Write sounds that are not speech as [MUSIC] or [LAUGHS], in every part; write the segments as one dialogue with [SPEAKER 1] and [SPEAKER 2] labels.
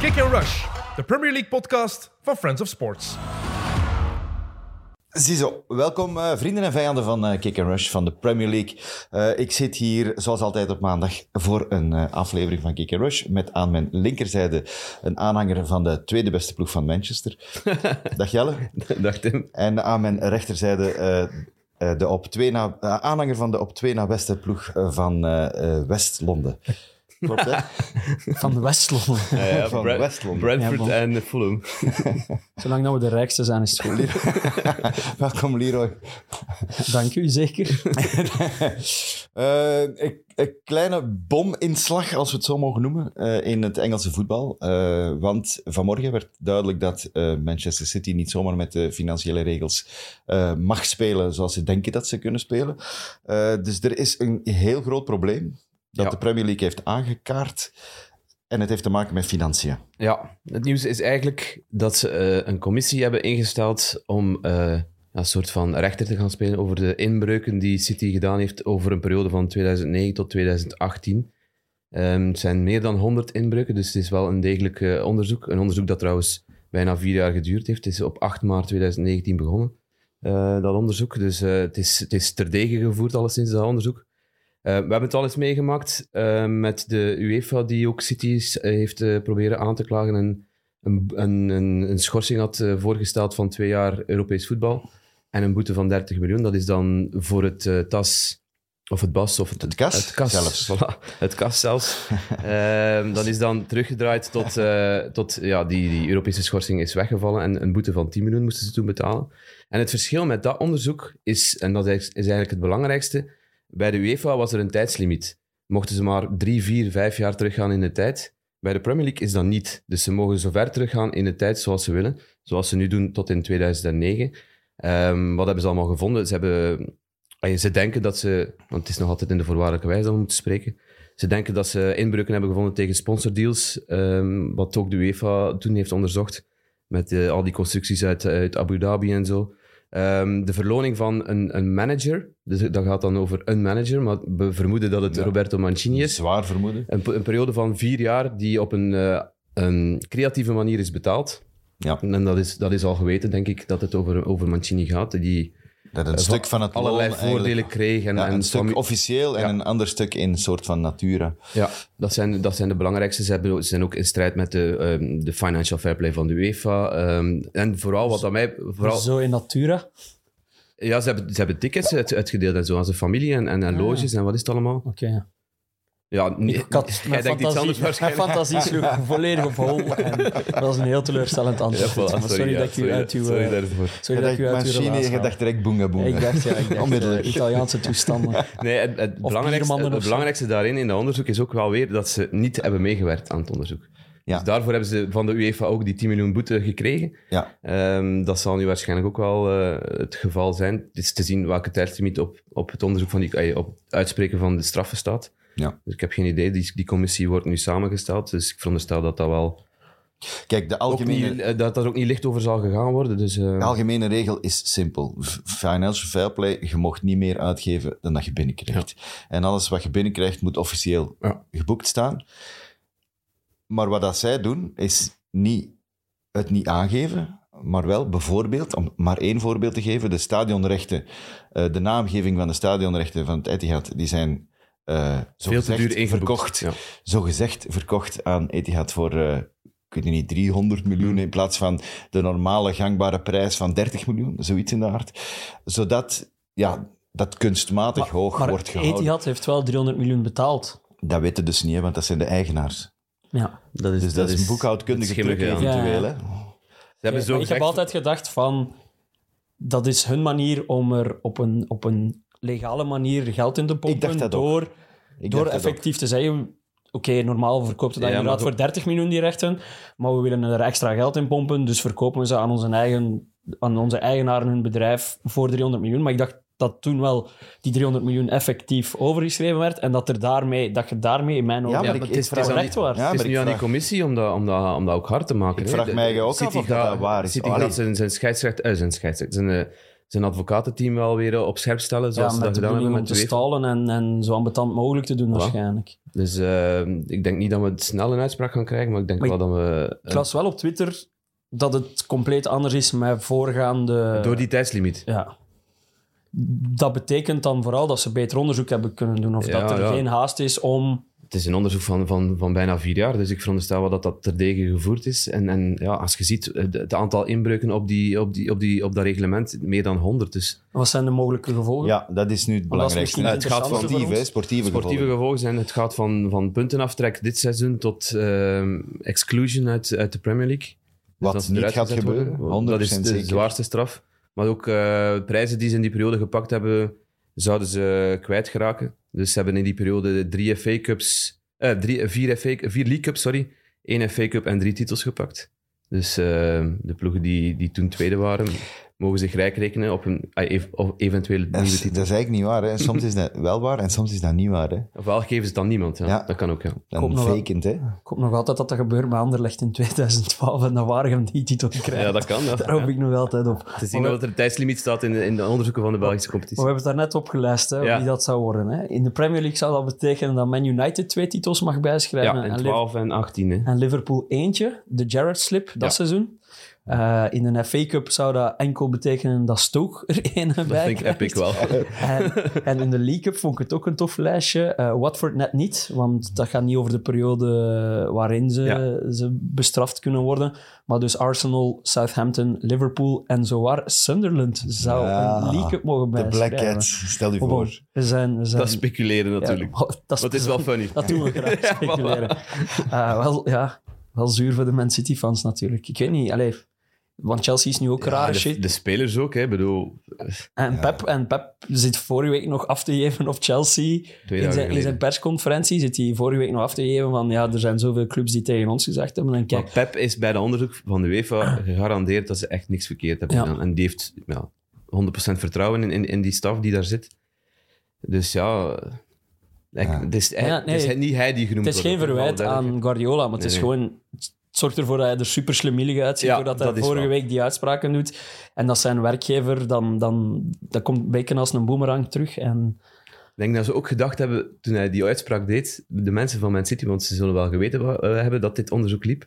[SPEAKER 1] Kick and Rush, de Premier League podcast van Friends of Sports.
[SPEAKER 2] Ziezo, welkom eh, vrienden en vijanden van eh, Kick and Rush van de Premier League. Eh, ik zit hier zoals altijd op maandag voor een eh, aflevering van Kick and Rush met aan mijn linkerzijde een aanhanger van de tweede beste ploeg van Manchester. Dag Jelle.
[SPEAKER 3] Dag [LAUGHS] Tim.
[SPEAKER 2] En aan mijn rechterzijde eh, eh, de op twee na, eh, aanhanger van de op twee na beste ploeg eh, van eh, eh, West-Londen. Klopt hè?
[SPEAKER 4] Van de Westlon.
[SPEAKER 3] Eh,
[SPEAKER 2] Van West-Londen.
[SPEAKER 3] Brentford
[SPEAKER 4] Ja,
[SPEAKER 3] en Fulham.
[SPEAKER 4] Zolang dat we de rijkste zijn, is het goed.
[SPEAKER 2] Welkom Leroy.
[SPEAKER 4] Dank u,
[SPEAKER 2] [LAUGHS]
[SPEAKER 4] zeker.
[SPEAKER 2] Eh, een, een kleine bominslag, als we het zo mogen noemen, eh, in het Engelse voetbal. Eh, want vanmorgen werd duidelijk dat eh, Manchester City niet zomaar met de financiële regels eh, mag spelen zoals ze denken dat ze kunnen spelen. Eh, dus er is een heel groot probleem dat
[SPEAKER 3] Ja.
[SPEAKER 2] de Premier League heeft aangekaart. En het heeft te maken met financiën.
[SPEAKER 3] Ja, het nieuws is eigenlijk dat ze eh, een commissie hebben ingesteld om eh, een soort van rechter te gaan spelen over de inbreuken die City gedaan heeft over een periode van 2009 tot 2018. Ehm, het zijn meer dan 100 inbreuken, dus het is wel een degelijk eh, onderzoek. Een onderzoek dat trouwens bijna vier jaar geduurd heeft. Het is op 8 maart 2019 begonnen, eh, dat onderzoek. Dus eh, het, is, het is terdege gevoerd, alleszins, dat onderzoek. Eh, we hebben het al eens meegemaakt eh, met de UEFA, die ook Cities eh, heeft eh, proberen aan te klagen. En een, een, een, een schorsing had eh, voorgesteld van twee jaar Europees voetbal. En een boete van 30 miljoen. Dat is dan voor het eh, TAS, of het BAS, of het,
[SPEAKER 2] Het kas zelfs.
[SPEAKER 3] [LAUGHS] Voilà, het kas zelfs. Ehm, dat is dan teruggedraaid tot, eh, tot ja, die, die Europese schorsing is weggevallen. En een boete van 10 miljoen moesten ze toen betalen. En het verschil met dat onderzoek is, en dat is is eigenlijk het belangrijkste, bij de UEFA was er een tijdslimiet. Mochten ze maar drie, vier, vijf jaar teruggaan in de tijd. Bij de Premier League is dat niet. Dus ze mogen zo ver teruggaan in de tijd zoals ze willen. Zoals ze nu doen tot in 2009. Ehm, wat hebben ze allemaal gevonden? Ze, hebben, eh, ze denken dat ze... Want het is nog altijd in de voorwaardelijke wijze dat we moeten spreken. Ze denken dat ze inbreuken hebben gevonden tegen sponsordeals. ehm, wat ook de UEFA toen heeft onderzocht. Met eh, al die constructies uit, uit Abu Dhabi en zo. Ehm, de verloning van een, een manager. Dus dat gaat dan over een manager. Maar we vermoeden dat het Roberto Mancini is.
[SPEAKER 2] Zwaar vermoeden.
[SPEAKER 3] Een, pe- een periode van vier jaar die op een, eh, een creatieve manier is betaald.
[SPEAKER 2] Ja.
[SPEAKER 3] En dat is, dat is al geweten, denk ik, dat het over, over Mancini gaat. Die
[SPEAKER 2] Dat een
[SPEAKER 3] eh,
[SPEAKER 2] stuk van het loon
[SPEAKER 3] allerlei
[SPEAKER 2] eigenlijk-
[SPEAKER 3] voordelen kreeg. En,
[SPEAKER 2] Ja,
[SPEAKER 3] en
[SPEAKER 2] een stuk
[SPEAKER 3] fami-
[SPEAKER 2] officieel en
[SPEAKER 3] Ja.
[SPEAKER 2] een ander stuk in soort van natura.
[SPEAKER 3] Ja, dat zijn, dat zijn de belangrijkste. Ze, hebben, ze zijn ook in strijd met de, ehm, de financial fair play van de UEFA. ehm, en vooral wat aan mij... Vooral,
[SPEAKER 4] Zo in natura.
[SPEAKER 3] ja, ze hebben, ze hebben tickets uit- uitgedeeld en zo aan zijn familie en, en, en
[SPEAKER 4] Ah.
[SPEAKER 3] loges en wat is het allemaal?
[SPEAKER 4] Oké, ja.
[SPEAKER 3] Ja, nee,
[SPEAKER 4] Ik
[SPEAKER 3] [LAUGHS]
[SPEAKER 4] had
[SPEAKER 3] jij
[SPEAKER 4] mijn
[SPEAKER 3] denkt iets anders
[SPEAKER 4] fantasie, mijn
[SPEAKER 3] waarschijnlijk.
[SPEAKER 4] fantasie sloeg volledig op hol. En dat was een heel teleurstellend
[SPEAKER 3] Ja,
[SPEAKER 4] antwoord.
[SPEAKER 3] voilà,
[SPEAKER 4] Maar sorry,
[SPEAKER 3] ja,
[SPEAKER 4] dat ik u
[SPEAKER 3] sorry,
[SPEAKER 4] uit uw...
[SPEAKER 3] sorry
[SPEAKER 4] eh,
[SPEAKER 3] daarvoor.
[SPEAKER 4] Sorry
[SPEAKER 2] Je
[SPEAKER 4] dat ik u
[SPEAKER 2] dacht,
[SPEAKER 4] uit uw
[SPEAKER 2] Mancini,
[SPEAKER 4] relatie
[SPEAKER 2] je dacht direct boonga boonga.
[SPEAKER 4] haalde. Ik dacht, ja, ik dacht,
[SPEAKER 2] [LAUGHS] Onmiddellijk.
[SPEAKER 4] eh, Italiaanse
[SPEAKER 3] [LAUGHS]
[SPEAKER 4] toestanden.
[SPEAKER 3] Nee, het, het belangrijkste,
[SPEAKER 4] biermannen
[SPEAKER 3] het
[SPEAKER 4] of zo.
[SPEAKER 3] belangrijkste daarin in dat onderzoek is ook wel weer dat ze niet hebben meegewerkt aan het onderzoek.
[SPEAKER 2] Ja.
[SPEAKER 3] Dus daarvoor hebben ze van de UEFA ook die 10 miljoen boete gekregen.
[SPEAKER 2] Ja.
[SPEAKER 3] Ehm, dat zal nu waarschijnlijk ook wel eh, het geval zijn. Het is te zien welke tijdslimiet op, op het onderzoek van die, eh, op het uitspreken van de straffen staat.
[SPEAKER 2] Ja.
[SPEAKER 3] Dus ik heb geen idee. Die, die commissie wordt nu samengesteld. Dus ik veronderstel dat dat wel
[SPEAKER 2] Kijk, de
[SPEAKER 3] ook
[SPEAKER 2] algemene...
[SPEAKER 3] niet, eh, dat daar ook niet licht over zal gegaan worden. Dus, eh,
[SPEAKER 2] De algemene regel is simpel. F- Financial fair play, je mocht niet meer uitgeven dan dat je binnenkrijgt. En alles wat je binnenkrijgt moet officieel
[SPEAKER 3] Ja.
[SPEAKER 2] geboekt staan. Maar wat dat zij doen, is niet, het niet aangeven, maar wel bijvoorbeeld, om maar één voorbeeld te geven, de stadionrechten, eh, de naamgeving van de stadionrechten van het Etihad, die zijn eh zo
[SPEAKER 3] veel te duur ingeboekt.
[SPEAKER 2] verkocht
[SPEAKER 3] Ja.
[SPEAKER 2] zogezegd verkocht aan Etihad voor, eh, ik weet het niet, 300 miljoen in plaats van de normale gangbare prijs van 30 miljoen, zoiets in de aard. Zodat, ja, dat kunstmatig hoog
[SPEAKER 4] Maar
[SPEAKER 2] wordt gehouden.
[SPEAKER 4] Etihad heeft wel 300 miljoen betaald.
[SPEAKER 2] Dat weten dus niet, hè, want dat zijn de eigenaars.
[SPEAKER 4] Ja.
[SPEAKER 3] Dat is,
[SPEAKER 2] Dus dat, is een boekhoudkundige
[SPEAKER 3] het schimmige
[SPEAKER 2] truc
[SPEAKER 3] aan.
[SPEAKER 2] eventueel.
[SPEAKER 4] Ja.
[SPEAKER 2] hè.
[SPEAKER 3] Ze hebben
[SPEAKER 4] Ja,
[SPEAKER 3] zo
[SPEAKER 4] maar ik heb
[SPEAKER 3] gezegd-
[SPEAKER 4] altijd gedacht van... Dat is hun manier om er op een, op een legale manier geld in te pompen.
[SPEAKER 2] dacht dat ook.
[SPEAKER 4] door,
[SPEAKER 2] Ik
[SPEAKER 4] door
[SPEAKER 2] dacht dat ook.
[SPEAKER 4] effectief te zeggen... Oké, normaal verkoopt het dan
[SPEAKER 3] Ja, maar
[SPEAKER 4] inderdaad
[SPEAKER 3] ook-
[SPEAKER 4] voor 30 miljoen die rechten. Maar we willen er extra geld in pompen. Dus verkopen we ze aan onze, eigen, aan onze eigenaren hun bedrijf voor 300 miljoen. Maar ik dacht dat toen wel die 300 miljoen effectief overgeschreven werd. En dat, er daarmee, dat je daarmee in mijn ogen...
[SPEAKER 2] Ja, maar
[SPEAKER 3] maar
[SPEAKER 2] ik,
[SPEAKER 3] het is-
[SPEAKER 2] ik vraag,
[SPEAKER 3] het is aan
[SPEAKER 4] correct
[SPEAKER 3] die-
[SPEAKER 4] waard.
[SPEAKER 2] Ja,
[SPEAKER 3] het
[SPEAKER 2] maar
[SPEAKER 3] is
[SPEAKER 2] ik
[SPEAKER 3] nu aan die
[SPEAKER 2] vraag-
[SPEAKER 3] commissie om dat, om dat, om dat ook hard te maken.
[SPEAKER 2] Ik
[SPEAKER 3] hè.
[SPEAKER 2] vraag
[SPEAKER 3] De-
[SPEAKER 2] mij
[SPEAKER 3] de-
[SPEAKER 2] ook af
[SPEAKER 3] City
[SPEAKER 2] of dat
[SPEAKER 3] gaat-
[SPEAKER 2] waar is.
[SPEAKER 3] City
[SPEAKER 2] Allee.
[SPEAKER 3] gaat zijn, zijn scheidsrechter... eh, zijn scheidsrechter zijn, eh, zijn advocatenteam wel weer eh, op scherp stellen, zoals
[SPEAKER 4] ja,
[SPEAKER 3] ze dat
[SPEAKER 4] met de
[SPEAKER 3] gedaan hebben
[SPEAKER 4] bedoeling om
[SPEAKER 3] met
[SPEAKER 4] te
[SPEAKER 3] de UEFA.
[SPEAKER 4] stalen en, en zo ambetant mogelijk te doen waarschijnlijk.
[SPEAKER 3] Dus eh, ik denk niet dat we snel een uitspraak gaan krijgen, maar ik denk
[SPEAKER 4] Maar
[SPEAKER 3] wel dat we...
[SPEAKER 4] Ik las wel op Twitter dat het compleet anders is met voorgaande...
[SPEAKER 3] eh, door die tijdslimiet.
[SPEAKER 4] Ja. Dat betekent dan vooral dat ze beter onderzoek hebben kunnen doen of
[SPEAKER 3] Ja,
[SPEAKER 4] dat er
[SPEAKER 3] ja.
[SPEAKER 4] geen haast is om...
[SPEAKER 3] Het is een onderzoek van, van, van bijna vier jaar, dus ik veronderstel wel dat dat terdege gevoerd is. En, en ja, als je ziet, eh, de- het aantal inbreuken op, die, op, die, op, die, op dat reglement, meer dan 100. Dus
[SPEAKER 4] Wat zijn de mogelijke gevolgen?
[SPEAKER 2] Ja, dat is nu het belangrijkste.
[SPEAKER 4] misschien
[SPEAKER 2] Nou, het gaat
[SPEAKER 4] interessanter voor
[SPEAKER 2] sportief,
[SPEAKER 4] ons.
[SPEAKER 2] hè, sportieve,
[SPEAKER 3] sportieve
[SPEAKER 2] gevolgen.
[SPEAKER 3] gevolgen zijn, het gaat van, van puntenaftrek dit seizoen tot ehm, exclusion uit, uit de Premier League. Dus
[SPEAKER 2] Wat
[SPEAKER 3] dat ze
[SPEAKER 2] niet
[SPEAKER 3] eruit
[SPEAKER 2] gaat
[SPEAKER 3] gezet worden.
[SPEAKER 2] gebeuren,
[SPEAKER 3] Dat is
[SPEAKER 2] 100%
[SPEAKER 3] de
[SPEAKER 2] zeker.
[SPEAKER 3] zwaarste straf. Maar ook eh, prijzen die ze in die periode gepakt hebben, zouden ze kwijtgeraken. Dus ze hebben in die periode drie FA Cups, eh, drie, vier, FA, vier League Cups, sorry, één FA Cup en drie titels gepakt. Dus eh, de ploegen die, die toen tweede waren, mogen zich rijk rekenen op een ah, ev- of eventueel
[SPEAKER 2] Dat
[SPEAKER 3] nieuwe
[SPEAKER 2] is,
[SPEAKER 3] titel.
[SPEAKER 2] dat is eigenlijk niet waar. Hè. Soms is dat wel waar en soms is dat niet waar. Hè.
[SPEAKER 3] Ofwel geven ze het aan niemand, ja.
[SPEAKER 2] Ja.
[SPEAKER 3] dat kan ook. Ja.
[SPEAKER 4] hoop
[SPEAKER 2] Dan
[SPEAKER 4] nog wel.
[SPEAKER 2] fakend, hè.
[SPEAKER 4] Ik hoop nog altijd dat dat gebeurt bij Anderlecht in 2012 en dan waren hem die titel krijgt.
[SPEAKER 3] ja, dat kan. Ja.
[SPEAKER 4] Daar hoop ik nog altijd op.
[SPEAKER 3] Te zien
[SPEAKER 4] Maar we-
[SPEAKER 3] dat er een tijdslimiet staat in de, in de onderzoeken van de Belgische competitie.
[SPEAKER 4] Maar we hebben het daarnet opgelijst, hè,
[SPEAKER 3] Ja.
[SPEAKER 4] wie dat zou worden. Hè. In de Premier League zou dat betekenen dat Man United twee titels mag bijschrijven.
[SPEAKER 3] Ja, en
[SPEAKER 4] Liv-
[SPEAKER 3] 12 en 18. Hè.
[SPEAKER 4] en Liverpool eentje, de Gerrard slip, dat
[SPEAKER 3] Ja.
[SPEAKER 4] seizoen. Eh, in een FA Cup zou dat enkel betekenen dat Stoke er [LAUGHS] een
[SPEAKER 3] Dat
[SPEAKER 4] bij
[SPEAKER 3] vind ik
[SPEAKER 4] krijgt.
[SPEAKER 3] epic wel.
[SPEAKER 4] En, en in de League Cup vond ik het ook een tof lijstje. Eh, Watford net niet, want dat gaat niet over de periode waarin ze,
[SPEAKER 3] Ja.
[SPEAKER 4] ze bestraft kunnen worden. Maar dus Arsenal, Southampton, Liverpool en zowaar Sunderland zou
[SPEAKER 2] Ja,
[SPEAKER 4] een League Cup mogen
[SPEAKER 2] De
[SPEAKER 4] bijschrijven.
[SPEAKER 2] Black Cats, stel je
[SPEAKER 4] Oh, bon,
[SPEAKER 2] voor.
[SPEAKER 4] we zijn, we zijn,
[SPEAKER 3] Dat is speculeren
[SPEAKER 4] ja,
[SPEAKER 3] natuurlijk.
[SPEAKER 4] maar dat
[SPEAKER 3] Maar het is wel funny.
[SPEAKER 4] Dat doen we
[SPEAKER 3] [LAUGHS]
[SPEAKER 4] graag,
[SPEAKER 3] Ja, voilà.
[SPEAKER 4] speculeren. Eh, wel, ja, wel zuur voor de Man City-fans natuurlijk. Ik weet niet, allee, want Chelsea is nu ook
[SPEAKER 3] Ja,
[SPEAKER 4] raar
[SPEAKER 3] de,
[SPEAKER 4] shit.
[SPEAKER 3] de spelers ook, hè. bedoel,
[SPEAKER 4] En, Pep, en Pep zit vorige week nog af te geven op Chelsea.
[SPEAKER 3] Twee
[SPEAKER 4] in,
[SPEAKER 3] dagen
[SPEAKER 4] zijn, in zijn
[SPEAKER 3] geleden.
[SPEAKER 4] persconferentie zit hij vorige week nog af te geven van ja, er zijn zoveel clubs die tegen ons gezegd hebben. En kijk,
[SPEAKER 3] Maar Pep is bij de onderzoek van de
[SPEAKER 4] [CLEARS THROAT]
[SPEAKER 3] UEFA gegarandeerd dat ze echt niks verkeerd hebben
[SPEAKER 4] Ja.
[SPEAKER 3] gedaan. En die heeft ja, 100% vertrouwen in, in, in die staf die daar zit. Dus ja, like,
[SPEAKER 2] Ja.
[SPEAKER 3] Het, is, hij-
[SPEAKER 4] Ja, nee.
[SPEAKER 3] het is niet hij die genoemd
[SPEAKER 4] het is geen
[SPEAKER 3] wordt, voor alle
[SPEAKER 4] verwijt aan
[SPEAKER 3] duidelijkheid.
[SPEAKER 4] Guardiola, maar het
[SPEAKER 3] Nee,
[SPEAKER 4] is
[SPEAKER 3] nee.
[SPEAKER 4] gewoon... Het zorgt ervoor dat hij er super slemielig uitziet,
[SPEAKER 3] Ja,
[SPEAKER 4] doordat hij
[SPEAKER 3] dat is
[SPEAKER 4] vorige
[SPEAKER 3] waar.
[SPEAKER 4] week die uitspraken doet. En dat zijn werkgever, dan, dan dat komt een beetje als een boemerang terug. En
[SPEAKER 3] Ik denk dat ze ook gedacht hebben, toen hij die uitspraak deed, de mensen van Man City, want ze zullen wel geweten wa- eh, hebben dat dit onderzoek liep,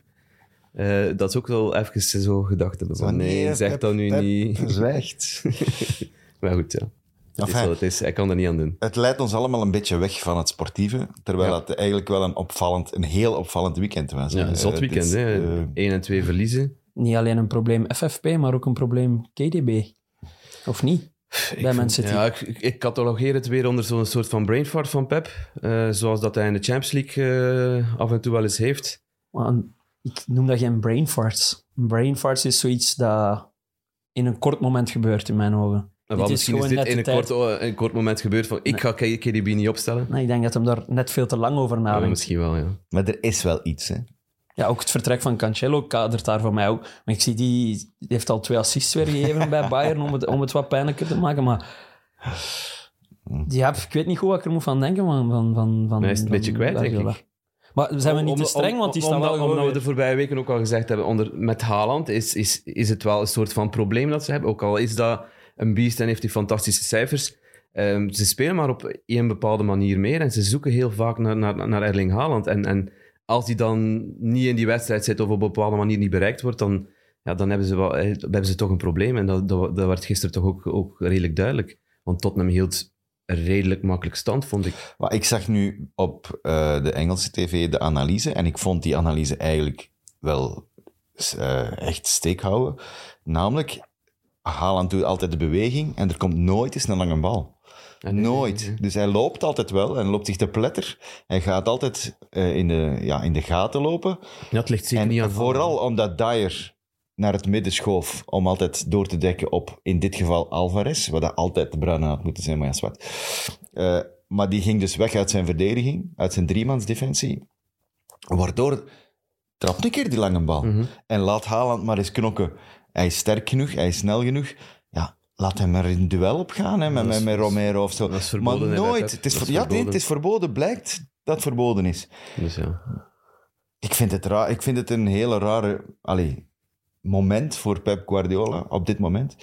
[SPEAKER 3] eh, dat ze ook wel even zo gedacht hebben van
[SPEAKER 2] Zo,
[SPEAKER 3] nee,
[SPEAKER 2] nee,
[SPEAKER 3] zeg
[SPEAKER 2] Pep,
[SPEAKER 3] dat nu
[SPEAKER 2] Pep
[SPEAKER 3] niet.
[SPEAKER 2] Zwijgt.
[SPEAKER 3] [LAUGHS] Maar goed, ja. Het is
[SPEAKER 2] Enfin.
[SPEAKER 3] wat het is. Hij kan er niet aan doen.
[SPEAKER 2] Het leidt ons allemaal een beetje weg van het sportieve, terwijl
[SPEAKER 3] Ja.
[SPEAKER 2] het eigenlijk wel een opvallend, een heel opvallend weekend was.
[SPEAKER 3] Ja,
[SPEAKER 2] Eh,
[SPEAKER 3] een zot
[SPEAKER 2] dit,
[SPEAKER 3] weekend, hè.
[SPEAKER 2] eh,
[SPEAKER 3] 1 en 2 verliezen.
[SPEAKER 4] niet alleen een probleem FFP, maar ook een probleem KDB. Of niet? Bij Man City.
[SPEAKER 3] Ja, ik, ik catalogeer het weer onder zo'n soort van brain fart van Pep. eh, zoals dat hij in de Champions League eh, af en toe wel eens heeft.
[SPEAKER 4] Want ik noem dat geen brain farts. Een brain farts is zoiets dat in een kort moment gebeurt, in mijn ogen.
[SPEAKER 3] En
[SPEAKER 4] Dit
[SPEAKER 3] wel,
[SPEAKER 4] is
[SPEAKER 3] misschien is
[SPEAKER 4] gewoon
[SPEAKER 3] dit
[SPEAKER 4] net
[SPEAKER 3] in een
[SPEAKER 4] de
[SPEAKER 3] kort, een kort moment gebeurd van ik ga K- KDB niet opstellen.
[SPEAKER 4] Nee, ik denk dat hem daar net veel te lang over
[SPEAKER 3] Ja,
[SPEAKER 4] nadenkt.
[SPEAKER 3] misschien wel, ja.
[SPEAKER 2] Maar er is wel iets, hè.
[SPEAKER 4] Ja, ook het vertrek van Cancelo kadert daar voor mij ook. Maar ik zie, die, die heeft al twee assists weer gegeven bij Bayern om het, om het wat pijnlijker te maken. Maar ja, ik weet niet goed wat ik er moet van denken. Van, van, van, van,
[SPEAKER 3] Maar Hm. hij is het
[SPEAKER 4] van
[SPEAKER 3] een beetje kwijt, denk
[SPEAKER 4] Guardiola.
[SPEAKER 3] ik.
[SPEAKER 4] Maar zijn we niet te streng, want die
[SPEAKER 3] om-
[SPEAKER 4] staan
[SPEAKER 3] omdat-
[SPEAKER 4] wel gewoon
[SPEAKER 3] Omdat we de
[SPEAKER 4] weer-
[SPEAKER 3] voorbije weken ook al gezegd hebben, onder, met Haaland is, is, is het wel een soort van probleem dat ze hebben. Ook al is dat een beest en heeft hij fantastische cijfers. ehm, ze spelen maar op één bepaalde manier meer en ze zoeken heel vaak naar, naar, naar Erling Haaland. En, en als die dan niet in die wedstrijd zit of op een bepaalde manier niet bereikt wordt, dan, ja, dan, hebben, ze wel, eh, dan hebben ze toch een probleem. En dat, dat, dat werd gisteren toch ook, ook redelijk duidelijk. Want Tottenham hield redelijk makkelijk stand, vond ik.
[SPEAKER 2] Maar ik zag nu op eh, de Engelse tv de analyse en ik vond die analyse eigenlijk wel eh, echt steek houden. Namelijk, Haaland doet altijd de beweging en er komt nooit eens een lange bal.
[SPEAKER 3] Ja, nee,
[SPEAKER 2] Nooit.
[SPEAKER 3] nee, nee.
[SPEAKER 2] Dus hij loopt altijd wel en loopt zich te pletter. Hij gaat altijd eh, in, de, ja, in de gaten lopen.
[SPEAKER 3] Dat ligt zeker niet
[SPEAKER 2] En
[SPEAKER 3] aan
[SPEAKER 2] vooral omdat Dyer naar het midden schoof om altijd door te dekken op, in dit geval, Alvarez. Wat dat altijd de bruine had moeten zijn, maar ja, zwart. Eh, maar die ging dus weg uit zijn verdediging, uit zijn driemansdefensie. Waardoor trapt een keer die lange bal.
[SPEAKER 3] Mhm.
[SPEAKER 2] En laat Haaland maar eens knokken. Hij is sterk genoeg, hij is snel genoeg. Ja, laat hem maar in een duel opgaan hè, met,
[SPEAKER 3] Dat is-
[SPEAKER 2] met, met Romero of zo.
[SPEAKER 3] dat is
[SPEAKER 2] maar
[SPEAKER 3] verboden, hè, bij
[SPEAKER 2] nooit.
[SPEAKER 3] Pep.
[SPEAKER 2] Het is,
[SPEAKER 3] Dat is
[SPEAKER 2] ver- ja, nee, het
[SPEAKER 3] verboden.
[SPEAKER 2] is verboden. Blijkt dat het verboden is.
[SPEAKER 3] Dus ja.
[SPEAKER 2] Ik vind het, raar, ik vind het een hele rare allee, moment voor Pep Guardiola op dit moment.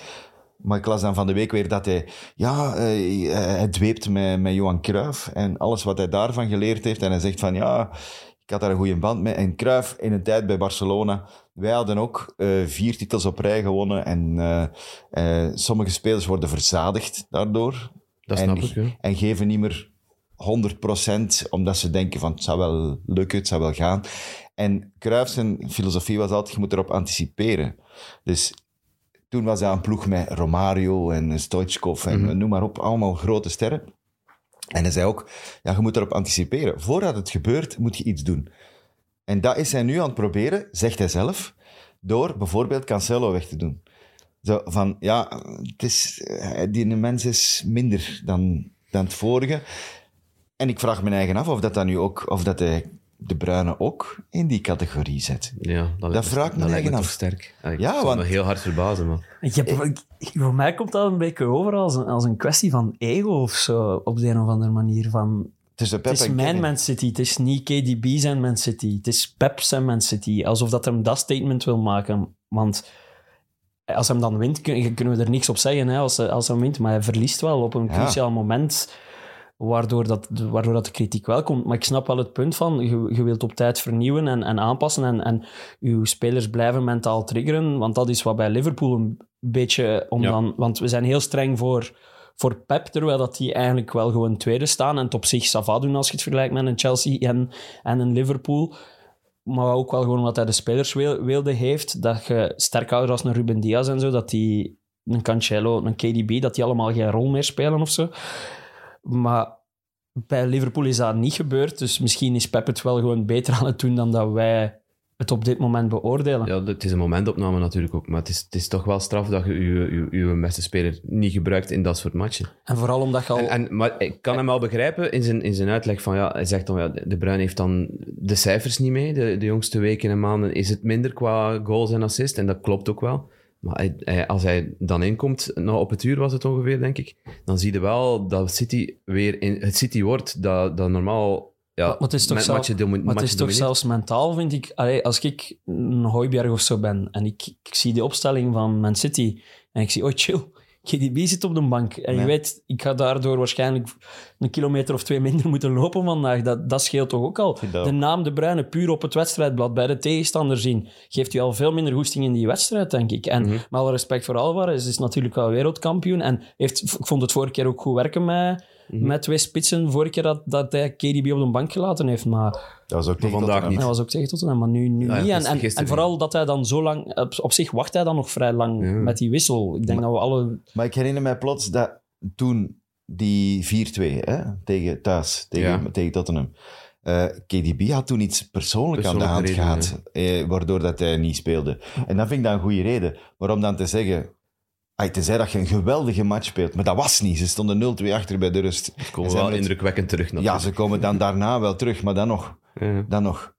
[SPEAKER 2] Maar ik las dan van de week weer dat hij... Ja, eh, eh, hij dweept met, met Johan Cruijff. En alles wat hij daarvan geleerd heeft. En hij zegt van, ja, ik had daar een goede band mee. En Cruijff, in een tijd bij Barcelona... Wij hadden ook eh, vier titels op rij gewonnen. En eh, eh, sommige spelers worden verzadigd daardoor.
[SPEAKER 3] Dat
[SPEAKER 2] en,
[SPEAKER 3] snap ik, hè.
[SPEAKER 2] En geven niet meer 100% omdat ze denken van het zou wel lukken, het zou wel gaan. En Cruijff zijn filosofie was altijd, je moet erop anticiperen. Dus toen was hij een ploeg met Romario en Stoichkov en
[SPEAKER 3] Mhm.
[SPEAKER 2] noem maar op, allemaal grote sterren. En hij zei ook, ja, je moet erop anticiperen. Voordat het gebeurt, moet je iets doen. En dat is hij nu aan het proberen, zegt hij zelf, door bijvoorbeeld Cancelo weg te doen. Zo van, ja, het is, eh, die mens is minder dan, dan het vorige. En ik vraag me eigen af of dat, dan nu ook, of dat hij de Bruine ook in die categorie zet.
[SPEAKER 3] Ja, dat, lijkt
[SPEAKER 2] Dat
[SPEAKER 3] me-
[SPEAKER 2] vraag ik me
[SPEAKER 3] dat lijkt
[SPEAKER 2] eigen
[SPEAKER 3] me
[SPEAKER 2] af.
[SPEAKER 3] toch sterk. Ja, ik
[SPEAKER 2] Ja,
[SPEAKER 3] zou
[SPEAKER 2] want-
[SPEAKER 3] me heel hard verbazen, man.
[SPEAKER 4] Ik heb, ik- voor mij komt dat een beetje over als een, als een kwestie van ego of zo, op de een of andere manier. Van,
[SPEAKER 2] Tussen Pep
[SPEAKER 4] het is
[SPEAKER 2] en
[SPEAKER 4] mijn
[SPEAKER 2] Kenny.
[SPEAKER 4] Man City, het is niet KDB zijn Man City, het is Pep zijn Man City. Alsof dat hem dat statement wil maken. Want als hem dan wint, kun- kunnen we er niks op zeggen hè, als, hij- als hij wint. Maar hij verliest wel op een
[SPEAKER 2] Ja.
[SPEAKER 4] cruciaal moment, waardoor dat, waardoor dat de kritiek wel komt. Maar ik snap wel het punt van, je, je wilt op tijd vernieuwen en, en aanpassen en, en uw spelers blijven mentaal triggeren, want dat is wat bij Liverpool een beetje om
[SPEAKER 3] Ja.
[SPEAKER 4] dan... Want we zijn heel streng voor, voor Pep, terwijl dat die eigenlijk wel gewoon tweede staan en het op zich sava doen als je het vergelijkt met een Chelsea en, en een Liverpool. Maar ook wel gewoon wat hij de spelers wil- wilde heeft, dat je sterkhouder als een Ruben Diaz en zo, dat die een Cancelo, een KDB, dat die allemaal geen rol meer spelen of zo. Maar bij Liverpool is dat niet gebeurd, dus misschien is Pep het wel gewoon beter aan het doen dan dat wij het op dit moment beoordelen.
[SPEAKER 3] Ja, het is een momentopname natuurlijk ook, maar het is, het is toch wel straf dat je je, je, je beste speler niet gebruikt in dat soort matchen.
[SPEAKER 4] En vooral omdat je al...
[SPEAKER 3] En, en, maar ik kan hem wel begrijpen in zijn, in zijn uitleg van ja, hij zegt dan ja, De Bruin heeft dan de cijfers niet mee. De, de jongste weken en maanden is het minder qua goals en assists en dat klopt ook wel. Maar hij- hij- als hij dan inkomt, nou op het uur was het ongeveer, denk ik, dan zie je wel dat City weer in, het City wordt dat, dat normaal. Ja,
[SPEAKER 4] maar het is toch,
[SPEAKER 3] met
[SPEAKER 4] zelf-
[SPEAKER 3] matchen domi-
[SPEAKER 4] maar het
[SPEAKER 3] matchen
[SPEAKER 4] is toch
[SPEAKER 3] domineert.
[SPEAKER 4] zelfs mentaal, vind ik. Allee, als ik een Hooiberg of zo ben en ik, ik zie die opstelling van Man City en ik zie, oh chill, KDB zit op de bank. En je
[SPEAKER 2] Ja.
[SPEAKER 4] weet, ik ga daardoor waarschijnlijk een kilometer of twee minder moeten lopen vandaag. Dat, dat scheelt toch ook al.
[SPEAKER 2] vind dat
[SPEAKER 4] De
[SPEAKER 2] ook.
[SPEAKER 4] naam De Bruyne puur op het wedstrijdblad bij de tegenstander zien, geeft u al veel minder goesting in die wedstrijd, denk ik. En
[SPEAKER 3] Mhm.
[SPEAKER 4] met alle respect voor Alvarez, is natuurlijk al wereldkampioen. En heeft, ik vond het vorige keer ook goed werken met,
[SPEAKER 3] Mhm.
[SPEAKER 4] met twee spitsen. Vorige keer dat, dat hij KDB op de bank gelaten heeft, maar...
[SPEAKER 2] Dat was ook
[SPEAKER 3] Maar
[SPEAKER 2] tegen
[SPEAKER 3] vandaag
[SPEAKER 2] Tottenham.
[SPEAKER 3] niet.
[SPEAKER 4] Hij was ook tegen Tottenham, maar nu, nu
[SPEAKER 2] Ah
[SPEAKER 3] Ja,
[SPEAKER 4] niet. En,
[SPEAKER 3] gisteren-
[SPEAKER 4] en,
[SPEAKER 3] gisteren
[SPEAKER 4] en vooral dat hij dan zo lang... Op, op zich wacht hij dan nog vrij lang
[SPEAKER 3] Ja.
[SPEAKER 4] met die wissel. Ik denk dat we
[SPEAKER 2] [LAUGHS]
[SPEAKER 4] alle...
[SPEAKER 2] Maar ik herinner mij plots dat toen die 4-2 hè, tegen thuis, tegen,
[SPEAKER 3] Ja.
[SPEAKER 2] tegen Tottenham. eh, KDB had toen iets persoonlijk aan de hand
[SPEAKER 3] Persoonlijke
[SPEAKER 2] gehad, eh, waardoor dat hij niet speelde. En dat vind ik dan een goede reden. Maar om dan te zeggen, ay, tenzij dat je een geweldige match speelt, maar dat was niet. Ze stonden 0-2 achter bij de rust.
[SPEAKER 3] Komen
[SPEAKER 2] En
[SPEAKER 3] we
[SPEAKER 2] zijn
[SPEAKER 3] wel
[SPEAKER 2] we het-
[SPEAKER 3] indrukwekkend terug.
[SPEAKER 2] Ja,
[SPEAKER 3] natuurlijk.
[SPEAKER 2] ze komen dan daarna wel terug, maar dan nog.
[SPEAKER 3] Ja.
[SPEAKER 2] Dan nog.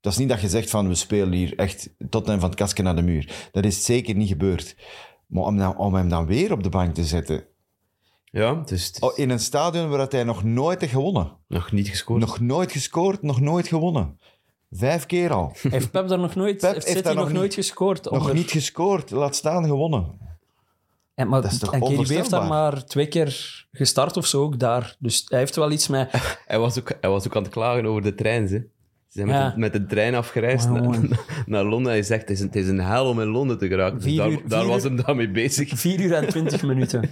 [SPEAKER 2] Dat is niet dat je zegt van we spelen hier echt tot en van het kasken naar de muur. Dat is zeker niet gebeurd. Maar om, dan, om hem dan weer op de bank te zetten,
[SPEAKER 3] Ja, het is, het is
[SPEAKER 2] Oh, in een stadion waar dat hij nog nooit heeft gewonnen.
[SPEAKER 3] nog niet gescoord.
[SPEAKER 2] Nog nooit gescoord, nog nooit gewonnen. Vijf keer [LAUGHS] al.
[SPEAKER 4] Heeft Pep daar nog nooit...
[SPEAKER 2] Pep
[SPEAKER 4] heeft
[SPEAKER 2] heeft
[SPEAKER 4] City
[SPEAKER 2] daar
[SPEAKER 4] nog,
[SPEAKER 2] nog
[SPEAKER 4] nooit
[SPEAKER 2] niet-
[SPEAKER 4] gescoord?
[SPEAKER 2] Nog
[SPEAKER 4] onder-
[SPEAKER 2] niet gescoord, laat staan gewonnen.
[SPEAKER 4] En, maar,
[SPEAKER 2] Dat is toch
[SPEAKER 4] en KDB heeft daar
[SPEAKER 2] onvoorstelbaar?
[SPEAKER 4] maar twee keer gestart of zo ook daar. Dus hij heeft wel
[SPEAKER 2] [LAUGHS]
[SPEAKER 4] iets met...
[SPEAKER 3] Hij was, ook, hij was ook aan het klagen over de treins, hè. Ze zijn met,
[SPEAKER 4] Ja. Oh,
[SPEAKER 3] de, met de trein afgereisd
[SPEAKER 4] Maar
[SPEAKER 3] naar,
[SPEAKER 4] jongen.
[SPEAKER 3] [LAUGHS] naar Londen. Hij zegt, het is, een, het is een hel om in Londen te geraken. Dus
[SPEAKER 4] Vier
[SPEAKER 3] daar
[SPEAKER 4] uur-
[SPEAKER 3] daar
[SPEAKER 4] vier
[SPEAKER 3] was
[SPEAKER 4] uur-
[SPEAKER 3] hem daarmee
[SPEAKER 4] [LAUGHS]
[SPEAKER 3] bezig.
[SPEAKER 4] Vier uur en twintig minuten.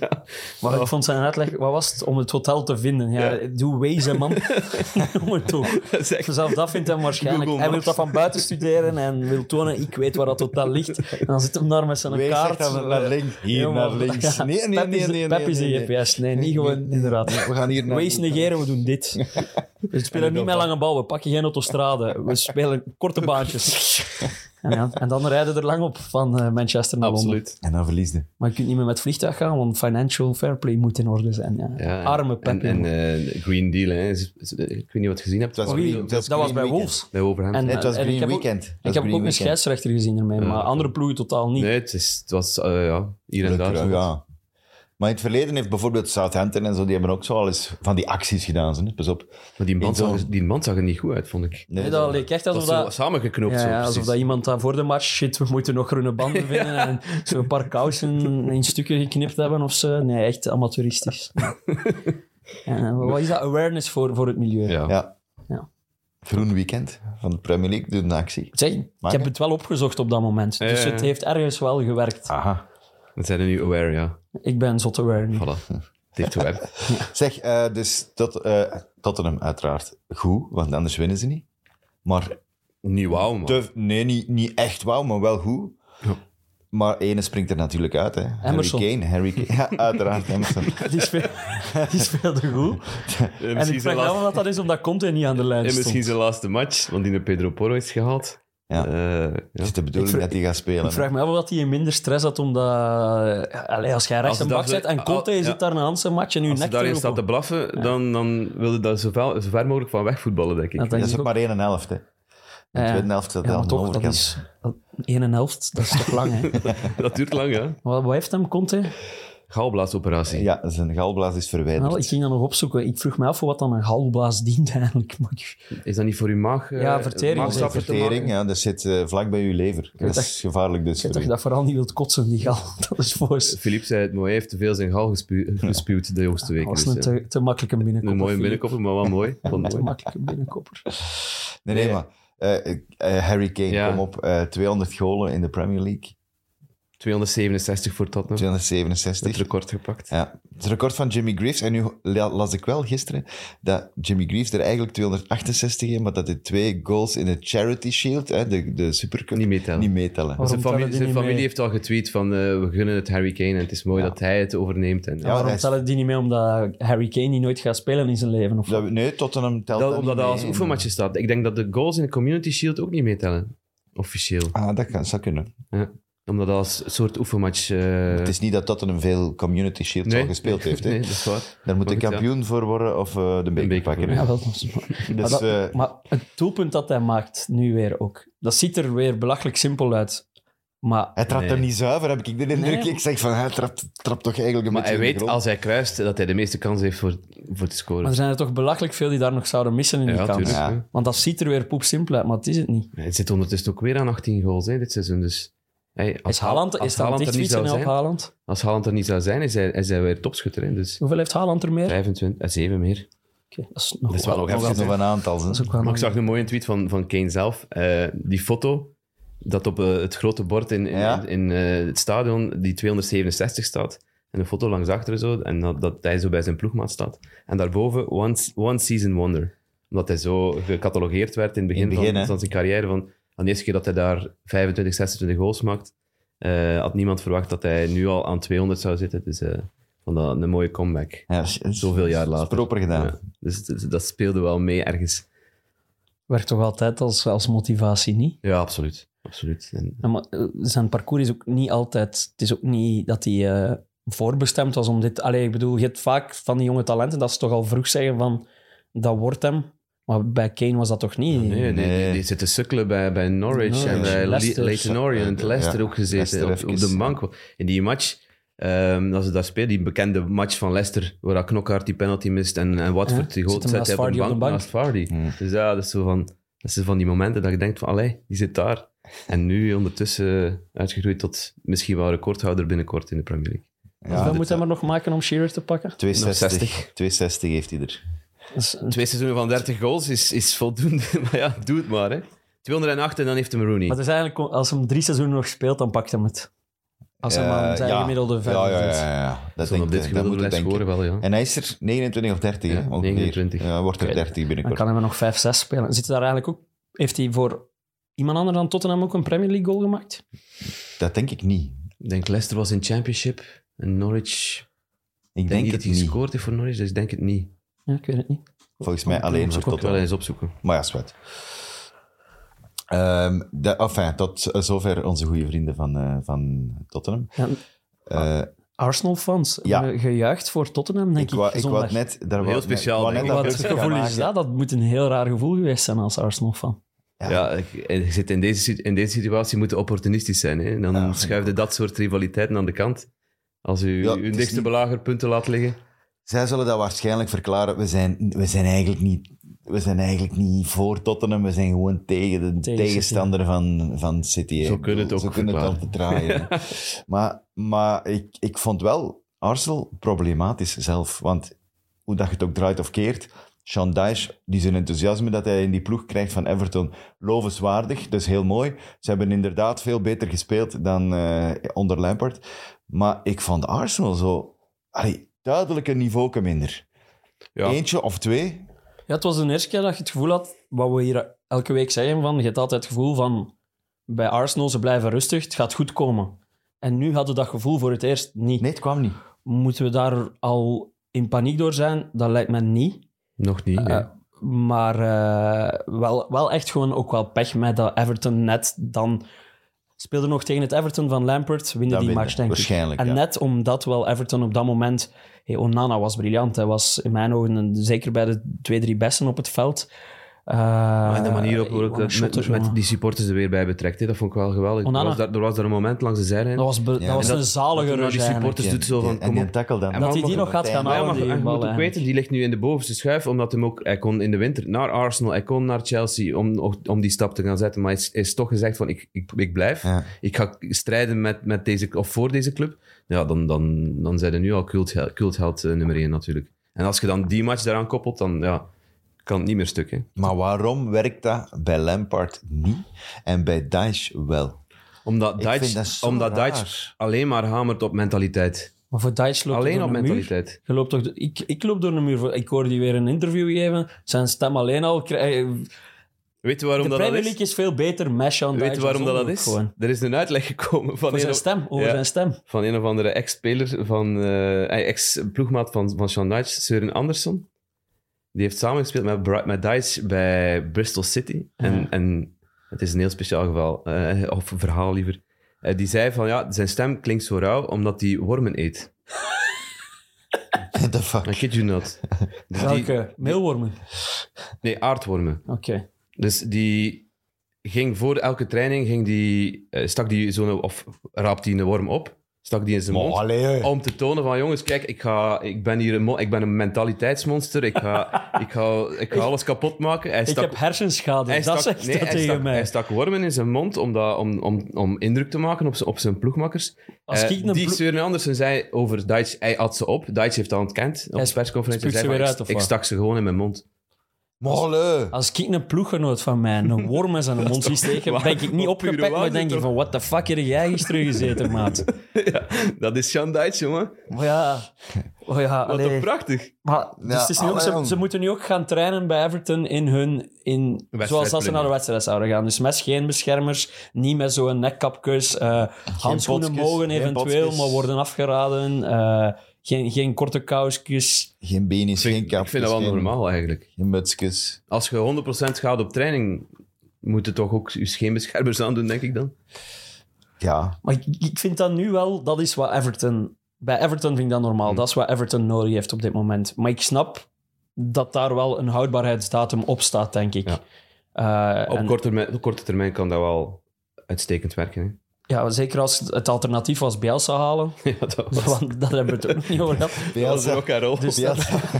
[SPEAKER 4] Maar
[SPEAKER 2] Oh.
[SPEAKER 4] ik vond zijn uitleg... Wat was het? Om het hotel te vinden. Ja,
[SPEAKER 3] Ja.
[SPEAKER 4] Doe Waze, hè, man.
[SPEAKER 2] [LAUGHS]
[SPEAKER 4] [LAUGHS] Noem het toch.
[SPEAKER 3] Dat is echt-
[SPEAKER 4] Zelf dat vindt hij waarschijnlijk.
[SPEAKER 3] Google
[SPEAKER 4] Hij wil
[SPEAKER 3] Maps.
[SPEAKER 4] dat van buiten studeren en wil tonen, ik weet waar dat hotel ligt. En dan zit hem daar met zijn
[SPEAKER 2] Wees
[SPEAKER 4] kaart.
[SPEAKER 2] zegt dan naar links, hier
[SPEAKER 4] Helemaal-
[SPEAKER 2] naar links.
[SPEAKER 4] Ja,
[SPEAKER 2] Nee, nee,
[SPEAKER 4] Pep is
[SPEAKER 2] nee,
[SPEAKER 4] de-
[SPEAKER 2] nee.
[SPEAKER 4] Pep
[SPEAKER 2] nee,
[SPEAKER 4] is de
[SPEAKER 2] nee, nee.
[SPEAKER 4] GPS. Nee, niet gewoon, inderdaad.
[SPEAKER 2] We gaan hier naar
[SPEAKER 4] Waze negeren, we doen dit. We spelen niet met lange bal, we pakken geen autostrade. We spelen korte baantjes. En, ja, en dan rijden we er lang op van eh, Manchester naar Londen.
[SPEAKER 3] Absoluut.
[SPEAKER 2] En dan verliesde.
[SPEAKER 4] Maar je kunt niet meer met vliegtuig gaan, want financial fair play moet in orde zijn. Ja.
[SPEAKER 3] Ja,
[SPEAKER 4] Arme Pep.
[SPEAKER 3] En, en eh, Green Deal, hè. Is- is- Ik weet niet wat je gezien hebt.
[SPEAKER 2] Het was
[SPEAKER 4] jongen.
[SPEAKER 2] Green- het was
[SPEAKER 4] dat was
[SPEAKER 2] Green
[SPEAKER 4] bij
[SPEAKER 2] Weekend.
[SPEAKER 4] Wolves.
[SPEAKER 3] Bij Overham.
[SPEAKER 4] En-
[SPEAKER 2] Nee, het was
[SPEAKER 4] ik
[SPEAKER 2] Green
[SPEAKER 4] heb ook-
[SPEAKER 2] Weekend. Het
[SPEAKER 4] Ik
[SPEAKER 2] was
[SPEAKER 4] heb ook
[SPEAKER 2] Green
[SPEAKER 4] een
[SPEAKER 2] Weekend.
[SPEAKER 4] scheidsrechter gezien ermee, maar
[SPEAKER 3] Ja.
[SPEAKER 4] andere ploegen totaal niet.
[SPEAKER 3] Nee, het, is, het was eh, ja, hier en daar.
[SPEAKER 2] Gelukkig,
[SPEAKER 3] zo.
[SPEAKER 2] ja. Maar in het verleden heeft bijvoorbeeld Southampton en zo, die hebben ook zo al eens van die acties gedaan. Zo, hè. pas op.
[SPEAKER 3] Maar die band,
[SPEAKER 2] Ik
[SPEAKER 3] zag,
[SPEAKER 2] wel.
[SPEAKER 3] die band zag er niet goed uit, vond ik.
[SPEAKER 2] Nee,
[SPEAKER 4] dat leek echt
[SPEAKER 3] Dat
[SPEAKER 4] alsof
[SPEAKER 3] is
[SPEAKER 4] dat...
[SPEAKER 3] zo samengeknoopt.
[SPEAKER 4] Ja,
[SPEAKER 3] zo,
[SPEAKER 4] ja, alsof
[SPEAKER 3] precies.
[SPEAKER 4] dat iemand daar voor de match shit, we moeten nog groene banden vinden en zo'n paar kousen in stukken geknipt hebben of zo. Nee, echt amateuristisch. Ja, wat is dat awareness voor, voor het milieu?
[SPEAKER 3] Ja.
[SPEAKER 2] Ja.
[SPEAKER 4] Ja.
[SPEAKER 2] Groen weekend van de Premier League doet een actie.
[SPEAKER 4] Zeg, ik
[SPEAKER 2] Maar,
[SPEAKER 4] heb
[SPEAKER 2] hè?
[SPEAKER 4] het wel opgezocht op dat moment,
[SPEAKER 3] Ja,
[SPEAKER 4] dus
[SPEAKER 3] ja, ja.
[SPEAKER 4] het heeft ergens wel gewerkt.
[SPEAKER 2] Aha.
[SPEAKER 3] Dat zijn er nu aware, ja.
[SPEAKER 4] Ik ben zot
[SPEAKER 3] [LAUGHS]
[SPEAKER 4] aware nu. [LAUGHS]
[SPEAKER 3] Voilà. Het heeft gewerkt.
[SPEAKER 2] Zeg, eh, dus tot, eh Tottenham uiteraard goed, want anders winnen ze niet. Maar
[SPEAKER 3] Niet wauw, man.
[SPEAKER 2] te- nee, niet, niet echt wauw, maar wel goed.
[SPEAKER 3] Ja.
[SPEAKER 2] Maar ene springt er natuurlijk uit, hè.
[SPEAKER 4] Emerson.
[SPEAKER 2] Harry Kane. Harry Kane. Ja, uiteraard,
[SPEAKER 4] [LAUGHS]
[SPEAKER 2] Emerson.
[SPEAKER 4] Die, speel, die speelde goed.
[SPEAKER 3] Eh,
[SPEAKER 4] En
[SPEAKER 3] misschien zijn
[SPEAKER 4] ik vraag me af
[SPEAKER 3] laatste,
[SPEAKER 4] of dat is omdat Conte niet aan de lijn
[SPEAKER 3] en misschien
[SPEAKER 4] stond.
[SPEAKER 3] zijn laatste match, want die heeft Pedro Porro is gehaald.
[SPEAKER 2] Ja.
[SPEAKER 3] Eh, ja.
[SPEAKER 2] Het is de bedoeling
[SPEAKER 4] Ik vra-
[SPEAKER 2] dat hij gaat spelen.
[SPEAKER 4] Ik vraag me af of dat hij minder stress had, omdat... eh, Allee, als jij
[SPEAKER 3] Als
[SPEAKER 4] rechts een
[SPEAKER 3] dat
[SPEAKER 4] bak
[SPEAKER 3] we-
[SPEAKER 4] zet en Conte
[SPEAKER 3] al- ah, ja.
[SPEAKER 4] zit daar een Hansen match en nu
[SPEAKER 3] Als ze
[SPEAKER 4] nek
[SPEAKER 3] daarin
[SPEAKER 4] erop
[SPEAKER 3] staat te
[SPEAKER 4] op.
[SPEAKER 3] blaffen, dan, dan wil je daar zo ver, zo ver mogelijk van wegvoetballen, denk ik.
[SPEAKER 4] Ja,
[SPEAKER 2] Dat
[SPEAKER 4] denk
[SPEAKER 2] is
[SPEAKER 4] ik
[SPEAKER 2] ook
[SPEAKER 4] ook.
[SPEAKER 2] maar één en helft, hè. De
[SPEAKER 4] Ja.
[SPEAKER 2] tweede helft staat
[SPEAKER 4] Ja,
[SPEAKER 2] aan
[SPEAKER 4] maar
[SPEAKER 2] de
[SPEAKER 4] toch, dat
[SPEAKER 2] overkant.
[SPEAKER 4] is... dat- één en helft, dat is toch lang, hè?
[SPEAKER 3] [LAUGHS] Dat duurt lang, hè?
[SPEAKER 4] Wat, wat heeft hem, Conte?
[SPEAKER 3] Galblaasoperatie.
[SPEAKER 2] Ja, zijn galblaas is verwijderd.
[SPEAKER 4] Nou, ik ging dat nog opzoeken. Ik vroeg me af voor wat dan een galblaas dient eigenlijk. Maar ik-
[SPEAKER 3] Is dat niet voor uw maag? eh,
[SPEAKER 4] Ja, vertering.
[SPEAKER 3] maagzakken te maken?
[SPEAKER 2] Vertering, ja, dat zit eh, vlak bij je lever. Dat
[SPEAKER 4] dacht-
[SPEAKER 2] is gevaarlijk dus.
[SPEAKER 4] ik heb
[SPEAKER 2] voor
[SPEAKER 4] dat je
[SPEAKER 2] u.
[SPEAKER 4] dat vooral niet wilt kotsen, die gal. [LAUGHS] Dat is voor ons.
[SPEAKER 3] Philippe zei het mooi, hij heeft te veel zijn gal gespu- gespuwd de jongste
[SPEAKER 4] Dat
[SPEAKER 3] weken.
[SPEAKER 4] was
[SPEAKER 3] Dus,
[SPEAKER 4] een
[SPEAKER 3] eh,
[SPEAKER 4] te, te makkelijke binnenkopper.
[SPEAKER 3] een mooie
[SPEAKER 4] Filip.
[SPEAKER 3] binnenkopper, maar wel mooi. Vond het
[SPEAKER 4] Te
[SPEAKER 3] mooi.
[SPEAKER 4] makkelijke binnenkopper.
[SPEAKER 2] Nee, nee,
[SPEAKER 3] Nee.
[SPEAKER 2] maar eh, eh, Harry Kane,
[SPEAKER 3] Ja.
[SPEAKER 2] kom op. eh, 200 golen in de Premier League.
[SPEAKER 3] 267 voor Tottenham. Het
[SPEAKER 2] 267.
[SPEAKER 3] record gepakt.
[SPEAKER 2] Ja, het record van Jimmy Greaves. En nu la- las ik wel gisteren dat Jimmy Greaves er eigenlijk 268 in, maar dat de twee goals in de Charity Shield, hè, de, de Supercup,
[SPEAKER 3] Niet Oh. meetellen.
[SPEAKER 2] Niet meetellen.
[SPEAKER 4] Waarom
[SPEAKER 3] Zijn
[SPEAKER 4] tellen
[SPEAKER 3] familie,
[SPEAKER 4] die
[SPEAKER 3] zijn
[SPEAKER 4] niet
[SPEAKER 3] familie
[SPEAKER 4] mee?
[SPEAKER 3] heeft al getweet van eh, we gunnen het Harry Kane en het is mooi dat hij het overneemt. En,
[SPEAKER 2] Ja,
[SPEAKER 4] waarom
[SPEAKER 2] hij is-
[SPEAKER 4] tellen die niet mee? Omdat Harry Kane die nooit gaat spelen in zijn leven? Of...
[SPEAKER 2] Dat, nee, Tottenham telt
[SPEAKER 3] dat,
[SPEAKER 2] dat
[SPEAKER 3] omdat
[SPEAKER 2] niet
[SPEAKER 3] dat als
[SPEAKER 2] mee.
[SPEAKER 3] oefenmatje staat. Ik denk dat de goals in de Community Shield ook niet meetellen. Officieel.
[SPEAKER 2] Ah, dat kan, zou kunnen.
[SPEAKER 3] Omdat dat als soort oefenmatch... eh,
[SPEAKER 2] Het is niet dat Tottenham veel Community Shield
[SPEAKER 3] nee.
[SPEAKER 2] al gespeeld heeft. Hè.
[SPEAKER 3] [LAUGHS] Nee, dat is waar.
[SPEAKER 2] Daar moet
[SPEAKER 3] Maar
[SPEAKER 2] de
[SPEAKER 3] goed,
[SPEAKER 2] kampioen voor worden of eh, de beker
[SPEAKER 3] beker
[SPEAKER 2] pakken.
[SPEAKER 3] voor,
[SPEAKER 2] hè.
[SPEAKER 4] Ja, wel, dat is-
[SPEAKER 2] Dus,
[SPEAKER 4] maar, dat-
[SPEAKER 2] eh,
[SPEAKER 4] maar het doelpunt dat hij maakt, nu weer ook. Dat ziet er weer belachelijk simpel uit. Maar
[SPEAKER 2] Hij trapt
[SPEAKER 3] Nee.
[SPEAKER 2] hem niet zuiver, heb ik de indruk.
[SPEAKER 4] Nee.
[SPEAKER 2] Ik zeg van, hij trapt, trapt toch eigenlijk een
[SPEAKER 3] Maar hij
[SPEAKER 2] beetje in de grond.
[SPEAKER 3] weet als hij kruist dat hij de meeste kans heeft voor, voor te scoren.
[SPEAKER 4] Maar er zijn er toch belachelijk veel die daar nog zouden missen in die
[SPEAKER 3] ja,
[SPEAKER 4] kans.
[SPEAKER 3] tuurlijk.
[SPEAKER 2] Ja.
[SPEAKER 3] hè.
[SPEAKER 4] Want dat ziet er weer poepsimpel uit, maar het is het niet.
[SPEAKER 3] Hij zit ondertussen ook weer aan 18 goals hè, dit seizoen. Dus, hey, als
[SPEAKER 4] Is Haaland,
[SPEAKER 3] als
[SPEAKER 4] is dat
[SPEAKER 3] Haaland
[SPEAKER 4] dicht
[SPEAKER 3] er niet zou
[SPEAKER 4] fietsen op
[SPEAKER 3] zijn,
[SPEAKER 4] Haaland?
[SPEAKER 3] als Haaland er niet zou zijn, is hij, is hij weer topschutter. Hè, dus
[SPEAKER 4] Hoeveel heeft Haaland er meer?
[SPEAKER 3] 25, eh, 7 meer.
[SPEAKER 4] Oké, dat is nog
[SPEAKER 3] Dat is wel nog
[SPEAKER 2] Nog
[SPEAKER 3] even.
[SPEAKER 2] eens nog een aantal. hè.
[SPEAKER 4] dat is ook wel
[SPEAKER 3] Maar
[SPEAKER 4] nog-
[SPEAKER 3] ik zag een mooie tweet van, van Kane zelf. Eh, die foto, dat op eh, het grote bord in, in,
[SPEAKER 2] Ja.
[SPEAKER 3] in, eh, het stadion, die 267 staat. En een foto langs achteren zo. En dat, dat hij zo bij zijn ploegmaat staat. En daarboven, One, one Season Wonder. Omdat hij zo gecatalogeerd werd in het begin,
[SPEAKER 2] In het begin,
[SPEAKER 3] van,
[SPEAKER 2] hè.
[SPEAKER 3] van zijn carrière. Van, aan de eerste keer dat hij daar 25, 26 goals maakt, eh, had niemand verwacht dat hij nu al aan 200 zou zitten. Dus eh van dat, een mooie comeback.
[SPEAKER 2] Ja, s- s-
[SPEAKER 3] Zoveel jaar
[SPEAKER 2] s-
[SPEAKER 3] later.
[SPEAKER 2] Proper gedaan.
[SPEAKER 3] Ja. Dus dat- dat speelde wel mee ergens.
[SPEAKER 4] werkt toch altijd als, als motivatie, niet?
[SPEAKER 3] Ja, absoluut. absoluut. En,
[SPEAKER 4] Ja, maar eh, zijn parcours is ook niet altijd... Het is ook niet dat hij eh, voorbestemd was om dit... Allee, ik bedoel, je hebt vaak van die jonge talenten dat ze toch al vroeg zeggen van... Dat wordt hem. Maar bij Kane was dat toch niet?
[SPEAKER 3] nee, nee,
[SPEAKER 2] Nee.
[SPEAKER 3] Die, die zitten sukkelen bij, bij Norwich en
[SPEAKER 4] Norwich,
[SPEAKER 3] bij Le-
[SPEAKER 4] Leicester.
[SPEAKER 3] Leighton Orient.
[SPEAKER 2] Ja,
[SPEAKER 3] Leicester ook gezeten,
[SPEAKER 2] Leicester
[SPEAKER 3] op, op de
[SPEAKER 2] even.
[SPEAKER 3] bank. In die match, ehm dat ze daar speelden, die bekende match van Leicester, waar dat Knockaert die penalty mist en, en Watford
[SPEAKER 4] Ja,
[SPEAKER 3] die goal
[SPEAKER 4] zit hem
[SPEAKER 3] zet
[SPEAKER 4] naast
[SPEAKER 3] hij op de
[SPEAKER 4] Vardy
[SPEAKER 3] bank,
[SPEAKER 4] op de bank.
[SPEAKER 3] naast Vardy. Dus ja, dat is zo van... Dat zijn van die momenten dat je denkt van, allee, die zit daar. En nu ondertussen eh, uitgegroeid tot misschien wel recordhouder binnenkort in de Premier League.
[SPEAKER 4] Hoeveel
[SPEAKER 2] Ja,
[SPEAKER 4] Dus moet hij maar nog maken om Shearer te pakken? Dus, eh,
[SPEAKER 2] 260.
[SPEAKER 3] 60.
[SPEAKER 2] 260 heeft hij er.
[SPEAKER 4] Dat is een-
[SPEAKER 3] Twee seizoenen van 30 goals is, is voldoende, [LAUGHS] maar ja, doe het maar. Hè. 208 en dan heeft hem Rooney.
[SPEAKER 4] Maar het is eigenlijk, als hem drie seizoenen nog speelt, dan pakt hem het. Als hij maar
[SPEAKER 2] Eh,
[SPEAKER 4] zijn
[SPEAKER 2] ja.
[SPEAKER 4] gemiddelde verder
[SPEAKER 2] Ja, ja,
[SPEAKER 4] doet.
[SPEAKER 2] ja. ja. Dat,
[SPEAKER 3] Zo'n
[SPEAKER 2] denk,
[SPEAKER 3] op dit
[SPEAKER 2] ik, eh, dat moet
[SPEAKER 3] gemiddelde
[SPEAKER 2] ik
[SPEAKER 3] les scoren
[SPEAKER 2] denken.
[SPEAKER 3] wel, ja.
[SPEAKER 2] En hij is er 29 of 30, hè?
[SPEAKER 3] Ja,
[SPEAKER 2] ongeveer.
[SPEAKER 3] 29.
[SPEAKER 2] Ja, wordt er
[SPEAKER 3] Oké.
[SPEAKER 2] 30
[SPEAKER 4] Dan
[SPEAKER 2] binnenkort.
[SPEAKER 4] kan hij nog 5-6 spelen. Zit hij daar eigenlijk ook... Heeft hij voor iemand ander dan Tottenham ook een Premier League goal gemaakt?
[SPEAKER 2] Dat denk ik niet.
[SPEAKER 3] Ik denk Leicester was in Championship en Norwich. Ik
[SPEAKER 2] Ik
[SPEAKER 3] denk
[SPEAKER 2] denk
[SPEAKER 3] niet dat
[SPEAKER 2] het
[SPEAKER 3] hij
[SPEAKER 2] niet.
[SPEAKER 3] gescoord heeft voor Norwich, dus ik denk het niet.
[SPEAKER 4] Ja, ik weet het niet.
[SPEAKER 2] Volgens mij alleen voor
[SPEAKER 3] Ik moet
[SPEAKER 2] tot
[SPEAKER 3] wel eens opzoeken.
[SPEAKER 2] Maar ja, zwet. Ehm de, enfin, tot zover onze goede vrienden van, eh, van Tottenham.
[SPEAKER 4] Ja,
[SPEAKER 3] Ah.
[SPEAKER 2] Eh,
[SPEAKER 4] Arsenal-fans
[SPEAKER 2] Ja.
[SPEAKER 4] hebben gejuicht voor Tottenham, denk
[SPEAKER 2] ik
[SPEAKER 4] ik.
[SPEAKER 2] wou, ik
[SPEAKER 4] zondag.
[SPEAKER 2] wou net... Daar wou-
[SPEAKER 3] Heel speciaal,
[SPEAKER 2] wou net
[SPEAKER 3] denk ik.
[SPEAKER 2] dat
[SPEAKER 4] Wat
[SPEAKER 2] puntje gaan
[SPEAKER 4] gevoel is
[SPEAKER 2] maken.
[SPEAKER 4] dat? Dat moet een heel raar gevoel geweest zijn als Arsenal-fan.
[SPEAKER 2] Ja.
[SPEAKER 3] Ja, ik, ik zit in, deze, situ- in deze situatie moeten opportunistisch zijn. Hè. En Dan
[SPEAKER 2] Ja, vind ik
[SPEAKER 3] schuifde dat soort rivaliteiten aan de kant. Als u
[SPEAKER 2] Ja,
[SPEAKER 3] uw
[SPEAKER 2] het is
[SPEAKER 3] dichtste
[SPEAKER 2] niet-
[SPEAKER 3] belager punten laat liggen.
[SPEAKER 2] Zij zullen dat waarschijnlijk verklaren. We zijn, we zijn, eigenlijk, niet, we zijn eigenlijk niet voor Tottenham. We zijn gewoon tegen de
[SPEAKER 4] City.
[SPEAKER 2] tegenstander van, van City. hè.
[SPEAKER 3] Zo
[SPEAKER 2] Ik
[SPEAKER 3] kunnen het
[SPEAKER 2] bedoel,
[SPEAKER 3] ook
[SPEAKER 2] Zo kunnen het altijd draaien.
[SPEAKER 3] [LAUGHS]
[SPEAKER 2] maar maar ik, ik vond wel Arsenal problematisch zelf. Want hoe dat je het ook draait of keert... Sean Dyche, die zijn enthousiasme dat hij in die ploeg krijgt van Everton, lovenswaardig, dus heel mooi. Ze hebben inderdaad veel beter gespeeld dan eh, onder Lampard. Maar ik vond Arsenal zo allee, duidelijk een niveau minder.
[SPEAKER 3] Ja.
[SPEAKER 2] Eentje of twee.
[SPEAKER 4] Ja, het was de eerste keer dat je het gevoel had, wat we hier elke week zeggen, van, je hebt altijd het gevoel van, bij Arsenal, ze blijven rustig, het gaat goed komen. En nu hadden we dat gevoel voor het eerst niet.
[SPEAKER 2] Nee, het kwam niet.
[SPEAKER 4] Moeten we daar al in paniek door zijn? Dat lijkt me niet.
[SPEAKER 3] Nog niet. nee.
[SPEAKER 4] Eh, maar eh, wel, wel echt gewoon ook wel pech met dat Everton net dan... Speelde nog tegen het Everton van Lampert, winnen
[SPEAKER 2] Dat
[SPEAKER 4] die
[SPEAKER 2] winnen,
[SPEAKER 4] match, denk ik.
[SPEAKER 2] waarschijnlijk,
[SPEAKER 4] En
[SPEAKER 2] ja.
[SPEAKER 4] net omdat wel Everton op dat moment... Hey, Onana was briljant. Hij was in mijn ogen een- zeker bij de twee, drie besten op het veld. Eh,
[SPEAKER 3] en de manier op hoe
[SPEAKER 4] hey,
[SPEAKER 3] het
[SPEAKER 4] wat een
[SPEAKER 3] eh, met,
[SPEAKER 4] shotter,
[SPEAKER 3] met
[SPEAKER 4] jongen.
[SPEAKER 3] die supporters er weer bij betrekt, hè, dat vond ik wel geweldig. Er
[SPEAKER 4] Onana.
[SPEAKER 3] was, daar, er was daar een moment langs de zijlijn.
[SPEAKER 4] Dat was, be- dat was
[SPEAKER 2] en
[SPEAKER 4] een
[SPEAKER 3] dat
[SPEAKER 4] zalige
[SPEAKER 3] toen al
[SPEAKER 4] rush
[SPEAKER 3] die
[SPEAKER 4] eigenlijk.
[SPEAKER 3] supporters doet dus zo van,
[SPEAKER 2] Die-
[SPEAKER 3] kom
[SPEAKER 2] en die
[SPEAKER 3] op.
[SPEAKER 2] tackle dan.
[SPEAKER 3] En
[SPEAKER 4] Dat hij die nog gaat gaan
[SPEAKER 3] Maar ja,
[SPEAKER 4] halen,
[SPEAKER 3] maar
[SPEAKER 4] die
[SPEAKER 3] je moet
[SPEAKER 4] bal
[SPEAKER 3] ook
[SPEAKER 4] eigenlijk.
[SPEAKER 3] weten, die ligt nu in de bovenste schuif, omdat hem ook, hij kon in de winter naar Arsenal, hij kon naar Chelsea om, om die stap te gaan zetten. Maar hij is, hij is toch gezegd van, ik, ik, ik blijf.
[SPEAKER 2] Ja.
[SPEAKER 3] Ik ga strijden met, met deze, of voor deze club. Ja, dan, dan, dan zijn er nu al cultheld cultheld, eh, nummer 1 natuurlijk. En als je dan die match daaraan koppelt, dan ja, kan het niet meer stuk. Hè.
[SPEAKER 2] Maar waarom werkt dat bij Lampard niet en bij Dyche wel? [LAUGHS]
[SPEAKER 3] Omdat
[SPEAKER 2] Ik
[SPEAKER 3] Duits,
[SPEAKER 2] vind dat zo
[SPEAKER 3] omdat
[SPEAKER 2] raar.
[SPEAKER 3] Duits alleen maar hamert op mentaliteit.
[SPEAKER 4] Maar voor Dyche loopt
[SPEAKER 3] alleen
[SPEAKER 4] door
[SPEAKER 3] op
[SPEAKER 4] een muur.
[SPEAKER 3] mentaliteit.
[SPEAKER 4] Je loopt toch, ik, ik loop door een muur. voor- Ik hoorde die weer een interview geven. Zijn stem alleen al... krijg-
[SPEAKER 3] Weet je waarom
[SPEAKER 4] de
[SPEAKER 3] dat, dat
[SPEAKER 4] Premier
[SPEAKER 3] is?
[SPEAKER 4] League is veel beter. Mesh aan
[SPEAKER 3] Weet je waarom dat, dat is?
[SPEAKER 4] Gewoon.
[SPEAKER 3] Er is een uitleg gekomen van
[SPEAKER 4] Voor
[SPEAKER 3] een,
[SPEAKER 4] zijn
[SPEAKER 3] of,
[SPEAKER 4] stem. Over
[SPEAKER 3] Ja.
[SPEAKER 4] zijn stem.
[SPEAKER 3] van een of andere ex-speler, van, eh, eh, ex-ploegmaat van, van Sean Dyche, Søren Andersson. Die heeft samengespeeld met, Bri- met Dyche bij Bristol City. En, en het is een heel speciaal geval, eh, of verhaal liever. Eh, die zei van, ja, zijn stem klinkt zo rauw omdat hij wormen eet.
[SPEAKER 2] The fuck?
[SPEAKER 3] I kid you not. Dus die-
[SPEAKER 4] Welke? Meelwormen.
[SPEAKER 3] nee, aardwormen.
[SPEAKER 4] Oké.
[SPEAKER 3] Dus die ging voor elke training, ging die, eh, stak die zo'n, of raapte die een worm op, stak die in zijn mond.
[SPEAKER 2] Oh, allee, hè.
[SPEAKER 3] Om te tonen van, jongens, kijk, ik, ga, ik ben hier een, mo- ik ben een mentaliteitsmonster, ik ga,
[SPEAKER 4] [LAUGHS]
[SPEAKER 3] ik ga, ik ga alles kapot maken. Hij
[SPEAKER 4] Ik
[SPEAKER 3] stak,
[SPEAKER 4] heb hersenschade.
[SPEAKER 3] hij
[SPEAKER 4] dat
[SPEAKER 3] stak-
[SPEAKER 4] zegt
[SPEAKER 3] nee,
[SPEAKER 4] dat
[SPEAKER 3] hij
[SPEAKER 4] tegen
[SPEAKER 3] stak,
[SPEAKER 4] mij.
[SPEAKER 3] hij stak wormen in zijn mond om, dat, om, om, om indruk te maken op zijn, op zijn ploegmakkers.
[SPEAKER 4] Als
[SPEAKER 3] Eh,
[SPEAKER 4] ik een
[SPEAKER 3] die
[SPEAKER 4] ploeg-
[SPEAKER 3] Søren Andersen zei over Duits, hij at ze op. Duits heeft dat ontkend op
[SPEAKER 4] Hij
[SPEAKER 3] de persconferentie.
[SPEAKER 4] spuugt
[SPEAKER 3] Hij
[SPEAKER 4] ze
[SPEAKER 3] zei van,
[SPEAKER 4] weer
[SPEAKER 3] ik,
[SPEAKER 4] uit, of
[SPEAKER 3] ik
[SPEAKER 4] wat?
[SPEAKER 3] stak ze gewoon in mijn mond. [LAUGHS]
[SPEAKER 2] Molle.
[SPEAKER 4] Als ik een ploeggenoot van mij een worm in zijn
[SPEAKER 3] [LAUGHS]
[SPEAKER 4] mond zie steken, ben ik niet
[SPEAKER 3] Wat pure
[SPEAKER 4] opgepakt, maar
[SPEAKER 3] waanzin,
[SPEAKER 4] denk ik
[SPEAKER 3] toch?
[SPEAKER 4] van, what the fuck heb jij gisteren gezeten,
[SPEAKER 3] [LAUGHS]
[SPEAKER 4] maat?
[SPEAKER 3] Dat is Sean Duits, jongen.
[SPEAKER 4] Oh ja, oh ja,
[SPEAKER 3] Wat
[SPEAKER 4] allee.
[SPEAKER 3] een prachtig.
[SPEAKER 4] Maar, dus
[SPEAKER 2] Ja,
[SPEAKER 4] het is nu ook, ze,
[SPEAKER 2] allee.
[SPEAKER 4] ze moeten nu ook gaan trainen bij Everton in hun... In, zoals dat ze naar de wedstrijd zouden gaan. Dus met geen beschermers, niet met zo'n nekkapjes. eh, handschoenen
[SPEAKER 2] potjes,
[SPEAKER 4] mogen
[SPEAKER 2] geen
[SPEAKER 4] eventueel,
[SPEAKER 2] potjes.
[SPEAKER 4] maar worden afgeraden. eh, geen, geen korte kousjes.
[SPEAKER 2] Geen benen, geen kap.
[SPEAKER 3] Ik vind dat wel
[SPEAKER 2] geen-
[SPEAKER 3] normaal eigenlijk.
[SPEAKER 2] Geen mutsjes.
[SPEAKER 3] Als je 100% gaat op training, moeten toch ook je scheenbeschermers aandoen, denk ik dan.
[SPEAKER 2] Ja.
[SPEAKER 4] Maar ik, ik vind dat nu wel, dat is wat Everton. Bij Everton vind ik dat normaal.
[SPEAKER 3] Hmm.
[SPEAKER 4] Dat is wat Everton nodig heeft op dit moment. Maar ik snap dat daar wel een houdbaarheidsdatum op staat, denk ik.
[SPEAKER 3] Ja.
[SPEAKER 4] Eh,
[SPEAKER 3] Op
[SPEAKER 4] en-
[SPEAKER 3] korte, termijn, op korte termijn kan dat wel uitstekend werken. Hè?
[SPEAKER 4] ja, zeker als het alternatief was Bielsa halen.
[SPEAKER 3] [LAUGHS] Ja, dat
[SPEAKER 4] [LAUGHS]
[SPEAKER 3] was,
[SPEAKER 4] Want daar hebben we het ook nog niet
[SPEAKER 2] [LAUGHS]
[SPEAKER 4] over gehad.
[SPEAKER 3] was
[SPEAKER 2] Bielsa.
[SPEAKER 3] ook haar rol.
[SPEAKER 4] Dus dat-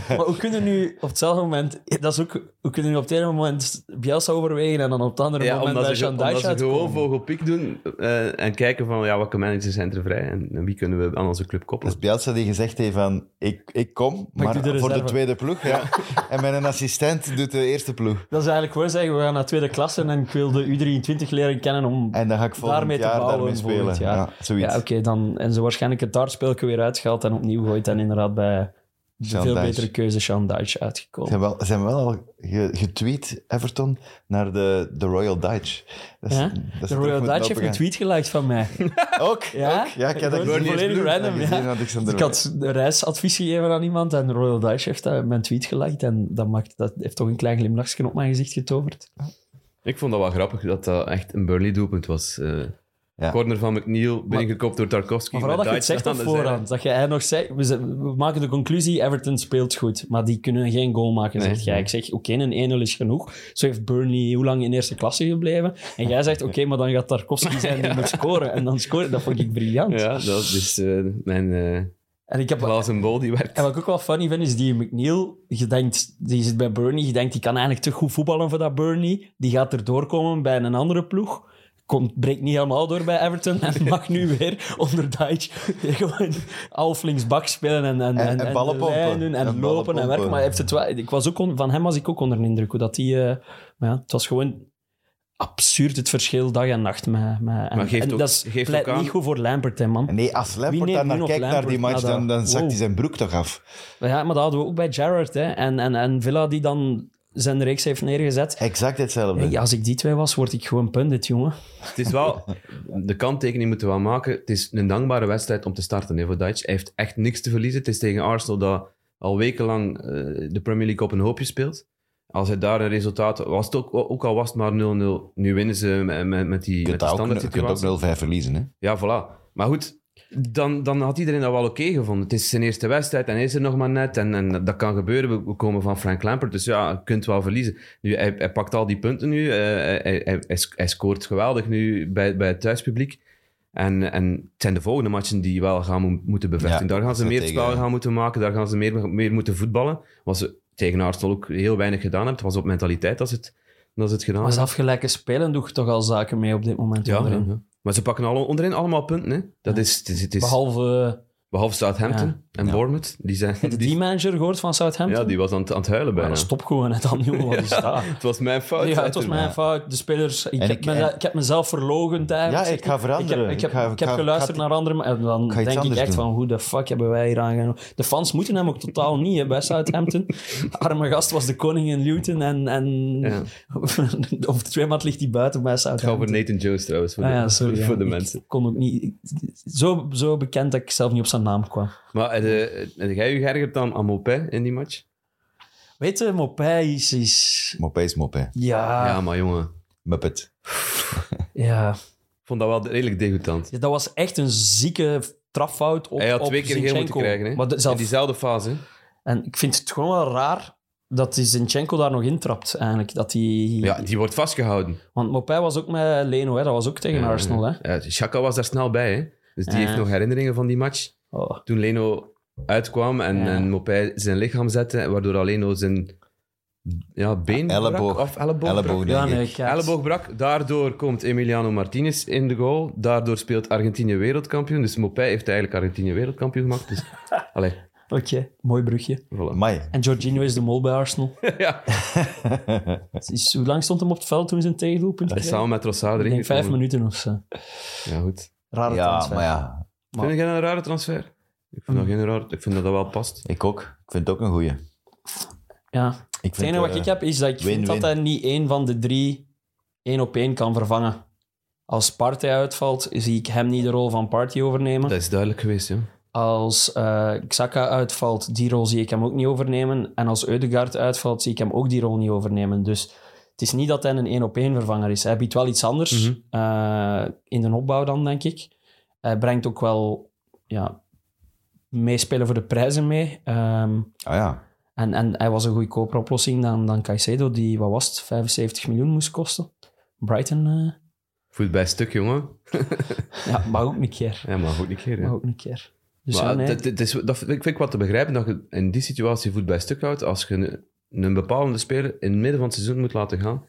[SPEAKER 4] maar we kunnen nu op hetzelfde moment... Dat is ook, we kunnen nu op het ene moment Bielsa overwegen en dan op het andere
[SPEAKER 3] ja,
[SPEAKER 4] moment
[SPEAKER 3] omdat
[SPEAKER 4] bij
[SPEAKER 3] ze, ge-
[SPEAKER 4] Sean
[SPEAKER 3] omdat
[SPEAKER 4] Dyche
[SPEAKER 3] ze gewoon
[SPEAKER 4] uitkomen.
[SPEAKER 3] vogelpiek doen eh, en kijken van ja, welke managers zijn er vrij en, en wie kunnen we aan onze club
[SPEAKER 2] Dat
[SPEAKER 3] koppelen.
[SPEAKER 2] is [LAUGHS] Bielsa die gezegd heeft van, ik, ik kom,
[SPEAKER 4] Maar ik
[SPEAKER 2] maar,
[SPEAKER 4] doe de
[SPEAKER 2] voor de
[SPEAKER 4] reserve.
[SPEAKER 2] tweede ploeg. Ja. [LAUGHS] en mijn assistent doet de eerste ploeg.
[SPEAKER 4] Dat is eigenlijk gewoon zeggen, we gaan naar tweede klasse en ik wil de U23 leren kennen om
[SPEAKER 2] En dan ga ik volgend
[SPEAKER 4] Daarmee te
[SPEAKER 2] jaar
[SPEAKER 4] bouwen,
[SPEAKER 2] daarmee spelen.
[SPEAKER 4] volgend jaar.
[SPEAKER 2] Ja, zoiets.
[SPEAKER 4] Ja, oké, dan. En ze waarschijnlijk het dartspelke weer uitgehaald en opnieuw gooit. En inderdaad bij de
[SPEAKER 2] Sean
[SPEAKER 4] veel
[SPEAKER 2] Dyche.
[SPEAKER 4] betere keuze Sean Dyche
[SPEAKER 2] Ze
[SPEAKER 4] uitgekomen.
[SPEAKER 2] hebben wel, ze hebben wel al ge- getweet, Everton, naar de, de Royal Dutch. Dat is-
[SPEAKER 4] Ja?
[SPEAKER 2] dat is
[SPEAKER 4] De
[SPEAKER 2] terug
[SPEAKER 4] Royal
[SPEAKER 2] met
[SPEAKER 4] Dutch heeft
[SPEAKER 2] Nottingham.
[SPEAKER 4] een tweet geliked
[SPEAKER 2] [LAUGHS]
[SPEAKER 4] van mij.
[SPEAKER 2] Ook?
[SPEAKER 4] Ja?
[SPEAKER 2] ook? Ja, ik had dat
[SPEAKER 4] Gewoon
[SPEAKER 2] gezien.
[SPEAKER 4] volledig random,
[SPEAKER 2] Ik had
[SPEAKER 4] ja.
[SPEAKER 2] gezien, Alexander.
[SPEAKER 4] Ik had een reisadvies gegeven aan iemand en Royal Dutch heeft dat- mijn tweet geliked. En dat, maakt, dat heeft toch een klein glimlachje op mijn gezicht getoverd.
[SPEAKER 3] Ik vond dat wel grappig dat dat echt een Burnley-doelpunt was. eh.
[SPEAKER 2] Ja.
[SPEAKER 3] Corner van McNeil, binnengekopt door Tarkovsky.
[SPEAKER 4] Maar vooral
[SPEAKER 3] met
[SPEAKER 4] dat je het
[SPEAKER 3] Dijkstra
[SPEAKER 4] zegt op
[SPEAKER 3] aan de zijlijn.
[SPEAKER 4] voorhand. Dat je hij nog zegt, we, z- we maken de conclusie, Everton speelt goed, maar die kunnen geen goal maken,
[SPEAKER 3] Nee.
[SPEAKER 4] zegt jij. Ik zeg, oké, een 1-0 is genoeg. Zo heeft Burnley hoe lang in eerste klasse gebleven? En jij zegt, oké, maar dan gaat Tarkovsky zijn die
[SPEAKER 3] [LAUGHS]
[SPEAKER 4] moet scoren. En dan scoren, dat vond ik briljant.
[SPEAKER 3] Ja, dat is eh, mijn eh
[SPEAKER 4] En ik heb...
[SPEAKER 3] glazen bol die werkt.
[SPEAKER 4] En wat ik ook wel funny vind, is die McNeil, je denkt, die zit bij Burnley, je denkt, die kan eigenlijk te goed voetballen voor dat Burnley. Die gaat erdoor komen bij een andere ploeg. Komt, breekt niet helemaal door bij Everton en mag nu weer onder Deitch gewoon half linksbak spelen en, en,
[SPEAKER 2] En-
[SPEAKER 4] en,
[SPEAKER 2] en ballen
[SPEAKER 4] de lijn
[SPEAKER 2] pompen.
[SPEAKER 4] doen
[SPEAKER 2] En
[SPEAKER 4] en,
[SPEAKER 2] ballen
[SPEAKER 4] lopen en
[SPEAKER 2] pompen.
[SPEAKER 4] werken. Maar hij heeft het wel, ik was ook on- van hem was ik ook onder de indruk. Hoe dat die, eh, maar ja, het was gewoon absurd het verschil dag en nacht. Met, met, en,
[SPEAKER 3] Maar geeft
[SPEAKER 4] en
[SPEAKER 3] ook-
[SPEAKER 4] dat is,
[SPEAKER 3] geeft
[SPEAKER 4] pleit
[SPEAKER 3] ook aan-
[SPEAKER 4] niet goed voor Lampert, hè, man.
[SPEAKER 2] Nee, als
[SPEAKER 4] Wie
[SPEAKER 2] Lampert
[SPEAKER 4] neemt
[SPEAKER 2] daar
[SPEAKER 4] nu
[SPEAKER 2] naar
[SPEAKER 4] nog
[SPEAKER 2] kijkt, naar die
[SPEAKER 4] Lampert
[SPEAKER 2] match,
[SPEAKER 4] na dat-
[SPEAKER 2] dan, dan zakt
[SPEAKER 4] Wow.
[SPEAKER 2] hij zijn broek toch af.
[SPEAKER 4] Ja, maar dat hadden we ook bij Gerrard. Hè. En, en, en Villa die dan zijn reeks heeft neergezet.
[SPEAKER 2] Exact hetzelfde.
[SPEAKER 4] Hey, als ik die twee was, word ik gewoon pundit, jongen.
[SPEAKER 3] Het is wel, de kanttekening moeten we wel maken. Het is een dankbare wedstrijd om te starten hè, voor Dutch. Hij heeft echt niks te verliezen. Het is tegen Arsenal dat al wekenlang eh, de Premier League op een hoopje speelt. Als hij daar een resultaat... Was het ook, ook al was het maar 0-0. Nu winnen ze met, met, met
[SPEAKER 2] je
[SPEAKER 3] die,
[SPEAKER 2] kunt
[SPEAKER 3] met die
[SPEAKER 2] daar ook,
[SPEAKER 3] standaard
[SPEAKER 2] je kunt
[SPEAKER 3] situatie.
[SPEAKER 2] ook 0-5 verliezen. Hè?
[SPEAKER 3] Ja, voilà. Maar goed, dan, dan had iedereen dat wel oké gevonden. Het is zijn eerste wedstrijd en hij is er nog maar net. En, en dat kan gebeuren. We, we komen van Frank Lampert. Dus ja, je kunt wel verliezen. Nu, hij, hij pakt al die punten nu. eh, hij, hij, hij sc- hij scoort geweldig nu bij, bij het thuispubliek. En, en het zijn de volgende matchen die wel gaan mo- moeten bevestigen.
[SPEAKER 2] Ja,
[SPEAKER 3] daar gaan ze
[SPEAKER 2] dat
[SPEAKER 3] meer
[SPEAKER 2] tegen-
[SPEAKER 3] spel gaan moeten maken. Daar gaan ze meer, meer moeten voetballen. Wat ze tegen Arsenal ook heel weinig gedaan hebben. Het was op mentaliteit dat ze het, dat ze het gedaan
[SPEAKER 4] Maar
[SPEAKER 3] hebben.
[SPEAKER 4] zelf gelijke spelen doe je toch al zaken mee op dit moment.
[SPEAKER 3] Ja,
[SPEAKER 4] onderin.
[SPEAKER 3] ja, ja. Maar ze pakken al, onderin allemaal punten. Hè? Dat is, het is, het is,
[SPEAKER 4] Behalve
[SPEAKER 3] Behalve Southampton en
[SPEAKER 2] Ja.
[SPEAKER 3] Bournemouth. Die zijn,
[SPEAKER 4] eh, [LAUGHS] de Ah,
[SPEAKER 3] die-
[SPEAKER 4] teammanager gehoord van Southampton.
[SPEAKER 3] ja, die was aan, het- aan het huilen bijna.
[SPEAKER 4] Maar stop gewoon het dan, jongen. Wat is dat?
[SPEAKER 3] Het was mijn fout.
[SPEAKER 4] Ja,
[SPEAKER 3] zei
[SPEAKER 4] het was
[SPEAKER 3] toen.
[SPEAKER 4] mijn fout. De spelers... Ik,
[SPEAKER 2] En
[SPEAKER 4] heb,
[SPEAKER 2] ik-
[SPEAKER 4] me-
[SPEAKER 2] en-
[SPEAKER 4] ik heb mezelf verlogend eigenlijk.
[SPEAKER 2] Ja, ik ga veranderen.
[SPEAKER 4] Ik heb, ik heb,
[SPEAKER 2] Ik ga-
[SPEAKER 4] ik heb
[SPEAKER 2] ga-
[SPEAKER 4] geluisterd
[SPEAKER 2] ga-
[SPEAKER 4] naar anderen. En dan
[SPEAKER 2] ga iets
[SPEAKER 4] denk ik
[SPEAKER 2] anders
[SPEAKER 4] echt
[SPEAKER 2] doen.
[SPEAKER 4] van, hoe de fuck hebben wij hier aangenomen? De fans moeten hem ook totaal niet, hè, bij Southampton.
[SPEAKER 2] [LAUGHS]
[SPEAKER 4] Arme gast was de koning in Luton en... en
[SPEAKER 3] Ja.
[SPEAKER 4] [LAUGHS] over twee maanden ligt hij buiten bij
[SPEAKER 3] Het gaat over
[SPEAKER 4] Southampton.
[SPEAKER 3] Nathan Jones trouwens, voor,
[SPEAKER 4] Ah
[SPEAKER 3] de,
[SPEAKER 4] ja,
[SPEAKER 3] [LAUGHS]
[SPEAKER 4] sorry.
[SPEAKER 3] voor de
[SPEAKER 4] ja.
[SPEAKER 3] mensen.
[SPEAKER 4] Ik kon ook niet... ik- Zo, zo bekend dat ik zelf niet op zijn naam kwam.
[SPEAKER 3] Maar heb je- heb jij je geërgerd aan, aan Maupin in die match?
[SPEAKER 4] Weet je, Mopij is... is-
[SPEAKER 2] Mopé is mopé.
[SPEAKER 3] Ja,
[SPEAKER 4] Ja,
[SPEAKER 3] maar jongen.
[SPEAKER 2] Muppet.
[SPEAKER 4] ja.
[SPEAKER 3] Ik vond dat wel redelijk degoutant.
[SPEAKER 4] Ja, Dus dat was echt een zieke trapfout op
[SPEAKER 3] Hij had
[SPEAKER 4] op
[SPEAKER 3] twee keer geel
[SPEAKER 4] Zinchenko.
[SPEAKER 3] moeten krijgen. Hè?
[SPEAKER 4] Maar de- zelf-
[SPEAKER 3] In diezelfde fase. hè.
[SPEAKER 4] En ik vind het gewoon wel raar dat die Zinchenko daar nog intrapt, eigenlijk. Dat die...
[SPEAKER 3] Ja, die wordt vastgehouden.
[SPEAKER 4] Want Mopé was ook met Leno, hè. dat was ook tegen
[SPEAKER 3] Ja,
[SPEAKER 4] Arsenal. Hè.
[SPEAKER 3] Ja, Xhaka was daar snel bij. Hè? Dus die
[SPEAKER 4] Ja.
[SPEAKER 3] heeft nog herinneringen van die match.
[SPEAKER 4] Oh.
[SPEAKER 3] Toen Leno uitkwam en,
[SPEAKER 4] Ja.
[SPEAKER 3] en Maupin zijn lichaam zette, waardoor Leno zijn ja, been
[SPEAKER 2] Elleboog.
[SPEAKER 3] brak, of elleboog, brak.
[SPEAKER 2] Elleboog,
[SPEAKER 4] Ja,
[SPEAKER 2] denk
[SPEAKER 4] nee,
[SPEAKER 2] ik.
[SPEAKER 4] kijk.
[SPEAKER 3] Elleboog brak. Daardoor komt Emiliano Martinez in de goal. Daardoor speelt Argentinië wereldkampioen. Dus Mopé heeft eigenlijk Argentinië wereldkampioen gemaakt.
[SPEAKER 4] [LAUGHS]
[SPEAKER 3] Dus, allee,
[SPEAKER 4] Oké, mooi brugje.
[SPEAKER 3] voilà.
[SPEAKER 2] Amai.
[SPEAKER 4] En Jorginho is de mol bij Arsenal.
[SPEAKER 3] ja.
[SPEAKER 4] Het is, hoe lang stond hem op het veld toen zijn tegendoelpunt
[SPEAKER 3] Hij is
[SPEAKER 4] kreeg?
[SPEAKER 3] samen met Rossard
[SPEAKER 4] Ik
[SPEAKER 3] erin
[SPEAKER 4] denk vijf
[SPEAKER 3] gekomen.
[SPEAKER 4] minuten of zo.
[SPEAKER 3] Ja, goed.
[SPEAKER 4] Rare
[SPEAKER 2] Ja,
[SPEAKER 4] transfer.
[SPEAKER 2] maar ja.
[SPEAKER 4] Maar- Hm.
[SPEAKER 3] Vind je dat een rare transfer? Ik vind, dat geen raar, ik vind dat dat wel past.
[SPEAKER 2] Ik ook. Ik vind het ook een goeie.
[SPEAKER 4] Ja.
[SPEAKER 2] Ik
[SPEAKER 4] Het
[SPEAKER 2] vind,
[SPEAKER 4] enige wat
[SPEAKER 2] eh,
[SPEAKER 4] ik heb is dat ik vind dat
[SPEAKER 2] win-win.
[SPEAKER 4] hij niet één van de drie één op één kan vervangen. Als Partey uitvalt, zie ik hem niet de rol van Partey overnemen.
[SPEAKER 3] Dat is duidelijk geweest, ja.
[SPEAKER 4] Als eh Xhaka uitvalt, die rol zie ik hem ook niet overnemen. En als Eudegaard uitvalt, zie ik hem ook die rol niet overnemen. Dus het is niet dat hij een één op één vervanger is. Hij biedt wel iets anders
[SPEAKER 3] Mhm.
[SPEAKER 4] eh, in de opbouw dan, denk ik. Hij brengt ook wel ja, meespelen voor de prijzen mee. Ehm,
[SPEAKER 2] Ah ja.
[SPEAKER 4] en, en hij was een goedkoper oplossing dan, dan Caicedo, die, wat was het, 75 miljoen moest kosten. Brighton, eh,
[SPEAKER 3] Voet bij stuk, jongen.
[SPEAKER 4] ja, maar ook een keer.
[SPEAKER 3] Ja, maar goed, een keer. hè.
[SPEAKER 4] Maar ook een keer. Dus
[SPEAKER 3] maar
[SPEAKER 4] ja, nee.
[SPEAKER 3] dat, dat is, dat vind ik- vind ik wat te begrijpen, dat je in die situatie voet bij stuk houdt als je een, een bepalende speler in het midden van het seizoen moet laten gaan.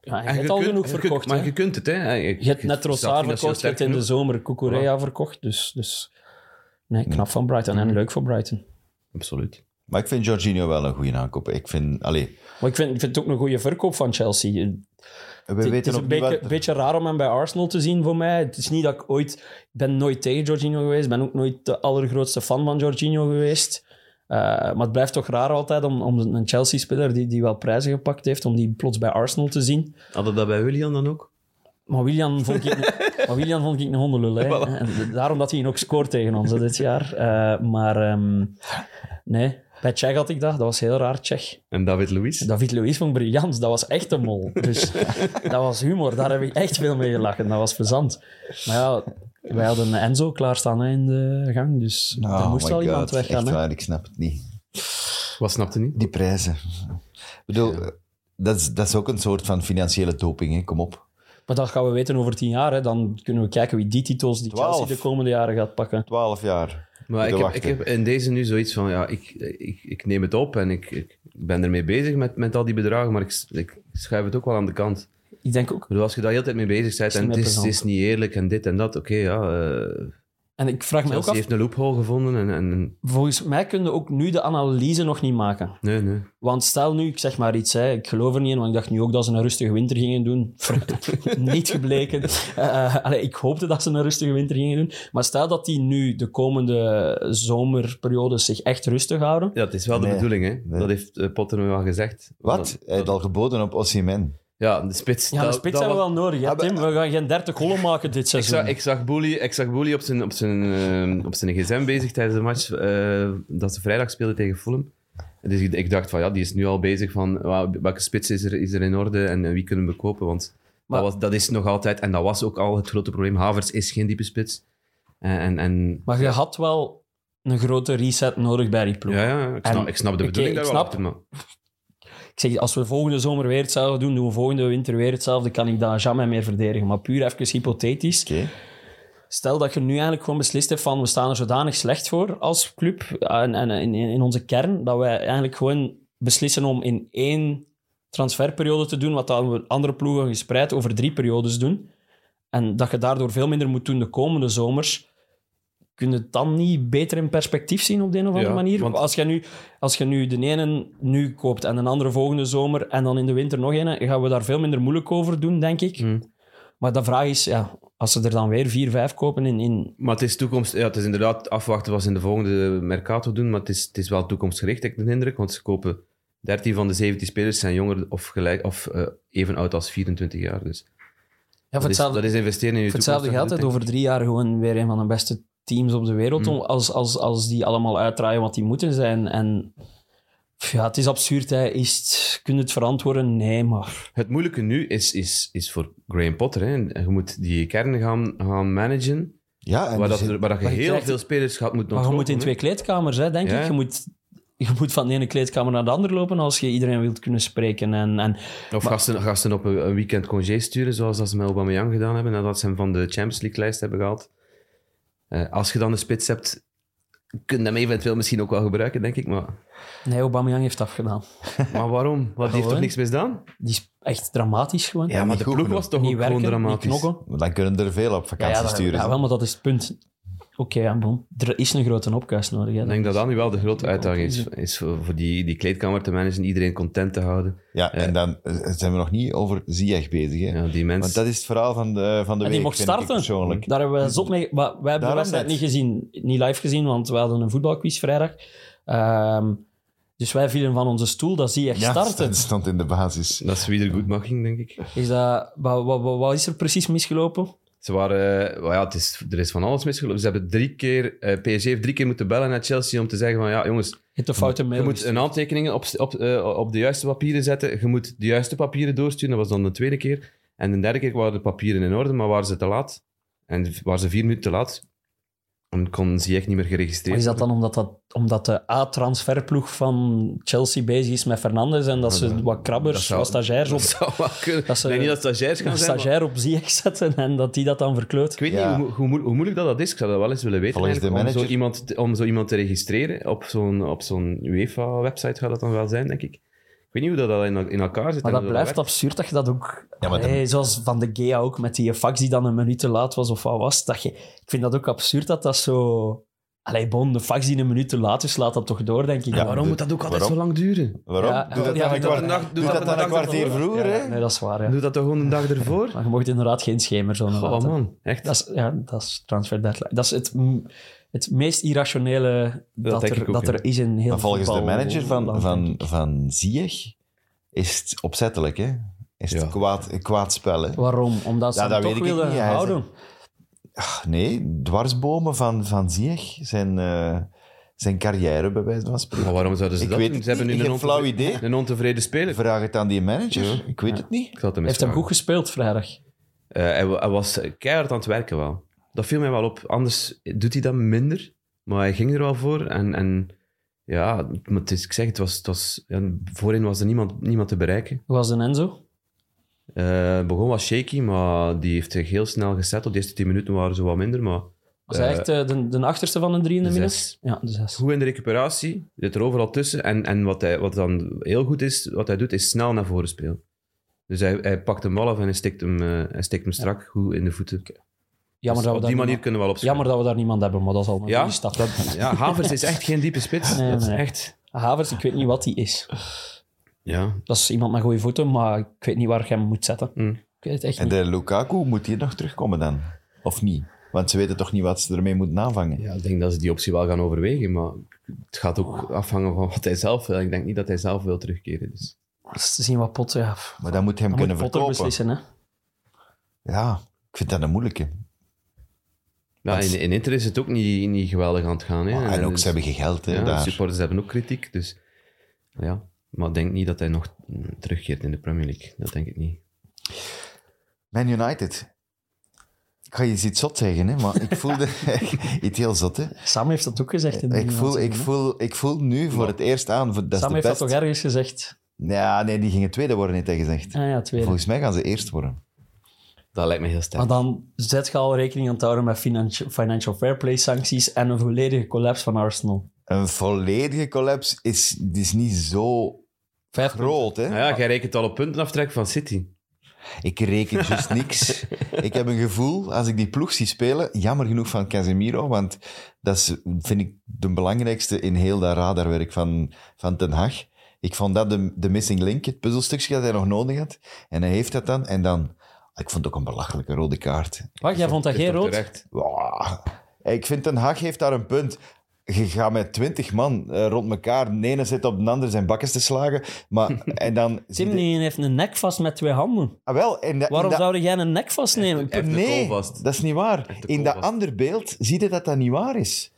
[SPEAKER 4] Ja, je
[SPEAKER 3] En
[SPEAKER 4] hebt al
[SPEAKER 3] kunt-
[SPEAKER 4] genoeg
[SPEAKER 3] je kunt-
[SPEAKER 4] verkocht.
[SPEAKER 3] maar
[SPEAKER 4] hè.
[SPEAKER 3] je kunt het, hè. Je,
[SPEAKER 4] Je hebt net Rossard verkocht, je hebt in de zomer Cucurella verkocht. Dus, dus nee, knap van Brighton
[SPEAKER 3] Mhm.
[SPEAKER 4] en leuk voor Brighton.
[SPEAKER 3] Absoluut.
[SPEAKER 2] Maar ik vind Jorginho wel een goede aankoop. Ik vind... Allee,
[SPEAKER 4] Maar ik vind, ik vind het ook een goede verkoop van Chelsea.
[SPEAKER 2] we
[SPEAKER 4] Het, het
[SPEAKER 2] weten
[SPEAKER 4] is
[SPEAKER 2] nog
[SPEAKER 4] een
[SPEAKER 2] niet
[SPEAKER 4] beetje,
[SPEAKER 2] wat-
[SPEAKER 4] beetje raar om hem bij Arsenal te zien voor mij. Het is niet dat ik ooit... Ik ben nooit tegen Jorginho geweest. Ik ben ook nooit de allergrootste fan van Jorginho geweest. Eh, maar het blijft toch raar altijd om, om een Chelsea-speler die, die wel prijzen gepakt heeft, om die plots bij Arsenal te zien.
[SPEAKER 3] Hadden dat bij William dan ook?
[SPEAKER 4] Maar William vond
[SPEAKER 2] [LAUGHS]
[SPEAKER 4] ik, een- maar William vond ik een hondenlul. Hè. En Daarom dat hij ook scoort tegen ons hè, dit jaar. Eh, maar ehm, nee, Bij Tsjech had ik dat. Dat was heel raar, Tsjech.
[SPEAKER 3] En David Luiz.
[SPEAKER 4] David Luiz vond briljant. Dat was echt een mol. Dus dat was humor. Daar heb ik echt veel mee gelachen. Dat was plezant. Maar ja, wij hadden Enzo klaarstaan hè, in de gang. Dus daar
[SPEAKER 2] Oh
[SPEAKER 4] moest
[SPEAKER 2] my
[SPEAKER 4] al iemand
[SPEAKER 2] God,
[SPEAKER 4] weggaan.
[SPEAKER 2] Echt
[SPEAKER 4] hè.
[SPEAKER 2] waar, ik snap het niet.
[SPEAKER 3] Wat snapte niet?
[SPEAKER 2] Die prijzen. Ik bedoel, eh, dat, is, dat is ook een soort van financiële doping, hè. kom op.
[SPEAKER 4] Maar dat gaan we weten over tien jaar. Hè. Dan kunnen we kijken wie die titels die Chelsea
[SPEAKER 2] Twaalf.
[SPEAKER 4] de komende jaren gaat pakken.
[SPEAKER 2] 12 jaar.
[SPEAKER 3] Maar ik
[SPEAKER 2] Moeten
[SPEAKER 3] heb, ik
[SPEAKER 2] wachten.
[SPEAKER 3] heb in deze nu zoiets van, ja, ik, ik, ik neem het op en ik, ik ben ermee bezig met, met al die bedragen, maar ik, s- ik schuif het ook wel aan de kant. Ik
[SPEAKER 4] Ik denk ook.
[SPEAKER 3] bedoel, als je daar heel de tijd mee bezig bent
[SPEAKER 4] Is
[SPEAKER 3] en
[SPEAKER 4] niet
[SPEAKER 3] het
[SPEAKER 4] meer
[SPEAKER 3] is, het is
[SPEAKER 4] plezant.
[SPEAKER 3] niet eerlijk en dit en dat, oké, ja, eh
[SPEAKER 4] En ik vraag me ook
[SPEAKER 3] Chelsea
[SPEAKER 4] af.
[SPEAKER 3] heeft een loophole gevonden en... en
[SPEAKER 4] Volgens mij kunnen we ook nu de analyse nog niet maken.
[SPEAKER 3] nee, nee.
[SPEAKER 4] Want stel nu, ik zeg maar iets, hè, ik geloof er niet in, want ik dacht nu ook dat ze een rustige winter gingen doen. [LAUGHS] niet gebleken. Eh, allee, ik hoopte dat ze een rustige winter gingen doen. Maar stel dat die nu de komende zomerperiodes zich echt rustig houden.
[SPEAKER 3] Ja, het is wel de
[SPEAKER 2] Nee,
[SPEAKER 3] bedoeling, hè.
[SPEAKER 2] nee.
[SPEAKER 3] Dat heeft eh, Potter me wel gezegd.
[SPEAKER 2] Wat? Hij had al geboden op Osimhen.
[SPEAKER 3] Ja, de spits.
[SPEAKER 4] Ja, de
[SPEAKER 3] dat-
[SPEAKER 4] spits
[SPEAKER 3] dat
[SPEAKER 4] hebben we
[SPEAKER 3] was-
[SPEAKER 4] wel nodig. Hè,
[SPEAKER 2] Ah, maar-
[SPEAKER 4] Tim, we gaan geen 30 gollen maken dit
[SPEAKER 3] Ik
[SPEAKER 4] seizoen.
[SPEAKER 3] zag, ik zag Boelie, ik zag Boelie op, zijn, op, zijn, eh, op zijn gsm bezig tijdens de match eh, dat ze vrijdag speelden tegen Fulham. Dus ik, ik dacht van ja, die is nu al bezig van wa- welke spits is er, is er in orde en, eh, wie kunnen we kopen. Want
[SPEAKER 4] Maar-
[SPEAKER 3] dat, was, dat is nog altijd, en dat was ook al het grote probleem. Havers is geen diepe spits. En, en, en-
[SPEAKER 4] Maar je had wel een grote reset nodig bij die ploeg.
[SPEAKER 3] ja, ja, ik snap,
[SPEAKER 4] En-
[SPEAKER 3] ik snap de
[SPEAKER 4] oké,
[SPEAKER 3] bedoeling
[SPEAKER 4] ik
[SPEAKER 3] daar wel
[SPEAKER 4] snap-
[SPEAKER 3] achter, maar
[SPEAKER 4] Ik zeg, als we volgende zomer weer hetzelfde doen, doen we volgende winter weer hetzelfde, kan ik dat jamais meer verdedigen. Maar puur even hypothetisch.
[SPEAKER 2] Oké.
[SPEAKER 4] Stel dat je nu eigenlijk gewoon beslist hebt van we staan er zodanig slecht voor als club en, en in, in in onze kern, dat wij eigenlijk gewoon beslissen om in één transferperiode te doen wat dan we andere ploegen gespreid over drie periodes doen. En dat je daardoor veel minder moet doen de komende zomers. Kun je het dan niet beter in perspectief zien op de een of andere
[SPEAKER 3] Ja,
[SPEAKER 4] manier?
[SPEAKER 3] want-
[SPEAKER 4] Als je, nu, als je nu de ene nu koopt en een andere volgende zomer en dan in de winter nog een, gaan we daar veel minder moeilijk over doen, denk ik.
[SPEAKER 3] Hmm.
[SPEAKER 4] Maar de vraag is, ja, als ze er dan weer vier, vijf kopen in... in
[SPEAKER 3] Maar het is toekomst. Ja, het is inderdaad afwachten wat ze in de volgende Mercato doen. Maar het is, het is wel toekomstgericht, heb ik de indruk. Want ze kopen 13 van de 17 spelers zijn jonger of, gelijk, of eh, even oud als 24 jaar. Dus
[SPEAKER 4] ja,
[SPEAKER 3] dat, is, dat is investeren in je
[SPEAKER 4] Voor
[SPEAKER 3] toekomst.
[SPEAKER 4] hetzelfde geld
[SPEAKER 3] dat
[SPEAKER 4] het
[SPEAKER 3] je
[SPEAKER 4] over drie jaar gewoon weer een van de beste teams op de wereld.
[SPEAKER 3] Mm.
[SPEAKER 4] om- Als, als, als die allemaal uitdraaien wat die moeten zijn. En pff, ja, het is absurd. Hè. Is het, kun je het verantwoorden? Nee, maar
[SPEAKER 3] doet. Het moeilijke nu is, is, is voor Graham Potter. Hè. En Je moet die kern gaan, gaan managen.
[SPEAKER 2] Ja, en
[SPEAKER 3] waar,
[SPEAKER 2] dus-
[SPEAKER 3] dat, er- waar dat je
[SPEAKER 4] Maar je
[SPEAKER 3] heel
[SPEAKER 4] krijgt-
[SPEAKER 3] veel spelers gaat moeten
[SPEAKER 4] maar je moet
[SPEAKER 3] ontlopen,
[SPEAKER 4] in twee
[SPEAKER 3] hè.
[SPEAKER 4] kleedkamers, hè, denk
[SPEAKER 3] Ja.
[SPEAKER 4] ik. Je moet, je moet van de ene kleedkamer naar de andere lopen als je iedereen wilt kunnen spreken. En, en
[SPEAKER 3] Of gasten, gasten op een, een weekend congé sturen, zoals dat ze met Aubameyang gedaan hebben, nadat ze hem van de Champions League-lijst hebben gehaald. Eh, als je dan een spits hebt, kun je hem eventueel misschien ook wel gebruiken, denk ik. Maar,
[SPEAKER 4] nee, Aubameyang heeft afgedaan.
[SPEAKER 3] maar waarom? Wat, die heeft toch
[SPEAKER 4] Gewoon.
[SPEAKER 3] niks misdaan?
[SPEAKER 4] Die is echt dramatisch gewoon.
[SPEAKER 2] Ja, maar
[SPEAKER 3] de
[SPEAKER 2] goed
[SPEAKER 3] ploeg
[SPEAKER 2] genoeg.
[SPEAKER 3] was toch
[SPEAKER 4] niet
[SPEAKER 3] ook
[SPEAKER 4] werken,
[SPEAKER 3] gewoon
[SPEAKER 4] niet
[SPEAKER 3] dramatisch?
[SPEAKER 4] knokken.
[SPEAKER 2] Dan kunnen er veel op
[SPEAKER 4] Ja,
[SPEAKER 2] vakantie
[SPEAKER 4] ja, dat,
[SPEAKER 2] sturen.
[SPEAKER 4] ja, wel, maar dat is het punt. Oké, ja, bon. er is een grote opkuis nodig. Hè.
[SPEAKER 3] Ik denk dat dat nu wel de grote uitdaging is, is voor, voor die, die kleedkamer te managen, iedereen content te houden.
[SPEAKER 2] Ja, en dan eh, zijn we nog niet over Ziyech bezig. Hè?
[SPEAKER 3] Ja, die
[SPEAKER 2] Want
[SPEAKER 3] mensen...
[SPEAKER 2] dat is het verhaal van de, van de
[SPEAKER 4] En
[SPEAKER 2] week,
[SPEAKER 4] die mocht
[SPEAKER 2] vind ik
[SPEAKER 4] starten.
[SPEAKER 2] persoonlijk.
[SPEAKER 4] Daar hebben we zot mee. Maar wij hebben de
[SPEAKER 2] Daarom
[SPEAKER 4] wedstrijd
[SPEAKER 2] net.
[SPEAKER 4] niet gezien, niet live gezien, want we hadden een voetbalquiz vrijdag. Ehm, dus wij vielen van onze stoel, dat zie je echt
[SPEAKER 2] Ja,
[SPEAKER 4] starten.
[SPEAKER 2] dat stond in de basis.
[SPEAKER 3] Dat is wie er goed mag ging, denk ik.
[SPEAKER 4] Is dat, wat, wat, wat- wat is er precies misgelopen?
[SPEAKER 3] Ze waren, eh, wel ja, het is, er is van alles misgelopen. Ze hebben drie keer, eh, PSG heeft drie keer moeten bellen naar Chelsea om te zeggen van, ja jongens,
[SPEAKER 4] Je hebt de foute mail.
[SPEAKER 3] Je moet een aantekeningen op, op, eh, op de juiste papieren zetten. Je moet de juiste papieren doorsturen. Dat was dan de tweede keer. En de derde keer waren de papieren in orde, maar waren ze te laat. En waren ze vier minuten te laat. En kon ze echt niet meer
[SPEAKER 4] Maar
[SPEAKER 3] geregistreerd
[SPEAKER 4] is dat dan omdat, dat, omdat de A-transferploeg van Chelsea bezig is met Fernandes en dat ze wat
[SPEAKER 3] dat
[SPEAKER 4] krabbers,
[SPEAKER 3] zou-
[SPEAKER 4] wat stagiairs
[SPEAKER 3] worden.
[SPEAKER 4] op,
[SPEAKER 3] [LAUGHS] Dat zou wel kunnen.
[SPEAKER 4] Dat ze-
[SPEAKER 3] Ik denk niet dat stagiairs gaan
[SPEAKER 4] een
[SPEAKER 3] zijn. maar
[SPEAKER 4] stagiair op Ziyech zetten en dat die dat dan verkleurt?
[SPEAKER 3] Ik weet
[SPEAKER 2] Ja.
[SPEAKER 3] niet hoe, mo- hoe, moe- hoe moeilijk dat, dat is. Ik zou dat wel eens willen weten.
[SPEAKER 2] Volgens de
[SPEAKER 3] eigenlijk, om, zo
[SPEAKER 2] manager-
[SPEAKER 3] iemand, te- om zo iemand te registreren op zo'n, op zo'n UEFA-website gaat dat dan wel zijn, denk ik. Ik weet niet hoe dat, dat in, in elkaar zit.
[SPEAKER 4] Maar
[SPEAKER 3] en
[SPEAKER 4] dat
[SPEAKER 3] hoe
[SPEAKER 4] blijft
[SPEAKER 3] werkt.
[SPEAKER 4] absurd dat je dat ook...
[SPEAKER 2] Ja, maar dat-
[SPEAKER 4] Allee, Zoals Van de Gea ook, met die fax die dan een minuut te laat was of wat was. Dat je... Ik vind dat ook absurd dat dat zo... Allee, bon, de fax die een minuut te laat is, laat dat toch door, denk ik.
[SPEAKER 2] Ja,
[SPEAKER 3] Waarom
[SPEAKER 2] de-
[SPEAKER 3] moet dat ook altijd
[SPEAKER 2] waarom?
[SPEAKER 3] zo lang duren?
[SPEAKER 2] Waarom?
[SPEAKER 4] Ja,
[SPEAKER 2] doe dat
[SPEAKER 4] ja,
[SPEAKER 2] dan een
[SPEAKER 4] doe dat
[SPEAKER 2] kwart-
[SPEAKER 3] een dag-
[SPEAKER 2] doe
[SPEAKER 3] doe dat
[SPEAKER 2] dat
[SPEAKER 3] een
[SPEAKER 2] dan een
[SPEAKER 3] dag
[SPEAKER 2] kwartier
[SPEAKER 3] ervoor.
[SPEAKER 2] vroeger,
[SPEAKER 4] Ja,
[SPEAKER 2] hè?
[SPEAKER 4] Nee, dat is waar, ja.
[SPEAKER 3] Doe dat toch gewoon een dag ervoor?
[SPEAKER 4] Maar je mocht inderdaad geen schemer zo
[SPEAKER 3] Oh
[SPEAKER 4] laten.
[SPEAKER 3] man, echt.
[SPEAKER 4] Dat is, ja, dat is transfer deadline. Dat is het, m- het meest irrationele dat,
[SPEAKER 3] denk
[SPEAKER 4] er,
[SPEAKER 3] ik ook,
[SPEAKER 4] dat
[SPEAKER 3] ja.
[SPEAKER 4] er is in heel
[SPEAKER 2] Maar volgens de
[SPEAKER 4] voetbal-
[SPEAKER 2] manager van,
[SPEAKER 4] land,
[SPEAKER 2] van,
[SPEAKER 4] denk ik.
[SPEAKER 2] van Ziyech is het opzettelijk, hè? Is het
[SPEAKER 3] Ja.
[SPEAKER 2] kwaad, een kwaad spel, hè?
[SPEAKER 4] Waarom? Omdat ze
[SPEAKER 2] Ja,
[SPEAKER 4] hem
[SPEAKER 2] dat
[SPEAKER 4] toch
[SPEAKER 2] weet ik
[SPEAKER 4] willen
[SPEAKER 2] niet. Hij is-
[SPEAKER 4] houden.
[SPEAKER 2] Nee, dwarsbomen van, van Ziyech zijn, eh, zijn carrière bij wijze van spreken.
[SPEAKER 3] Maar waarom zouden ze
[SPEAKER 2] Ik
[SPEAKER 3] dat
[SPEAKER 2] weet
[SPEAKER 3] doen?
[SPEAKER 2] het
[SPEAKER 3] Ze hebben
[SPEAKER 2] niet.
[SPEAKER 3] nu
[SPEAKER 2] Ik
[SPEAKER 3] een,
[SPEAKER 2] heb flauw
[SPEAKER 3] ontevreden-
[SPEAKER 2] idee.
[SPEAKER 3] een ontevreden speler.
[SPEAKER 2] Vraag het aan die manager. Ik weet het niet.
[SPEAKER 3] Ik zal het hem eens
[SPEAKER 4] Heeft hem
[SPEAKER 3] vragen.
[SPEAKER 4] goed gespeeld vrijdag?
[SPEAKER 3] Eh, hij, wa- hij was keihard aan het werken wel. Dat viel mij wel op. Anders doet hij dat minder. Maar hij ging er wel voor. En, en ja, maar het is, ik zeg, het was, het was, ja, voorin was er niemand, niemand te bereiken.
[SPEAKER 4] Hoe was de Enzo?
[SPEAKER 3] Eh begon was shaky, maar die heeft zich heel snel gezet. Op de eerste 10 minuten waren ze wat minder. Maar
[SPEAKER 4] Was hij echt eh, de, de achterste van de drie in de,
[SPEAKER 3] de
[SPEAKER 4] midden?
[SPEAKER 3] zes.
[SPEAKER 4] Ja, de zes.
[SPEAKER 3] goed in de recuperatie. Zit er overal tussen. En, en wat, hij, wat dan heel goed is, wat hij doet, is snel naar voren spelen. Dus hij, hij pakt hem wel af en hij stikt hem, eh, hij stikt hem strak goed in de voeten.
[SPEAKER 4] Jammer,
[SPEAKER 3] Dus op
[SPEAKER 4] dat we daar
[SPEAKER 3] die manier
[SPEAKER 4] niemand-
[SPEAKER 3] kunnen we wel opspelen.
[SPEAKER 4] Jammer dat we daar niemand hebben, maar dat is al een
[SPEAKER 3] Ja,
[SPEAKER 4] goede stap. [LAUGHS]
[SPEAKER 3] Ja, Havers is echt geen diepe spits.
[SPEAKER 4] Nee,
[SPEAKER 3] dat is
[SPEAKER 4] nee.
[SPEAKER 3] echt...
[SPEAKER 4] Havers, ik weet niet wat hij is.
[SPEAKER 3] Ja,
[SPEAKER 4] Dat is iemand met goede voeten, maar ik weet niet waar ik hem moet zetten.
[SPEAKER 3] Mm.
[SPEAKER 4] Ik weet het echt
[SPEAKER 2] En
[SPEAKER 4] niet.
[SPEAKER 2] de Lukaku moet hier nog terugkomen dan? Of niet? Want ze weten toch niet wat ze ermee moeten aanvangen?
[SPEAKER 3] Ja, ik denk dat ze die optie wel gaan overwegen, maar het gaat
[SPEAKER 4] Oh.
[SPEAKER 3] ook afhangen van wat hij zelf wil. Ik denk niet dat hij zelf wil terugkeren. Dus.
[SPEAKER 4] Dat is te zien wat Potter... Ja.
[SPEAKER 2] Maar dan moet hij hem
[SPEAKER 4] Dan moet
[SPEAKER 2] kunnen
[SPEAKER 4] Potter
[SPEAKER 2] verkopen.
[SPEAKER 4] beslissen, hè.
[SPEAKER 2] Ja, ik vind dat een moeilijke.
[SPEAKER 3] Ja, Nou, in, in Inter is het ook niet, niet geweldig aan het gaan. Hè.
[SPEAKER 2] en ook,
[SPEAKER 3] Dus-
[SPEAKER 2] ze hebben geen geld hè,
[SPEAKER 3] ja, de
[SPEAKER 2] daar.
[SPEAKER 3] supporters hebben ook kritiek, dus ja. Maar ik denk niet dat hij nog mm, terugkeert in de Premier League. Dat denk ik niet.
[SPEAKER 2] Man United. Ik ga je iets zot zeggen, hè, maar ik voelde [LAUGHS]
[SPEAKER 4] [LAUGHS]
[SPEAKER 2] iets heel zot. Hè.
[SPEAKER 4] Sam heeft dat ook gezegd. In de
[SPEAKER 2] Ik, voel, ik,
[SPEAKER 4] laatste
[SPEAKER 2] voel, ik voel nu voor het eerst aan, voor- dat is de
[SPEAKER 4] Sam heeft
[SPEAKER 2] best.
[SPEAKER 4] dat toch ergens gezegd?
[SPEAKER 2] Ja, nee, die gingen tweede worden, heeft hij gezegd.
[SPEAKER 4] Ah ja, tweede.
[SPEAKER 2] Volgens mij gaan ze eerst worden.
[SPEAKER 3] Dat lijkt me heel
[SPEAKER 4] Maar
[SPEAKER 3] sterk.
[SPEAKER 4] dan zet je al rekening aan het houden met financial, financial fair play sancties en een volledige collapse van Arsenal.
[SPEAKER 2] Een volledige collapse is, die is niet zo
[SPEAKER 4] Vijf
[SPEAKER 2] groot. Hè?
[SPEAKER 3] Nou ja, jij rekent al op puntenaftrek van City.
[SPEAKER 2] Ik reken dus niks. ik heb een gevoel, als ik die ploeg zie spelen, jammer genoeg van Casemiro, want dat is, vind ik de belangrijkste in heel dat radarwerk van, van Ten Hag. Ik vond dat de, de missing link, het puzzelstukje dat hij nog nodig had. En hij heeft dat dan. En dan, ik vond het ook een belachelijke rode kaart.
[SPEAKER 4] Wacht, jij vond dat
[SPEAKER 3] Is
[SPEAKER 4] geen
[SPEAKER 3] toch
[SPEAKER 4] rood?
[SPEAKER 3] terecht?
[SPEAKER 2] Wauw. Ik vind Ten Hag heeft daar een punt. Je gaat met twintig man eh, rond elkaar. De ene zit op de ander zijn bakkes te slagen. Maar, en dan...
[SPEAKER 4] Timnien heeft een nek vast met twee handen.
[SPEAKER 2] Ah, wel, en da- en
[SPEAKER 4] Waarom
[SPEAKER 2] da-
[SPEAKER 4] zou jij een nek vastnemen?
[SPEAKER 2] Eh,
[SPEAKER 3] Echt een
[SPEAKER 2] Nee,
[SPEAKER 3] kool vast.
[SPEAKER 2] dat is niet waar.
[SPEAKER 3] Echt een
[SPEAKER 2] In
[SPEAKER 3] kool
[SPEAKER 2] dat
[SPEAKER 3] vast.
[SPEAKER 2] ander beeld zie je dat dat niet waar is.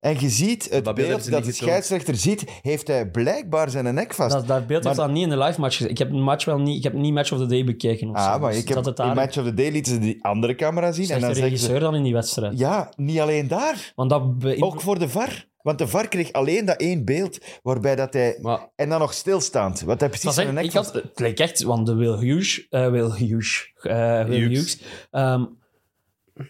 [SPEAKER 2] En je ziet het
[SPEAKER 3] beeld hebben
[SPEAKER 2] beeld
[SPEAKER 3] ze
[SPEAKER 2] dat de
[SPEAKER 3] niet getoond.
[SPEAKER 2] scheidsrechter ziet, heeft hij blijkbaar zijn nek vast.
[SPEAKER 4] Dat, dat beeld heeft
[SPEAKER 2] eh, Maar-
[SPEAKER 4] dat niet in de live match gezien. Ik heb een match wel niet, ik heb niet Match of the Day bekeken. Of zo.
[SPEAKER 2] ah, maar
[SPEAKER 4] Dus
[SPEAKER 2] ik heb,
[SPEAKER 4] dat het
[SPEAKER 2] in
[SPEAKER 4] daar
[SPEAKER 2] Match of the Day lieten ze die andere camera zien.
[SPEAKER 4] zegt
[SPEAKER 2] En dan
[SPEAKER 4] de
[SPEAKER 2] zeggen ze,
[SPEAKER 4] regisseur dan in die wedstrijd.
[SPEAKER 2] ja, niet alleen daar.
[SPEAKER 4] Want dat beïnvloedt-
[SPEAKER 2] Ook voor de VAR. Want de VAR kreeg alleen dat één beeld waarbij dat hij...
[SPEAKER 3] Maar
[SPEAKER 2] En dan nog stilstaand. Want hij precies
[SPEAKER 4] Dat was
[SPEAKER 2] zijn
[SPEAKER 4] echt-
[SPEAKER 2] nek
[SPEAKER 4] ik had,
[SPEAKER 2] vast.
[SPEAKER 4] het leek echt, want de Will Hughes, eh, Will Hughes, eh, Will
[SPEAKER 3] Hughes.
[SPEAKER 4] Hughes ehm,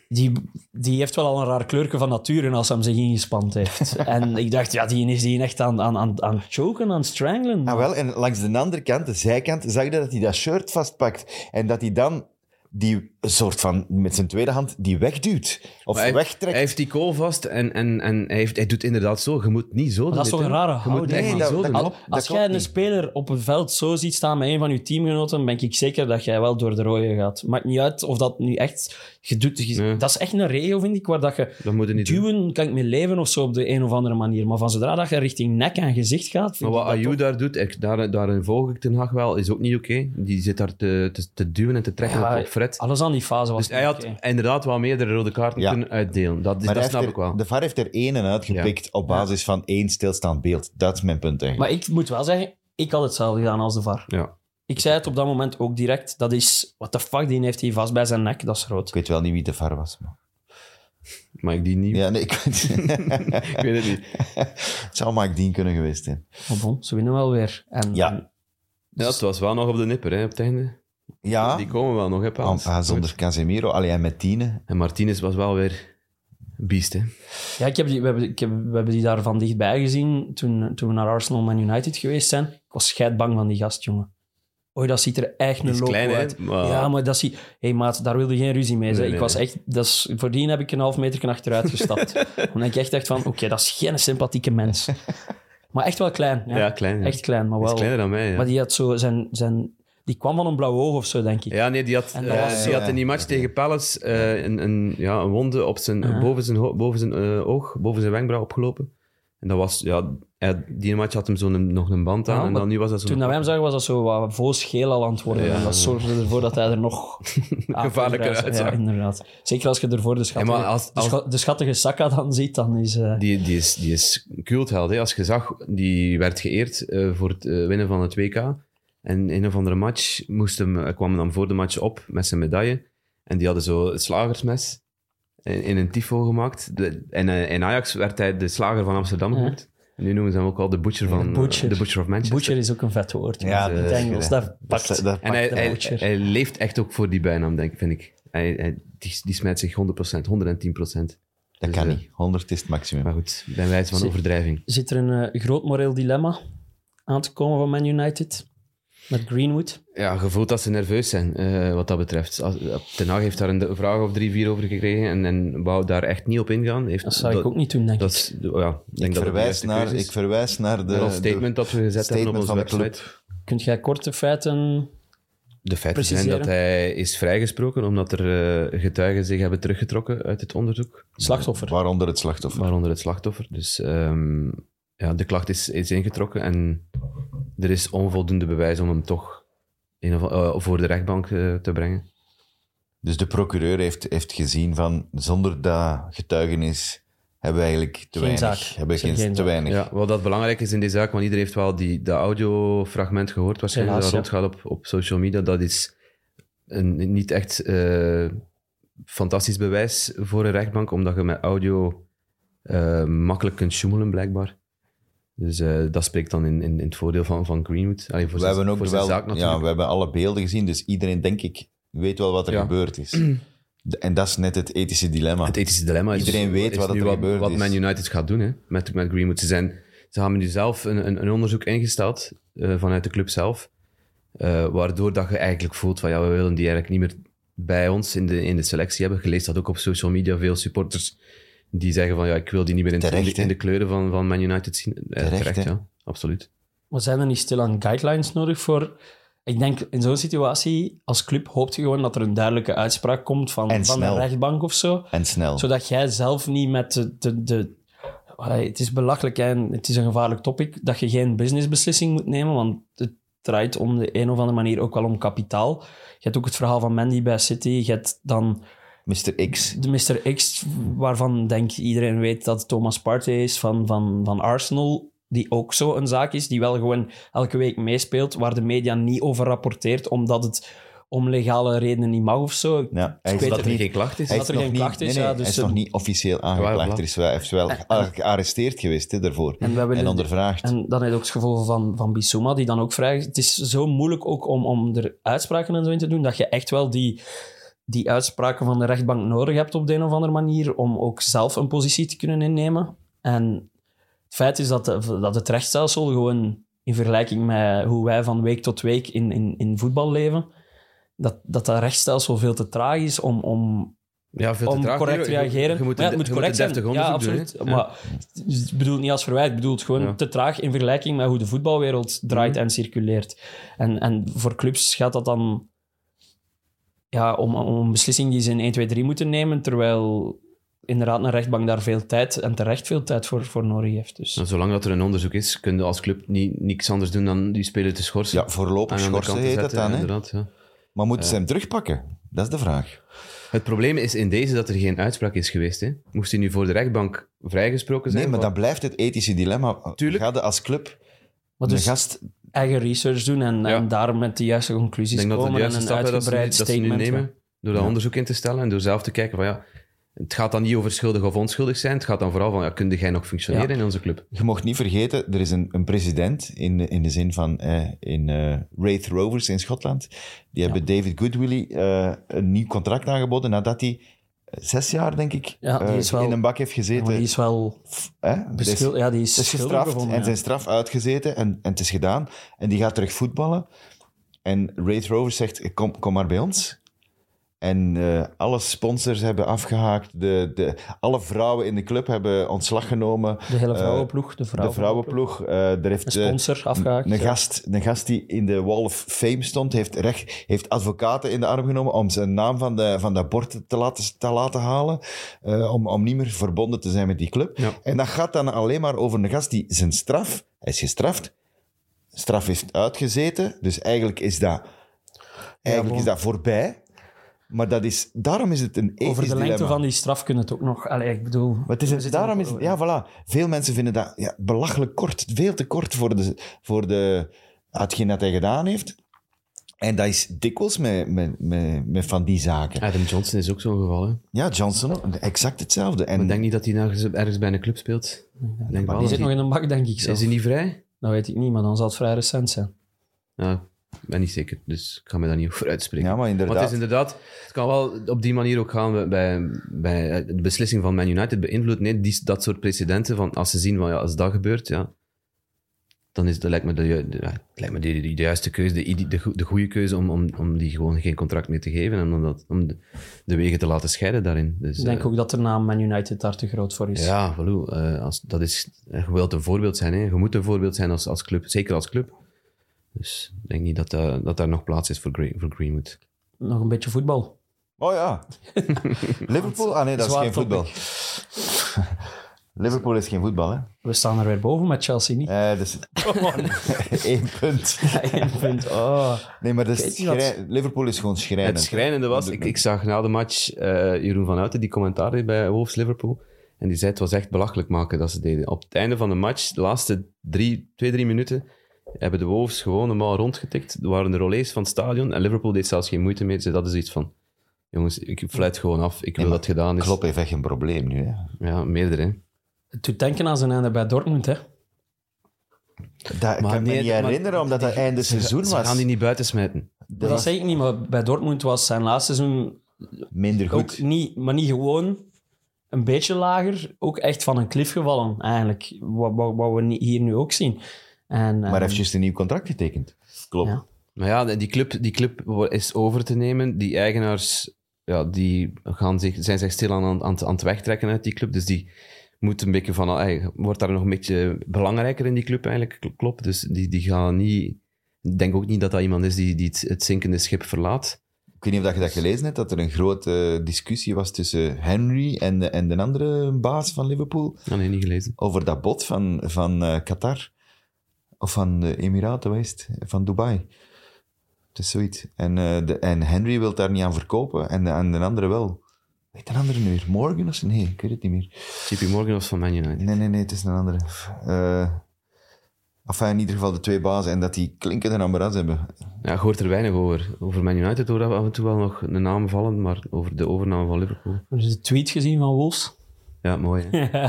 [SPEAKER 4] die, die heeft wel al een raar kleurke van nature als hij hem zich ingespant
[SPEAKER 2] [LAUGHS]
[SPEAKER 4] heeft. en ik dacht, ja, die is die echt aan, aan, aan, aan het choken, aan het strangelen.
[SPEAKER 2] Ah, wel, en langs de andere kant, de zijkant, zag je dat hij dat shirt vastpakt. En dat hij dan die soort van, met zijn tweede hand, die wegduwt. Of
[SPEAKER 3] Maar hij,
[SPEAKER 2] wegtrekt.
[SPEAKER 3] hij heeft die kool vast en, en, en hij, heeft, hij doet inderdaad zo. Je moet niet zo doen.
[SPEAKER 4] Maar dat is
[SPEAKER 3] dit,
[SPEAKER 4] toch een
[SPEAKER 3] hè.
[SPEAKER 4] rare
[SPEAKER 3] Je moet
[SPEAKER 4] houding.
[SPEAKER 3] echt
[SPEAKER 2] Nee,
[SPEAKER 3] niet
[SPEAKER 2] dat-
[SPEAKER 3] zo
[SPEAKER 2] dat
[SPEAKER 3] doen.
[SPEAKER 2] klopt.
[SPEAKER 4] als
[SPEAKER 2] klopt
[SPEAKER 4] jij een
[SPEAKER 2] niet.
[SPEAKER 4] speler op een veld zo ziet staan met een van je teamgenoten, ben ik zeker dat jij wel door de rode gaat. Maakt niet uit of dat nu echt... Je doet, je-
[SPEAKER 3] Nee.
[SPEAKER 4] Dat is echt een regio, vind ik, waar dat je...
[SPEAKER 3] Dat moet je niet doen.
[SPEAKER 4] duwen kan ik mee leven of zo op de een of andere manier. Maar van zodra dat je richting nek en gezicht gaat...
[SPEAKER 3] Maar
[SPEAKER 4] vind
[SPEAKER 3] wat
[SPEAKER 4] ik dat
[SPEAKER 3] Ayu
[SPEAKER 4] toch-
[SPEAKER 3] daar doet, ik- daar, daarin volg ik Ten Hag wel, is ook niet oké. Die zit daar te, te, te duwen en te trekken
[SPEAKER 4] Ja,
[SPEAKER 3] op, op Fred.
[SPEAKER 4] Alles aan die fase was
[SPEAKER 3] Dus hij had
[SPEAKER 4] niet oké.
[SPEAKER 3] inderdaad wel meerdere rode kaarten
[SPEAKER 2] Ja.
[SPEAKER 3] kunnen uitdelen. Dat,
[SPEAKER 2] Maar
[SPEAKER 3] dat
[SPEAKER 2] hij
[SPEAKER 3] snap
[SPEAKER 2] heeft
[SPEAKER 3] ik
[SPEAKER 2] er-
[SPEAKER 3] wel.
[SPEAKER 2] De VAR heeft er één en uitgepikt op basis van één stilstaand beeld. Dat is mijn punt eigenlijk.
[SPEAKER 4] Maar ik moet wel zeggen, ik had hetzelfde gedaan als de VAR.
[SPEAKER 3] Ja.
[SPEAKER 4] Ik zei het op dat moment ook direct. Dat is, what the fuck, die heeft hij vast bij zijn nek. Dat is rood.
[SPEAKER 2] Ik weet wel niet wie de VAR was. Maar...
[SPEAKER 3] Maar ik die niet.
[SPEAKER 2] Ja, nee, ik weet...
[SPEAKER 3] [LAUGHS] Ik weet het niet.
[SPEAKER 2] [LAUGHS] het zou Mike Dean kunnen geweest zijn.
[SPEAKER 4] Maar bon, ze winnen wel weer. En,
[SPEAKER 2] Ja.
[SPEAKER 3] Ja, het was wel nog op de nipper, hè, op het einde.
[SPEAKER 2] Ja,
[SPEAKER 3] Die komen wel nog, hè, Paas.
[SPEAKER 2] ah, zonder Casemiro. Allee, en met Tine.
[SPEAKER 3] En Martinez was wel weer beest, hè.
[SPEAKER 4] Ja, ik heb die, we, hebben, ik heb, we hebben die daar van dichtbij gezien toen, toen we naar Arsenal Man United geweest zijn. Ik was scheidbang van die gast, jongen. Oei, dat ziet er echt
[SPEAKER 3] Die
[SPEAKER 4] een
[SPEAKER 3] is
[SPEAKER 4] loco
[SPEAKER 3] klein, hè,
[SPEAKER 4] uit.
[SPEAKER 3] maar-
[SPEAKER 4] Ja, maar dat zie... Hé, hey, maat, daar wilde geen ruzie mee. zijn.
[SPEAKER 3] Nee,
[SPEAKER 4] ik
[SPEAKER 3] nee,
[SPEAKER 4] was
[SPEAKER 3] nee.
[SPEAKER 4] echt... Dat is, voordien heb ik een half meter
[SPEAKER 3] [LAUGHS]
[SPEAKER 4] achteruit gestapt. Omdat ik echt dacht van, oké, dat is geen sympathieke mens. Maar echt wel klein. Ja,
[SPEAKER 3] Ja, klein. ja.
[SPEAKER 4] Echt klein, maar
[SPEAKER 3] Die
[SPEAKER 4] wel...
[SPEAKER 3] is kleiner dan mij, ja.
[SPEAKER 4] Maar die had zo zijn... zijn die kwam van een blauw oog of zo, denk ik.
[SPEAKER 3] Ja, nee, die had,
[SPEAKER 4] En dat
[SPEAKER 3] eh,
[SPEAKER 4] was
[SPEAKER 3] die
[SPEAKER 2] zo-
[SPEAKER 3] had in die match tegen Palace eh, een, een, ja, een wonde op zijn, boven zijn, ho- boven zijn eh, oog, boven zijn wenkbrauw opgelopen. En dat was, ja, Ja, die match had hem zo een- nog een band aan.
[SPEAKER 4] Ja,
[SPEAKER 3] en
[SPEAKER 4] maar
[SPEAKER 3] dan nu was dat
[SPEAKER 4] Toen
[SPEAKER 3] zo'n
[SPEAKER 4] dat wij hem zagen, was dat zo wat voosgeel al aan het worden.
[SPEAKER 3] Ja.
[SPEAKER 4] En dat zorgde ervoor dat hij er
[SPEAKER 3] [LAUGHS]
[SPEAKER 4] nog
[SPEAKER 3] Gevaarlijker
[SPEAKER 4] aan-
[SPEAKER 3] uitzag.
[SPEAKER 4] Ja, inderdaad. Zeker als je ervoor de, schattige,
[SPEAKER 3] Ja, maar als-
[SPEAKER 4] de,
[SPEAKER 3] als-
[SPEAKER 4] scha- de schattige Saka dan ziet, dan is... eh,
[SPEAKER 3] Die, die is, die is cultheld. Hè. Als je zag, die werd geëerd eh, voor het eh, winnen van het WK. En een of andere match moest hem, hij kwam dan voor de match op met zijn medaille. En die hadden zo het slagersmes in, in een tifo gemaakt. De- en eh, in Ajax werd hij de slager van Amsterdam
[SPEAKER 4] Ja.
[SPEAKER 3] genoemd. En nu noemen ze hem ook al de butcher, van,
[SPEAKER 4] De butcher.
[SPEAKER 3] eh, de butcher of Manchester.
[SPEAKER 4] butcher is ook een vet woord.
[SPEAKER 2] Ja,
[SPEAKER 4] Ja,
[SPEAKER 2] dat
[SPEAKER 4] in het
[SPEAKER 2] is-
[SPEAKER 4] Engels, dat pakt.
[SPEAKER 2] Dat- dat
[SPEAKER 3] En
[SPEAKER 2] pakt
[SPEAKER 3] hij,
[SPEAKER 4] de
[SPEAKER 3] hij,
[SPEAKER 4] butcher.
[SPEAKER 3] hij leeft echt ook voor die bijnaam, denk, ik, vind ik. Hij, hij- die, die smijt zich 100%, 110%.
[SPEAKER 2] Dat
[SPEAKER 3] Dus,
[SPEAKER 2] kan
[SPEAKER 3] eh,
[SPEAKER 2] niet. 100 is het maximum.
[SPEAKER 3] Maar goed, ik ben wijs van
[SPEAKER 4] Zie-
[SPEAKER 3] overdrijving.
[SPEAKER 4] Zit er een eh, groot moreel dilemma aan te komen van Man United? Met Greenwood?
[SPEAKER 3] Ja, je voelt dat ze nerveus zijn, eh, wat dat betreft. Als, Ten Hag heeft daar een vraag of drie, vier over gekregen en, en wou daar echt niet op ingaan. Heeft,
[SPEAKER 4] Dat zou ik ook niet doen, denk ik.
[SPEAKER 3] dat is- ja, ik denk
[SPEAKER 2] Ik
[SPEAKER 3] dat het de
[SPEAKER 2] verwijs,
[SPEAKER 3] juiste
[SPEAKER 2] naar,
[SPEAKER 3] keuze is.
[SPEAKER 2] ik verwijs naar de,
[SPEAKER 3] En ons
[SPEAKER 2] de,
[SPEAKER 3] statement dat we gezet hebben op
[SPEAKER 2] statement
[SPEAKER 3] onze
[SPEAKER 2] van de
[SPEAKER 3] website.
[SPEAKER 2] club.
[SPEAKER 4] Kunt jij korte feiten...
[SPEAKER 3] De feiten zijn
[SPEAKER 4] Preciseren.
[SPEAKER 3] dat hij is vrijgesproken omdat er eh, getuigen zich hebben teruggetrokken uit het onderzoek,
[SPEAKER 4] Slachtoffer.
[SPEAKER 2] Waaronder het slachtoffer.
[SPEAKER 3] waaronder het slachtoffer. Dus ehm, ja, de klacht is, is ingetrokken en er is onvoldoende bewijs om hem toch in of- eh, voor de rechtbank eh, te brengen.
[SPEAKER 2] Dus de procureur heeft, heeft gezien van zonder dat getuigenis hebben we eigenlijk te
[SPEAKER 4] Geen
[SPEAKER 2] weinig.
[SPEAKER 4] zaak.
[SPEAKER 2] Hebben we
[SPEAKER 4] Geen
[SPEAKER 2] geen, te
[SPEAKER 4] zaak.
[SPEAKER 2] weinig.
[SPEAKER 3] Ja, wat dat belangrijk is in deze zaak, want iedereen heeft wel die, dat audiofragment gehoord waarschijnlijk,
[SPEAKER 4] Helaas,
[SPEAKER 3] dat rondgaat op, op social media. Dat is een, niet echt eh, fantastisch bewijs voor een rechtbank, omdat je met audio eh, makkelijk kunt sjoemelen, blijkbaar. Dus eh, dat spreekt dan in, in, in het voordeel van, van Greenwood. Allee, voor
[SPEAKER 2] We
[SPEAKER 3] zijn,
[SPEAKER 2] hebben ook
[SPEAKER 3] voor zijn
[SPEAKER 2] wel,
[SPEAKER 3] zaak natuurlijk.
[SPEAKER 2] ja, we hebben alle beelden gezien, dus iedereen denk ik weet wel wat er
[SPEAKER 3] Ja.
[SPEAKER 2] gebeurd is. De- En dat is net het ethische dilemma.
[SPEAKER 3] Het e- ethische dilemma is, dus-
[SPEAKER 2] Iedereen weet
[SPEAKER 3] is
[SPEAKER 2] wat
[SPEAKER 3] nu
[SPEAKER 2] er
[SPEAKER 3] wat,
[SPEAKER 2] gebeurd
[SPEAKER 3] wat
[SPEAKER 2] is.
[SPEAKER 3] Man United gaat doen hè, met, met Greenwood. Ze, zijn, ze hebben nu zelf een, een, een onderzoek ingesteld eh, vanuit de club zelf, eh, waardoor dat je eigenlijk voelt van ja, we willen die eigenlijk niet meer bij ons in de, in de selectie hebben. Je leest dat ook op social media, veel supporters die zeggen van ja, ik wil die niet meer in,
[SPEAKER 2] Terecht,
[SPEAKER 3] in, de, in de kleuren van, van Man United zien. Eh,
[SPEAKER 2] Terecht, hè?
[SPEAKER 3] ja, absoluut.
[SPEAKER 4] Maar zijn er niet stilaan guidelines nodig voor... Ik denk, in zo'n situatie, als club hoopt je gewoon dat er een duidelijke uitspraak komt van,
[SPEAKER 2] En
[SPEAKER 4] van de
[SPEAKER 2] snel.
[SPEAKER 4] rechtbank of zo.
[SPEAKER 2] En snel.
[SPEAKER 4] Zodat jij zelf niet met de... de, de Allee, het is belachelijk hè, en het is een gevaarlijk topic dat je geen businessbeslissing moet nemen, want het draait om de een of andere manier ook wel om kapitaal. Je hebt ook het verhaal van Mandy bij City. Je hebt dan
[SPEAKER 2] Mr. X.
[SPEAKER 4] de Mr. X, waarvan denk ik iedereen weet dat Thomas Partey is van, van, van Arsenal, die ook zo een zaak is, die wel gewoon elke week meespeelt, waar de media niet over rapporteert, omdat het om legale redenen niet mag of zo.
[SPEAKER 2] Ja, hij is dat
[SPEAKER 4] Ik weet
[SPEAKER 3] Dat
[SPEAKER 4] het
[SPEAKER 3] er
[SPEAKER 2] niet.
[SPEAKER 3] geen klacht is.
[SPEAKER 2] Hij
[SPEAKER 4] dat er
[SPEAKER 2] nog
[SPEAKER 4] geen
[SPEAKER 2] niet-
[SPEAKER 4] klacht is,
[SPEAKER 2] nee, nee,
[SPEAKER 4] ja,
[SPEAKER 2] hij
[SPEAKER 4] dus
[SPEAKER 2] is
[SPEAKER 4] een-
[SPEAKER 2] nog niet officieel
[SPEAKER 3] Ja,
[SPEAKER 2] aangeklaagd.
[SPEAKER 3] voilà.
[SPEAKER 2] Er is wel, hij is wel gearresteerd geweest hè, daarvoor.
[SPEAKER 4] En, we willen
[SPEAKER 2] En ondervraagd.
[SPEAKER 4] en dan heb je ook het gevolg van, van Bissouma, die dan ook vrij... Het is zo moeilijk ook om, om er uitspraken en zo in te doen, dat je echt wel die, die uitspraken van de rechtbank nodig hebt op de een of andere manier, om ook zelf een positie te kunnen innemen. En het feit is dat, de- dat het rechtsstelsel gewoon, in vergelijking met hoe wij van week tot week in, in, in voetbal leven, dat, dat dat rechtsstelsel veel te traag is om, om,
[SPEAKER 3] Ja, veel te
[SPEAKER 4] om
[SPEAKER 3] traag.
[SPEAKER 4] correct
[SPEAKER 3] Je-
[SPEAKER 4] te
[SPEAKER 3] je-
[SPEAKER 4] reageren.
[SPEAKER 3] Je moet
[SPEAKER 4] Maar ja,
[SPEAKER 3] een-
[SPEAKER 4] het
[SPEAKER 3] je
[SPEAKER 4] moet
[SPEAKER 3] moet een
[SPEAKER 4] correct zijn.
[SPEAKER 3] deftig
[SPEAKER 4] Ja,
[SPEAKER 3] onderzoek doen. hè.
[SPEAKER 4] absoluut. Maar ik bedoel niet als verwijt, ik bedoel het gewoon
[SPEAKER 3] Ja. Mhm.
[SPEAKER 4] te traag in vergelijking met hoe de voetbalwereld draait en circuleert. En, en voor clubs gaat dat dan ja, om, om een beslissing die ze in 1, 2, 3 moeten nemen, terwijl inderdaad een rechtbank daar veel tijd en terecht veel tijd voor, voor nodig heeft. Dus.
[SPEAKER 3] Nou, Zolang dat er een onderzoek is, kun je als club niet, niks anders doen dan die speler te schorsen.
[SPEAKER 2] Ja, voorlopig
[SPEAKER 3] En aan de
[SPEAKER 2] schorsen
[SPEAKER 3] kant te
[SPEAKER 2] heet dat
[SPEAKER 3] zetten,
[SPEAKER 2] dan. Hè?
[SPEAKER 3] inderdaad, ja.
[SPEAKER 2] Maar moeten ze hem terugpakken? Dat is de vraag.
[SPEAKER 3] Het probleem is in deze dat er geen uitspraak is geweest. Hè? Moest hij nu voor de rechtbank vrijgesproken
[SPEAKER 4] Dus
[SPEAKER 3] zijn?
[SPEAKER 2] Nee, maar
[SPEAKER 3] van-
[SPEAKER 2] dan blijft het ethische dilemma.
[SPEAKER 3] Tuurlijk.
[SPEAKER 2] Ga je als club
[SPEAKER 4] Maar
[SPEAKER 2] de
[SPEAKER 4] dus
[SPEAKER 2] gast
[SPEAKER 4] eigen research doen en,
[SPEAKER 3] Ja.
[SPEAKER 4] en daar met de juiste conclusies
[SPEAKER 3] ik denk dat
[SPEAKER 4] komen
[SPEAKER 3] dat de juiste
[SPEAKER 4] en een
[SPEAKER 3] stap is dat ze, nu-
[SPEAKER 4] uitgebreid
[SPEAKER 3] dat ze nu
[SPEAKER 4] statement.
[SPEAKER 3] nemen. Door dat onderzoek in te stellen en door zelf te kijken van ja... Het gaat dan niet over schuldig of onschuldig zijn. Het gaat dan vooral van, ja, kun jij nog functioneren
[SPEAKER 4] Ja.
[SPEAKER 3] in onze club?
[SPEAKER 2] Je mocht niet vergeten, er is een, een president in, de- in de zin van eh, in eh Wraith Rovers in Schotland. Die hebben David Goodwillie eh, een nieuw contract aangeboden nadat hij eh, zes jaar, denk ik,
[SPEAKER 4] Ja, die
[SPEAKER 2] eh,
[SPEAKER 4] is wel-
[SPEAKER 2] in een bak heeft
[SPEAKER 4] Ja, maar
[SPEAKER 2] gezeten.
[SPEAKER 4] die is wel
[SPEAKER 2] Hè? Dus-
[SPEAKER 4] beschuldigd. Ja, die is,
[SPEAKER 2] Het is
[SPEAKER 4] schuldig
[SPEAKER 2] gestraft
[SPEAKER 4] bevonden,
[SPEAKER 2] en
[SPEAKER 4] ja.
[SPEAKER 2] zijn straf uitgezeten en, en het is gedaan. En die gaat terug voetballen. En Wraith Rovers zegt, kom, kom maar bij ons. En eh, alle sponsors hebben afgehaakt. De, de, alle vrouwen in de club hebben ontslag genomen.
[SPEAKER 4] De hele vrouwenploeg, de
[SPEAKER 2] Eh, De
[SPEAKER 4] vrouwenploeg.
[SPEAKER 2] vrouwenploeg. eh er
[SPEAKER 4] Een
[SPEAKER 2] heeft, eh,
[SPEAKER 4] sponsor afgehaakt.
[SPEAKER 2] een gast, een gast die in de Wall of Fame stond, heeft, recht, heeft advocaten in de arm genomen om zijn naam van, de, van dat bord te laten, te laten halen. eh, om, om niet meer verbonden te zijn met die club.
[SPEAKER 3] Ja.
[SPEAKER 2] En dat gaat dan alleen maar over een gast die zijn straf, hij is gestraft, straf heeft uitgezeten. Dus eigenlijk is dat, eigenlijk
[SPEAKER 4] bon.
[SPEAKER 2] is dat voorbij. Maar dat is, daarom is het een ethisch
[SPEAKER 4] Over de lengte
[SPEAKER 2] dilemma.
[SPEAKER 4] van die straf kunnen het ook nog... Allee, ik bedoel...
[SPEAKER 2] Maar het is,
[SPEAKER 4] zitten
[SPEAKER 2] daarom is
[SPEAKER 4] nog
[SPEAKER 2] het-
[SPEAKER 4] over.
[SPEAKER 2] ja, voilà. Veel mensen vinden dat ja, belachelijk kort, veel te kort voor, de, voor de, hetgeen dat hij gedaan heeft. En dat is dikwijls met, met, met, met van die zaken.
[SPEAKER 3] Adam Johnson is ook zo'n geval. Hè.
[SPEAKER 2] Ja, Johnson, exact hetzelfde.
[SPEAKER 3] Ik
[SPEAKER 2] En
[SPEAKER 3] denk niet dat hij ergens, ergens bij een club speelt. Ik denk wel dat
[SPEAKER 4] Die zit nog
[SPEAKER 3] hij-
[SPEAKER 4] in een bak, denk ik
[SPEAKER 3] Is
[SPEAKER 4] zelf.
[SPEAKER 3] hij niet vrij?
[SPEAKER 4] Dat weet ik niet, maar dan zal het vrij recent zijn.
[SPEAKER 3] Ja, ik ben niet zeker, dus ik ga me daar niet over uitspreken.
[SPEAKER 2] ja, maar inderdaad.
[SPEAKER 3] Maar het is inderdaad, het kan wel op die manier ook gaan bij, bij de beslissing van Man United beïnvloedt. Nee, die, dat soort precedenten van als ze zien van ja, als dat gebeurt, ja, dan is dat lijkt me de, ju- de- ja, het lijkt me de, de, de juiste keuze, de, ide- de, go- de goede keuze om, om, om die gewoon geen contract meer te geven en om, dat, om de, de wegen te laten scheiden daarin. Dus,
[SPEAKER 4] Ik denk
[SPEAKER 3] eh,
[SPEAKER 4] ook dat de naam Man United daar te groot voor is.
[SPEAKER 3] Ja, hallo, eh, als, dat is, eh, je wilt een voorbeeld zijn, hè. je moet een voorbeeld zijn als, als club, zeker als club. Dus ik denk niet dat, eh, dat daar nog plaats is voor, Gre- voor Greenwood.
[SPEAKER 4] Nog een beetje voetbal.
[SPEAKER 2] Oh ja. Liverpool? Ah nee, dat is
[SPEAKER 4] Zwaar
[SPEAKER 2] geen voetbal.
[SPEAKER 4] topic.
[SPEAKER 2] [LAUGHS] Liverpool is geen voetbal, hè?
[SPEAKER 4] We staan er weer boven met Chelsea, niet?
[SPEAKER 2] Eh, dus [LAUGHS] één punt.
[SPEAKER 4] [LAUGHS] Eén punt. Oh.
[SPEAKER 2] Nee, maar dat is
[SPEAKER 4] Weet je wat?
[SPEAKER 2] schrij- Liverpool is gewoon schrijnend.
[SPEAKER 3] Het schrijnende was, ik, ik zag na de match eh, Jeroen van Houten die commentaar deed bij Wolves Liverpool. En die zei het was echt belachelijk maken dat ze deden. Op het einde van de match, de laatste drie, twee, drie minuten, hebben de Wolves gewoon een maal rondgetikt. Er waren de relais van het stadion en Liverpool deed zelfs geen moeite mee. Ze dat is iets van, jongens, ik fluit gewoon af. Ik wil
[SPEAKER 2] maar
[SPEAKER 3] dat het gedaan is.
[SPEAKER 2] Klopt heeft echt een probleem nu, hè?
[SPEAKER 3] Ja, meerdere. hè.
[SPEAKER 4] Het doet denken aan zijn einde bij Dortmund, hè?
[SPEAKER 2] Dat
[SPEAKER 3] Maar
[SPEAKER 2] kan ik me
[SPEAKER 3] nee,
[SPEAKER 2] niet
[SPEAKER 3] maar
[SPEAKER 2] herinneren, omdat dat einde seizoen
[SPEAKER 3] Ze
[SPEAKER 2] was.
[SPEAKER 3] gaan die niet buiten smijten.
[SPEAKER 4] Dat,
[SPEAKER 2] was
[SPEAKER 4] zeg ik niet, maar bij Dortmund was zijn laatste seizoen
[SPEAKER 2] minder goed.
[SPEAKER 4] ook niet, maar niet gewoon een beetje lager, ook echt van een klif gevallen, eigenlijk. Wat, wat, wat we ni- hier nu ook zien. En, ehm,
[SPEAKER 2] Maar hij heeft juist een nieuw contract getekend. Klopt.
[SPEAKER 4] Ja.
[SPEAKER 3] Maar ja, die club, die club wo- is over te nemen. Die eigenaars ja, die gaan zich, zijn zich stilaan aan, aan, het- aan het wegtrekken uit die club. Dus die moet een beetje van... ey, Wordt daar nog een beetje belangrijker in die club eigenlijk, kl- klopt. Dus die, die gaan niet... Ik denk ook niet dat dat iemand is die, die het, het zinkende schip verlaat.
[SPEAKER 2] Ik weet niet of dat je dat gelezen hebt, dat er een grote discussie was tussen Henry en de, en de andere baas van Liverpool
[SPEAKER 3] Ah, nee, niet gelezen.
[SPEAKER 2] over dat bod van, van eh, Qatar. Of van de Emiraten, wat is het? Van Dubai. Het is zoiets. En, eh, de, en Henry wil daar niet aan verkopen en de, en de andere wel. Weet de andere nu weer? Morgan of zo? Nee, ik weet het niet meer.
[SPEAKER 3] JP Morgan was van Man United.
[SPEAKER 2] Nee, nee, nee, het is een andere. Eh enfin, in ieder geval de twee bazen en dat die klinkende ambaras hebben.
[SPEAKER 3] Ja, je hoort er weinig over. Over Man United hoor af en toe wel nog een naam vallen, maar over de overname van Liverpool.
[SPEAKER 4] Heb je de tweet gezien van Wolves? [LAUGHS]
[SPEAKER 3] Ja, mooi. hè?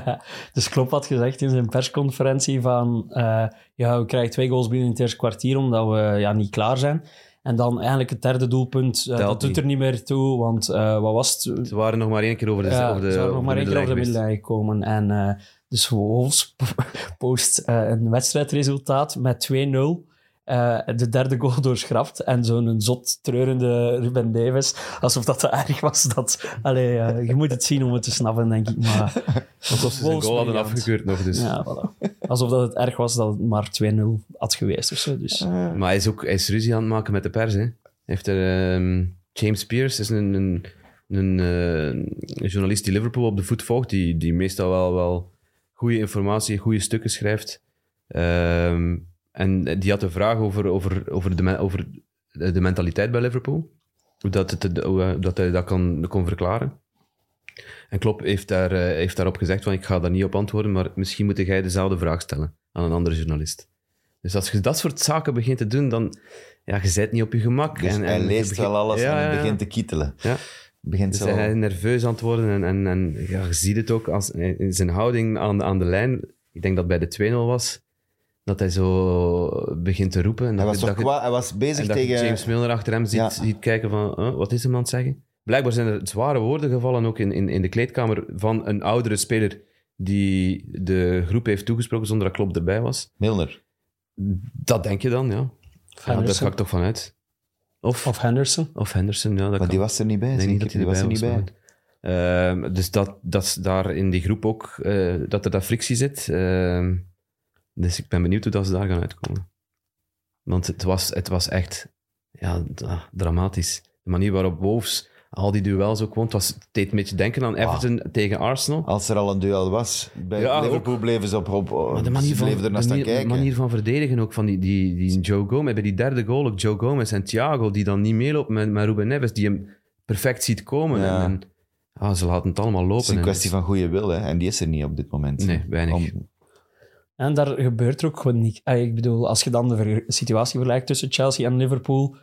[SPEAKER 4] dus Klopp had gezegd in zijn persconferentie van... eh, ja, we krijgen twee goals binnen het eerste kwartier omdat we ja, niet klaar zijn. En dan eigenlijk het derde doelpunt, eh,
[SPEAKER 3] Telt
[SPEAKER 4] dat doet
[SPEAKER 3] niet.
[SPEAKER 4] er niet meer toe, want eh, wat was het?
[SPEAKER 3] Ze waren nog maar één keer over de,
[SPEAKER 4] Ja,
[SPEAKER 3] Dus over de,
[SPEAKER 4] ze waren
[SPEAKER 3] over
[SPEAKER 4] nog
[SPEAKER 3] de
[SPEAKER 4] maar één
[SPEAKER 3] middenlijn
[SPEAKER 4] keer over de
[SPEAKER 3] geweest.
[SPEAKER 4] middenlijn gekomen. En eh, dus Wolves [LAUGHS] post eh, een wedstrijdresultaat met 2-0. eh, de derde goal doorschrapt en zo'n zot treurende Ruben Davis. Alsof dat te erg was. Dat, allee, eh, je moet het zien om het te snappen, denk ik. Maar
[SPEAKER 3] [LAUGHS] Alsof ze zijn
[SPEAKER 4] Wolves
[SPEAKER 3] goal hadden
[SPEAKER 4] briljant.
[SPEAKER 3] afgekeurd nog. Dus.
[SPEAKER 4] ja, voilà. Alsof dat het erg was dat het maar 2-0 had geweest of zo. Dus.
[SPEAKER 3] Maar hij is ook hij is ruzie aan het maken met de pers. Hè. Hij Heeft er, ehm, James Pierce is een, een, een, eh, een journalist die Liverpool op de voet volgt, die, die meestal wel, wel goede informatie, goede stukken schrijft. Ehm, en die had een vraag over, over, over, de, men- over de mentaliteit bij Liverpool. Hoe dat, het, hoe hij- dat hij dat kan, kon verklaren. En Klopp heeft, daar, eh, heeft daarop gezegd van ik ga daar niet op antwoorden, maar misschien moet jij dezelfde vraag stellen aan een andere journalist. Dus als je dat soort zaken begint te doen, dan... Ja, je zit niet op je gemak.
[SPEAKER 2] Dus
[SPEAKER 3] en, en
[SPEAKER 2] hij
[SPEAKER 3] je
[SPEAKER 2] leest
[SPEAKER 3] begint-
[SPEAKER 2] wel alles
[SPEAKER 3] Ja,
[SPEAKER 2] en hij
[SPEAKER 3] ja, ja.
[SPEAKER 2] begint te kietelen.
[SPEAKER 3] Ja.
[SPEAKER 2] Begint
[SPEAKER 3] Dus
[SPEAKER 2] zo...
[SPEAKER 3] hij is nerveus aan het worden en, en, en ja, je ziet het ook als, in zijn houding aan, de- aan de lijn. Ik denk dat het bij de 2-0 was, dat hij zo begint te roepen. En
[SPEAKER 2] Hij
[SPEAKER 3] dat
[SPEAKER 2] was,
[SPEAKER 3] je-
[SPEAKER 2] toch
[SPEAKER 3] dat je-
[SPEAKER 2] kwaad, hij was bezig
[SPEAKER 3] en dat je
[SPEAKER 2] tegen...
[SPEAKER 3] James Milner achter hem ziet,
[SPEAKER 2] Ja.
[SPEAKER 3] ziet kijken van, huh, wat is hem aan het zeggen? Blijkbaar zijn er zware woorden gevallen ook in, in, in de kleedkamer van een oudere speler die de groep heeft toegesproken zonder dat Klopp erbij was.
[SPEAKER 2] Milner.
[SPEAKER 3] Dat denk je dan, ja. ja daar ga ik toch van uit. Of,
[SPEAKER 4] Of Henderson.
[SPEAKER 3] of Henderson, ja. Dat
[SPEAKER 2] Want
[SPEAKER 3] kan.
[SPEAKER 2] die was er niet bij.
[SPEAKER 3] Ik denk niet
[SPEAKER 2] zeker?
[SPEAKER 3] dat hij erbij was.
[SPEAKER 2] die was er niet bij.
[SPEAKER 3] maar goed. Ehm, dus dat, dat is daar in die groep ook, eh, dat er dat frictie zit. Ehm, dus ik ben benieuwd hoe dat ze daar gaan uitkomen. Want het was, het was echt ja, d- dramatisch. De manier waarop Wolves al die duels ook won, het, was, het deed een beetje denken aan Everton tegen Arsenal.
[SPEAKER 2] Als er al een duel was, bij
[SPEAKER 3] Ja,
[SPEAKER 2] Liverpool bleven ze op... op
[SPEAKER 3] Maar de manier
[SPEAKER 2] ze
[SPEAKER 3] van,
[SPEAKER 2] bleven er naar
[SPEAKER 3] de
[SPEAKER 2] staan
[SPEAKER 3] manier,
[SPEAKER 2] kijken.
[SPEAKER 3] manier van verdedigen ook van die, die, die Joe Gomez. Bij die derde goal ook Joe Gomez en Thiago, die dan niet meeloopt met, met Ruben Neves, die hem perfect ziet komen.
[SPEAKER 2] Ja.
[SPEAKER 3] En, en- ah, ze laten het allemaal lopen.
[SPEAKER 2] Het is een
[SPEAKER 3] En-
[SPEAKER 2] kwestie van goede wil, hè. En die is er niet op dit moment.
[SPEAKER 3] Nee, weinig.
[SPEAKER 2] Om-
[SPEAKER 4] En daar gebeurt er ook gewoon niet. Ah, Ik bedoel, als je dan de ver- situatie vergelijkt tussen Chelsea en Liverpool.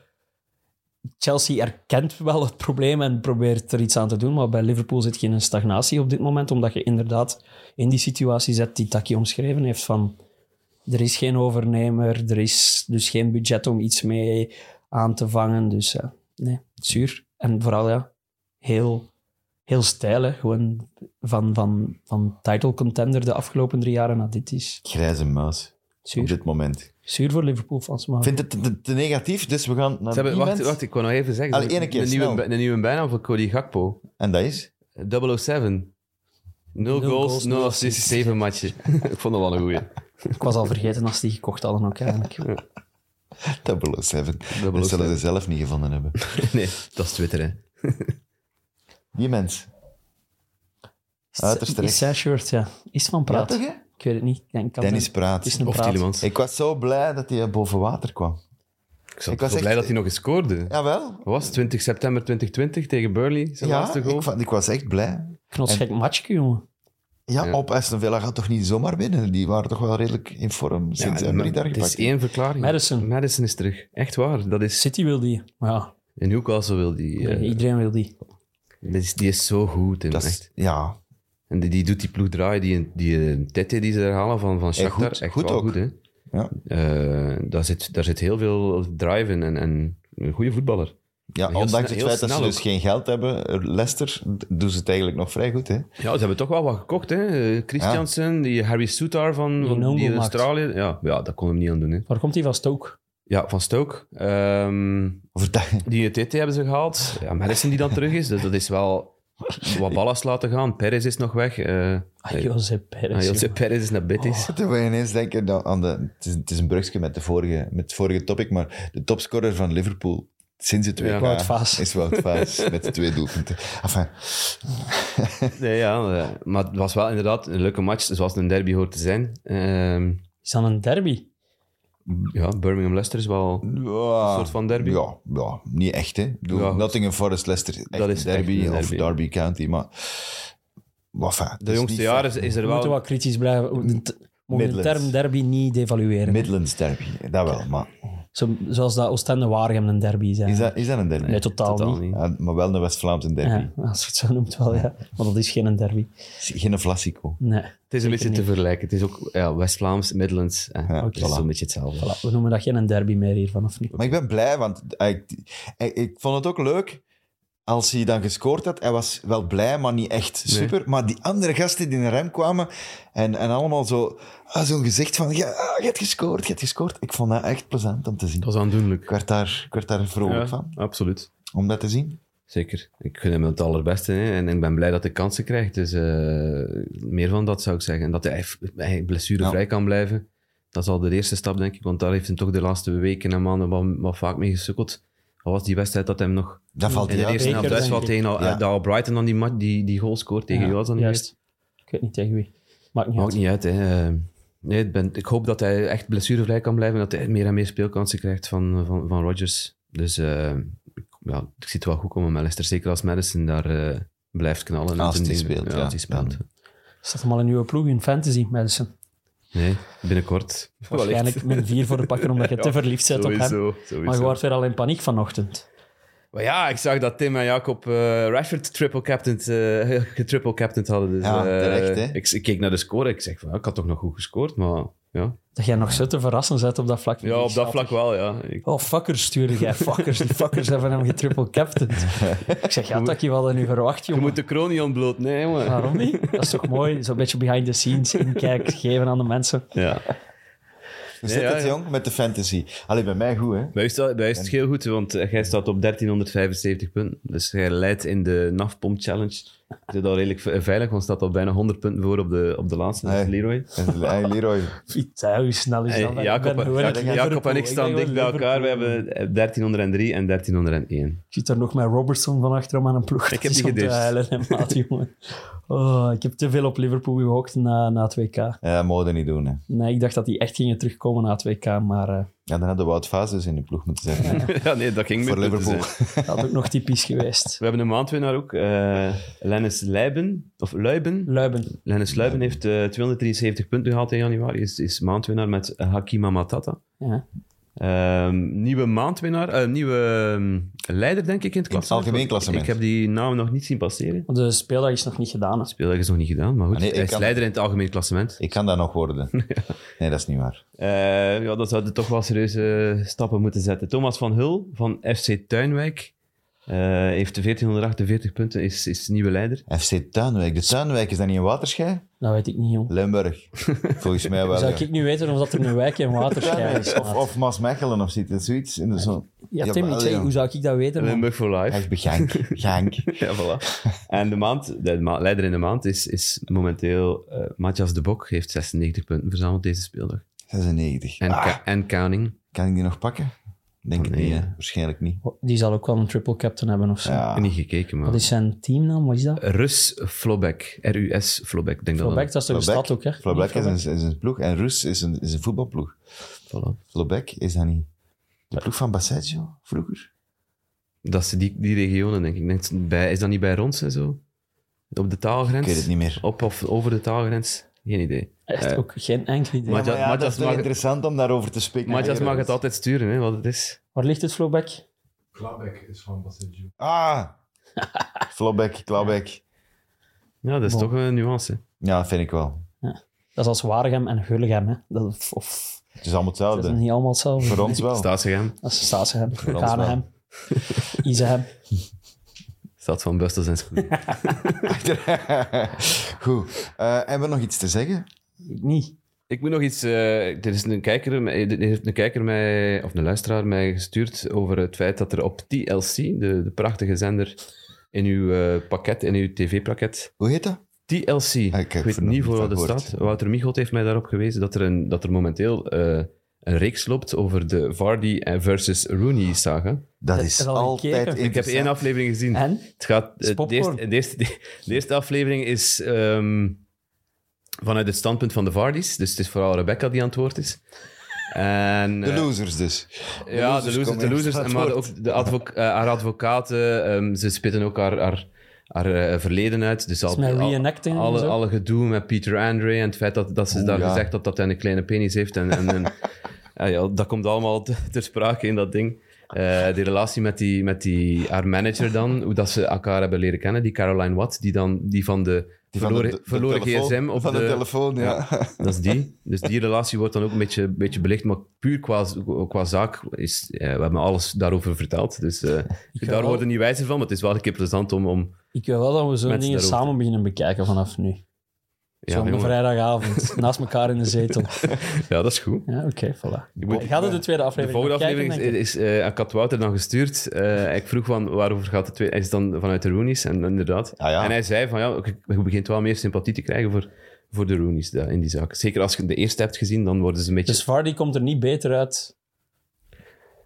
[SPEAKER 4] Chelsea erkent wel het probleem en probeert er iets aan te doen. Maar bij Liverpool zit je in een stagnatie op dit moment. Omdat je inderdaad in die situatie zit die Taki omschreven heeft. Van er is geen overnemer, er is dus geen budget om iets mee aan te vangen. Dus ja, nee, zuur. En vooral ja, heel, heel stijl. Hè? Gewoon van, van, van title contender de afgelopen drie jaren naar dit is.
[SPEAKER 2] grijze muis. Op
[SPEAKER 4] Zuur.
[SPEAKER 2] dit moment.
[SPEAKER 4] Zuur voor Liverpool-fans, maar...
[SPEAKER 2] Ik vind het te, te negatief, dus we gaan naar
[SPEAKER 3] Ze hebben, wacht,
[SPEAKER 2] iemand.
[SPEAKER 3] wacht, ik kon nog even zeggen.
[SPEAKER 2] Allee,
[SPEAKER 3] ze hebben
[SPEAKER 2] ene keer,
[SPEAKER 3] een, nieuwe,
[SPEAKER 2] snel.
[SPEAKER 3] bij- een nieuwe bijnaam voor Cody Gakpo.
[SPEAKER 2] En dat is?
[SPEAKER 3] 007. Nul
[SPEAKER 4] Nul
[SPEAKER 3] goals,
[SPEAKER 4] goals,
[SPEAKER 3] nul
[SPEAKER 4] nul
[SPEAKER 3] assists,
[SPEAKER 2] [LAUGHS]
[SPEAKER 3] zeven matchen. ik vond dat wel een goeie.
[SPEAKER 4] Ik was al vergeten als die gekocht hadden ook eigenlijk.
[SPEAKER 2] 007. Dat
[SPEAKER 3] 007.
[SPEAKER 2] zullen ze zelf niet gevonden hebben.
[SPEAKER 3] nee, dat is Twitter, hè.
[SPEAKER 2] Die mens. Uiterst
[SPEAKER 4] Is
[SPEAKER 2] terecht.
[SPEAKER 4] zijn shirt, ja. Is van praat.
[SPEAKER 2] Ja, toch, hè?
[SPEAKER 4] ik weet het niet. Ik denk, kan
[SPEAKER 2] Dennis
[SPEAKER 4] zijn.
[SPEAKER 2] Praat.
[SPEAKER 4] Het is een
[SPEAKER 3] Of
[SPEAKER 4] praat.
[SPEAKER 3] Tielemans. Ik,
[SPEAKER 2] Ik was zo blij dat hij boven water kwam.
[SPEAKER 3] was
[SPEAKER 2] ik was
[SPEAKER 3] zo blij
[SPEAKER 2] echt-
[SPEAKER 3] dat hij nog eens scoorde.
[SPEAKER 2] Jawel.
[SPEAKER 3] Wat was het? 20 september 2020 tegen Burnley, zijn
[SPEAKER 2] Ja,
[SPEAKER 3] laatste goal.
[SPEAKER 2] ik, vond- ik was echt blij.
[SPEAKER 4] Knotsgek matchje, jongen.
[SPEAKER 2] Ja,
[SPEAKER 3] Ja.
[SPEAKER 2] op Aston Villa gaat toch niet zomaar winnen? Die waren toch wel redelijk in vorm sinds
[SPEAKER 3] Ja,
[SPEAKER 2] ja, Emery
[SPEAKER 3] maar
[SPEAKER 2] daar
[SPEAKER 3] Het
[SPEAKER 2] gepakt
[SPEAKER 3] is
[SPEAKER 2] heeft.
[SPEAKER 3] één verklaring.
[SPEAKER 4] Madison.
[SPEAKER 3] Madison is terug. Echt waar. Dat is...
[SPEAKER 4] City wil die. Maar ja,
[SPEAKER 3] In Newcastle wil die... eh,
[SPEAKER 4] iedereen wil die.
[SPEAKER 3] die, is, die is zo goed. In,
[SPEAKER 2] Dat is-
[SPEAKER 3] echt.
[SPEAKER 2] ja,
[SPEAKER 3] En die, die doet die ploeg draaien. Die, die eh, tete die ze er halen van, van Shakhtar.
[SPEAKER 2] goed.
[SPEAKER 3] echt
[SPEAKER 2] Goed
[SPEAKER 3] wel
[SPEAKER 2] ook.
[SPEAKER 3] goed, hè.
[SPEAKER 2] Ja.
[SPEAKER 3] Eh, daar, zit, daar zit heel veel drive in. En, en een goede voetballer.
[SPEAKER 2] ja
[SPEAKER 3] Heel sne-
[SPEAKER 2] ondanks het
[SPEAKER 3] heel
[SPEAKER 2] feit dat ze
[SPEAKER 3] snel
[SPEAKER 2] dus
[SPEAKER 3] ook.
[SPEAKER 2] geen geld hebben, Leicester d- doen ze het eigenlijk nog vrij goed. Hè?
[SPEAKER 3] Ja, ze hebben toch wel wat gekocht, hè. Eh, Christiansen, die Harry Soutar van,
[SPEAKER 4] Die
[SPEAKER 3] van
[SPEAKER 4] een
[SPEAKER 3] die
[SPEAKER 4] goal maakt.
[SPEAKER 3] Australië. Ja, ja, dat kon hem niet aan doen, hè.
[SPEAKER 4] Waar komt die van Stoke?
[SPEAKER 3] Ja, van Stoke. Ehm,
[SPEAKER 2] Over dat-
[SPEAKER 3] Die TT hebben ze gehaald. Ja, Madison die dan terug is. Dus dat is wel wat ballast laten gaan. Perez is nog weg. eh
[SPEAKER 4] Ah, Josep Perez.
[SPEAKER 3] ah, Josep
[SPEAKER 4] jongen.
[SPEAKER 3] Perez is
[SPEAKER 2] [LAUGHS]
[SPEAKER 3] naar Betis.
[SPEAKER 2] Toen we ineens denken nou, aan de... Het is, het is een brugje met, de vorige, met het vorige topic, maar de topscorer van Liverpool sinds het WK
[SPEAKER 3] Ja.
[SPEAKER 4] Wout Faes.
[SPEAKER 2] is Wout
[SPEAKER 3] [LAUGHS]
[SPEAKER 2] Faes met twee doelpunten. Enfin,
[SPEAKER 3] Nee, ja, eh, maar het was wel inderdaad een leuke match, zoals een derby hoort te zijn. Ehm,
[SPEAKER 4] Is dat een derby?
[SPEAKER 3] ja, Birmingham-Leicester is wel...
[SPEAKER 2] ja,
[SPEAKER 3] Een soort van derby?
[SPEAKER 2] Ja, ja niet echt. Hè. Ik bedoel,
[SPEAKER 3] Ja, goed.
[SPEAKER 2] Nottingham Forest Leicester, echt
[SPEAKER 3] Dat is
[SPEAKER 2] een derby,
[SPEAKER 3] echt een
[SPEAKER 2] of
[SPEAKER 3] derby.
[SPEAKER 2] Derby County, maar... maar enfin, het
[SPEAKER 3] De
[SPEAKER 2] is
[SPEAKER 3] jongste
[SPEAKER 2] niet
[SPEAKER 3] jaren
[SPEAKER 2] ver-
[SPEAKER 3] is, is
[SPEAKER 4] We
[SPEAKER 3] er
[SPEAKER 4] moeten
[SPEAKER 3] wel...
[SPEAKER 4] wel kritisch blijven. We t- mogen de
[SPEAKER 2] Midlands.
[SPEAKER 4] term derby niet devalueren.
[SPEAKER 2] Midlands derby, dat wel, maar
[SPEAKER 4] Zo, zoals dat Oostende-Waregem een derby zijn.
[SPEAKER 2] is dat, is dat een derby?
[SPEAKER 4] Nee, totaal,
[SPEAKER 3] Totaal
[SPEAKER 4] niet.
[SPEAKER 3] niet.
[SPEAKER 2] Ja, maar wel een West-Vlaamse derby.
[SPEAKER 4] Ja, als je het zo noemt wel, ja. Maar dat is geen derby.
[SPEAKER 2] Geen Vlasico.
[SPEAKER 4] Nee.
[SPEAKER 3] Het is een beetje
[SPEAKER 4] niet.
[SPEAKER 3] te vergelijken. Het is ook ja, West-Vlaams, Midlands. eh,
[SPEAKER 2] Ja,
[SPEAKER 3] Het is
[SPEAKER 2] voilà.
[SPEAKER 3] zo'n beetje hetzelfde.
[SPEAKER 4] Voilà, we noemen dat geen derby meer hier vanaf nu.
[SPEAKER 2] Maar ik ben blij, want eh, ik, eh, ik vond het ook leuk als hij dan gescoord had. Hij was wel blij, maar niet echt super. Maar die andere gasten die in de rem kwamen en, en allemaal zo, ah, zo'n gezicht van, ja, ah, je hebt gescoord, je hebt gescoord. Ik vond dat echt plezant om te zien.
[SPEAKER 3] Dat was aandoenlijk.
[SPEAKER 2] Ik werd daar, ik werd daar vrolijk van,
[SPEAKER 3] absoluut.
[SPEAKER 2] om dat te zien.
[SPEAKER 3] Zeker. Ik gun hem het allerbeste. Hè. En ik ben blij dat hij kansen krijgt. Dus eh, meer van dat zou ik zeggen. En dat hij, hij blessurevrij kan blijven. Dat is al de eerste stap, denk ik. Want daar heeft hij toch de laatste weken en maanden wat, wat vaak mee gesukkeld. Wat was die wedstrijd dat hij hem nog
[SPEAKER 2] Dat valt
[SPEAKER 3] in de
[SPEAKER 2] hij uit.
[SPEAKER 3] eerste
[SPEAKER 4] beker,
[SPEAKER 3] helft best wel
[SPEAKER 4] denk ik.
[SPEAKER 3] tegen al,
[SPEAKER 2] Ja.
[SPEAKER 3] eh, dat al Brighton dan die, ma- die, die goal scoort tegen
[SPEAKER 4] Ja,
[SPEAKER 3] jou. Dan
[SPEAKER 4] juist. Ik weet niet tegen wie. Maakt niet
[SPEAKER 3] Maakt
[SPEAKER 4] uit.
[SPEAKER 3] niet uit. Hè. Eh, Nee, ik, ben, ik hoop dat hij echt blessurevrij kan blijven. En dat hij meer en meer speelkansen krijgt van, van, van Rodgers. Dus eh, ik, ja, ik zie het wel goed komen met Leicester. Zeker als Madison daar eh, blijft knallen. En
[SPEAKER 2] Als
[SPEAKER 3] zijn
[SPEAKER 2] die
[SPEAKER 3] ding-
[SPEAKER 2] speelt, ja.
[SPEAKER 3] als die speelt.
[SPEAKER 4] Staat hem al een nieuwe ploeg in fantasy, mensen.
[SPEAKER 3] Nee, binnenkort.
[SPEAKER 4] Waarschijnlijk min 4 voor de pakker, omdat
[SPEAKER 3] [LAUGHS]
[SPEAKER 4] je te verliefd bent op hem.
[SPEAKER 3] Sowieso, sowieso.
[SPEAKER 4] Maar je wordt weer al in paniek vanochtend.
[SPEAKER 3] Maar ja, ik zag dat Tim en Jacob eh Rashford triple captained, eh, [LAUGHS] getriple captained hadden. Dus,
[SPEAKER 2] Ja,
[SPEAKER 3] eh,
[SPEAKER 2] terecht, hè.
[SPEAKER 3] Ik, ik keek naar de score ik zeg van, ja, ik had toch nog goed gescoord, maar ja.
[SPEAKER 4] Dat jij nog zo te verrassen zet op dat vlak.
[SPEAKER 3] Ja, op dat vlak wel, ja. Ik-
[SPEAKER 4] Oh, fuckers stuurde jij. Fuckers, die fuckers hebben hem getriple captain. Ik zeg, ja, Taki, wat hadden nu verwacht,
[SPEAKER 3] je
[SPEAKER 4] jongen?
[SPEAKER 3] moet de kroon niet ontbloot, nee, jongen.
[SPEAKER 4] Waarom niet? Dat is toch mooi? Zo'n beetje behind the scenes inkijk geven aan de mensen.
[SPEAKER 3] Ja.
[SPEAKER 2] Hoe
[SPEAKER 3] Nee,
[SPEAKER 2] zit
[SPEAKER 3] ja,
[SPEAKER 2] het,
[SPEAKER 3] ja.
[SPEAKER 2] jong? Met de fantasy. Allee, bij mij goed, hè?
[SPEAKER 3] Bij u, staat, bij u is het heel goed, want eh, jij staat op 1375 punten. Dus jij leidt in de NAFPOM Challenge. Je zit al redelijk ve- veilig, want je staat al bijna 100 punten voor op de, op de laatste, dat is
[SPEAKER 2] Nee.
[SPEAKER 3] Leroy.
[SPEAKER 2] Hey, Leroy.
[SPEAKER 4] Pizza, hoe snel is
[SPEAKER 3] Hey,
[SPEAKER 4] dat? Ik
[SPEAKER 3] Jacob,
[SPEAKER 4] ben gewoon
[SPEAKER 3] Ja-
[SPEAKER 4] echt
[SPEAKER 3] Jacob en ik
[SPEAKER 4] Liverpool.
[SPEAKER 3] staan
[SPEAKER 4] ben
[SPEAKER 3] dicht bij
[SPEAKER 4] gewoon
[SPEAKER 3] elkaar. We
[SPEAKER 4] Liverpool.
[SPEAKER 3] hebben eh, 1303 en 1301.
[SPEAKER 4] Ik zit daar nog met Robertson van achter hem aan een ploeg.
[SPEAKER 3] Ik heb
[SPEAKER 4] Het is
[SPEAKER 3] die
[SPEAKER 4] om te
[SPEAKER 3] gedurfd.
[SPEAKER 4] huilen, hè, maat, jongen. Oh, ik heb te veel op Liverpool gehokt na, na het WK.
[SPEAKER 2] Ja, dat mogen we niet doen, hè.
[SPEAKER 4] Nee, ik dacht dat die echt gingen terugkomen na het WK, maar eh,
[SPEAKER 2] Ja, dan hadden Wout Faas dus in de ploeg moeten zetten.
[SPEAKER 3] [LAUGHS] ja, nee, dat ging
[SPEAKER 2] Voor
[SPEAKER 3] meer goed
[SPEAKER 2] Liverpool.
[SPEAKER 3] zijn.
[SPEAKER 4] dat had ook nog typisch geweest.
[SPEAKER 3] We hebben een maandwinnaar ook. eh Lennis Leiben, of Luiben.
[SPEAKER 4] Luiben.
[SPEAKER 3] Lennis Luiben heeft eh, 273 punten gehaald in januari. Is, is maandwinnaar met Hakima Matata.
[SPEAKER 4] Ja.
[SPEAKER 3] Ehm, nieuwe maandwinnaar, eh, nieuwe ehm, leider denk ik in het
[SPEAKER 2] In het
[SPEAKER 3] klassement.
[SPEAKER 2] algemeen klassement.
[SPEAKER 3] Ik heb die naam nog niet zien passeren.
[SPEAKER 4] De speeldag is nog niet gedaan. hè.
[SPEAKER 3] Speeldag is nog niet gedaan, maar goed.
[SPEAKER 2] Ah, nee, ik
[SPEAKER 3] hij is
[SPEAKER 2] kan-
[SPEAKER 3] leider in het algemeen klassement.
[SPEAKER 2] Ik kan dat nog worden. Nee, dat is niet waar.
[SPEAKER 3] Eh, ja, dat zouden toch wel serieuze stappen moeten zetten. Thomas van Hul van FC Tuinwijk eh, heeft 1448 punten, is, is nieuwe leider.
[SPEAKER 2] FC Tuinwijk. De Tuinwijk, is dat niet een waterschei?
[SPEAKER 4] Dat weet ik niet, jong.
[SPEAKER 2] Limburg. Volgens mij wel.
[SPEAKER 4] Zou
[SPEAKER 2] ja.
[SPEAKER 4] ik nu weten of dat er een wijk in waterschijn is?
[SPEAKER 2] Of, of Maasmechelen of zoiets. zoiets in de zon.
[SPEAKER 4] ja, Tim, ik
[SPEAKER 2] jawel,
[SPEAKER 4] zeg,
[SPEAKER 2] jong.
[SPEAKER 4] hoe zou ik dat weten? man?
[SPEAKER 3] Limburg for Eh, life.
[SPEAKER 2] Echt begank. Gank.
[SPEAKER 3] [LAUGHS] ja, voilà. En de, maand, de ma- leider in de maand is, is momenteel eh, Matthias de Bok, heeft 96 punten verzameld deze speeldag.
[SPEAKER 2] 96.
[SPEAKER 3] En,
[SPEAKER 2] Ah,
[SPEAKER 3] ka- en counting.
[SPEAKER 2] kan ik die nog pakken? Denk ik
[SPEAKER 3] Nee.
[SPEAKER 2] niet, hè. waarschijnlijk niet.
[SPEAKER 4] Die zal ook wel een triple captain hebben of zo.
[SPEAKER 2] Ja. Eh,
[SPEAKER 3] Ik heb niet gekeken, maar...
[SPEAKER 4] Wat is zijn teamnaam? Wat is dat?
[SPEAKER 3] Rus Flobek. R-U-S Flobek. Ik Denk
[SPEAKER 4] Flobek, dat is toch een
[SPEAKER 2] Flobek-
[SPEAKER 4] stad ook, hè?
[SPEAKER 2] Flobek is een, is een ploeg en Rus is een, is een voetbalploeg.
[SPEAKER 3] Dat, dan- voilà.
[SPEAKER 2] Flobek is dat niet de ploeg van Basseggio vroeger?
[SPEAKER 3] dat is die, die regionen, denk ik. Ik denk dat het bij, is dat niet bij Rons en zo? Op de
[SPEAKER 2] Ik
[SPEAKER 3] taalgrens?
[SPEAKER 2] weet het niet meer.
[SPEAKER 3] Op of over de taalgrens? Geen idee.
[SPEAKER 4] Echt
[SPEAKER 3] Eh,
[SPEAKER 4] ook geen enkel idee.
[SPEAKER 3] maar-
[SPEAKER 2] Ja, maar ja, dat
[SPEAKER 3] Matthias
[SPEAKER 2] is wel
[SPEAKER 3] mag-
[SPEAKER 2] interessant om daarover te spreken.
[SPEAKER 3] Matthias mag het altijd sturen, hè, wat het is.
[SPEAKER 4] Waar ligt het, Flobek?
[SPEAKER 1] Klaabek is van Bassett
[SPEAKER 2] Ah! Flobek, Klauwbek.
[SPEAKER 3] Ja, dat is
[SPEAKER 4] Bon.
[SPEAKER 3] toch een nuance. hè.
[SPEAKER 2] Ja, vind ik wel.
[SPEAKER 4] Dat is als Waregem en Gullegem, hè? Dat, of, of,
[SPEAKER 2] Het is allemaal
[SPEAKER 4] dat is
[SPEAKER 2] hetzelfde.
[SPEAKER 4] niet allemaal hetzelfde.
[SPEAKER 2] Voor ons wel.
[SPEAKER 3] Staatsgeheim.
[SPEAKER 4] Dat is Staatsehem,
[SPEAKER 2] ons
[SPEAKER 4] Kanehem, Izehem.
[SPEAKER 3] Staat van Bustels en
[SPEAKER 4] [LAUGHS]
[SPEAKER 3] Schoenen.
[SPEAKER 2] [LAUGHS] Goed. Eh, hebben we nog iets te zeggen?
[SPEAKER 4] Ik niet.
[SPEAKER 3] Ik moet nog iets. eh, er is een kijker, mij- er heeft een kijker mij, of een luisteraar mij gestuurd over het feit dat er op TLC, de, de prachtige zender in uw eh, pakket, in uw tv-pakket,
[SPEAKER 2] Hoe heet dat?
[SPEAKER 3] TLC.
[SPEAKER 2] heb
[SPEAKER 3] ik
[SPEAKER 2] er
[SPEAKER 3] weet
[SPEAKER 2] nog
[SPEAKER 3] niet
[SPEAKER 2] niet
[SPEAKER 3] voor
[SPEAKER 2] van
[SPEAKER 3] wat het
[SPEAKER 2] gehoord.
[SPEAKER 3] staat. Wouter Michot heeft mij daarop gewezen dat er, een, dat er momenteel eh, een reeks loopt over de Vardy en versus Rooney saga.
[SPEAKER 2] Dat
[SPEAKER 4] Dat
[SPEAKER 2] is
[SPEAKER 4] is al gekeken.
[SPEAKER 2] altijd
[SPEAKER 3] Ik heb één
[SPEAKER 2] interessant.
[SPEAKER 3] aflevering gezien.
[SPEAKER 4] En?
[SPEAKER 3] Het gaat,
[SPEAKER 4] is
[SPEAKER 3] eh, de, eerste,
[SPEAKER 4] popcorn.
[SPEAKER 3] de, eerste, de eerste aflevering is ehm, vanuit het standpunt van de Vardis. Dus het is vooral Rebecca die aan het woord is. En,
[SPEAKER 2] De
[SPEAKER 3] eh,
[SPEAKER 2] losers dus.
[SPEAKER 3] ja,
[SPEAKER 2] losers
[SPEAKER 3] de losers.
[SPEAKER 2] komen
[SPEAKER 3] De
[SPEAKER 2] eerst
[SPEAKER 3] losers
[SPEAKER 2] aan het
[SPEAKER 3] maar
[SPEAKER 2] woord.
[SPEAKER 3] ook de advoca- eh, haar advocaten, ehm, ze spitten ook haar, haar, haar eh, verleden uit. Dus al,
[SPEAKER 4] met
[SPEAKER 3] al-
[SPEAKER 4] reenacting en
[SPEAKER 3] alle,
[SPEAKER 4] zo.
[SPEAKER 3] alle gedoe met Peter Andre en het feit dat, dat ze
[SPEAKER 2] Oeh,
[SPEAKER 3] daar
[SPEAKER 2] ja.
[SPEAKER 3] gezegd had dat hij een kleine penis heeft. En, en, [LAUGHS] en ja, ja, dat komt allemaal te- ter sprake in dat ding. Eh, die relatie met, die, met die, haar manager dan, hoe dat ze elkaar hebben leren kennen, die Caroline Watt, die dan die van de
[SPEAKER 2] Die van de-
[SPEAKER 3] verloren,
[SPEAKER 2] de- de
[SPEAKER 3] verloren
[SPEAKER 2] telefoon-
[SPEAKER 3] gsm op
[SPEAKER 2] Van de, telefoon, ja.
[SPEAKER 3] dat is die. Dus die relatie wordt dan ook een beetje, een beetje belicht. Maar puur qua, qua zaak is... eh, we hebben alles daarover verteld. Dus eh,
[SPEAKER 4] ga
[SPEAKER 3] daar
[SPEAKER 4] wel-
[SPEAKER 3] worden niet wijzer van. Maar het is wel een keer plezant om... om
[SPEAKER 4] Ik wil wel dat we zo'n
[SPEAKER 3] Mensen
[SPEAKER 4] dingen
[SPEAKER 3] daarover.
[SPEAKER 4] samen beginnen bekijken vanaf nu.
[SPEAKER 3] ja,
[SPEAKER 4] Zo'n
[SPEAKER 3] jongen. [LAUGHS]
[SPEAKER 4] vrijdagavond, naast elkaar in de zetel.
[SPEAKER 3] ja, dat is goed.
[SPEAKER 4] Ja, oké, voilà.
[SPEAKER 3] Je moet-
[SPEAKER 4] Gaat het de tweede
[SPEAKER 3] de
[SPEAKER 4] aflevering
[SPEAKER 3] volgende
[SPEAKER 4] nog kijken,
[SPEAKER 3] aflevering is,
[SPEAKER 4] denk ik?
[SPEAKER 3] is eh, aan Kat Wouter dan gestuurd. Eh, ik vroeg van waarover gaat het tweede... Hij is dan vanuit de Roonies. En inderdaad.
[SPEAKER 2] Ah, ja.
[SPEAKER 3] En hij zei van ja, ik- je begint wel meer sympathie te krijgen voor, voor de Roonies daar, in die zaak. Zeker als je de eerste hebt gezien, dan worden ze een beetje...
[SPEAKER 4] Dus Vardy komt er niet beter uit.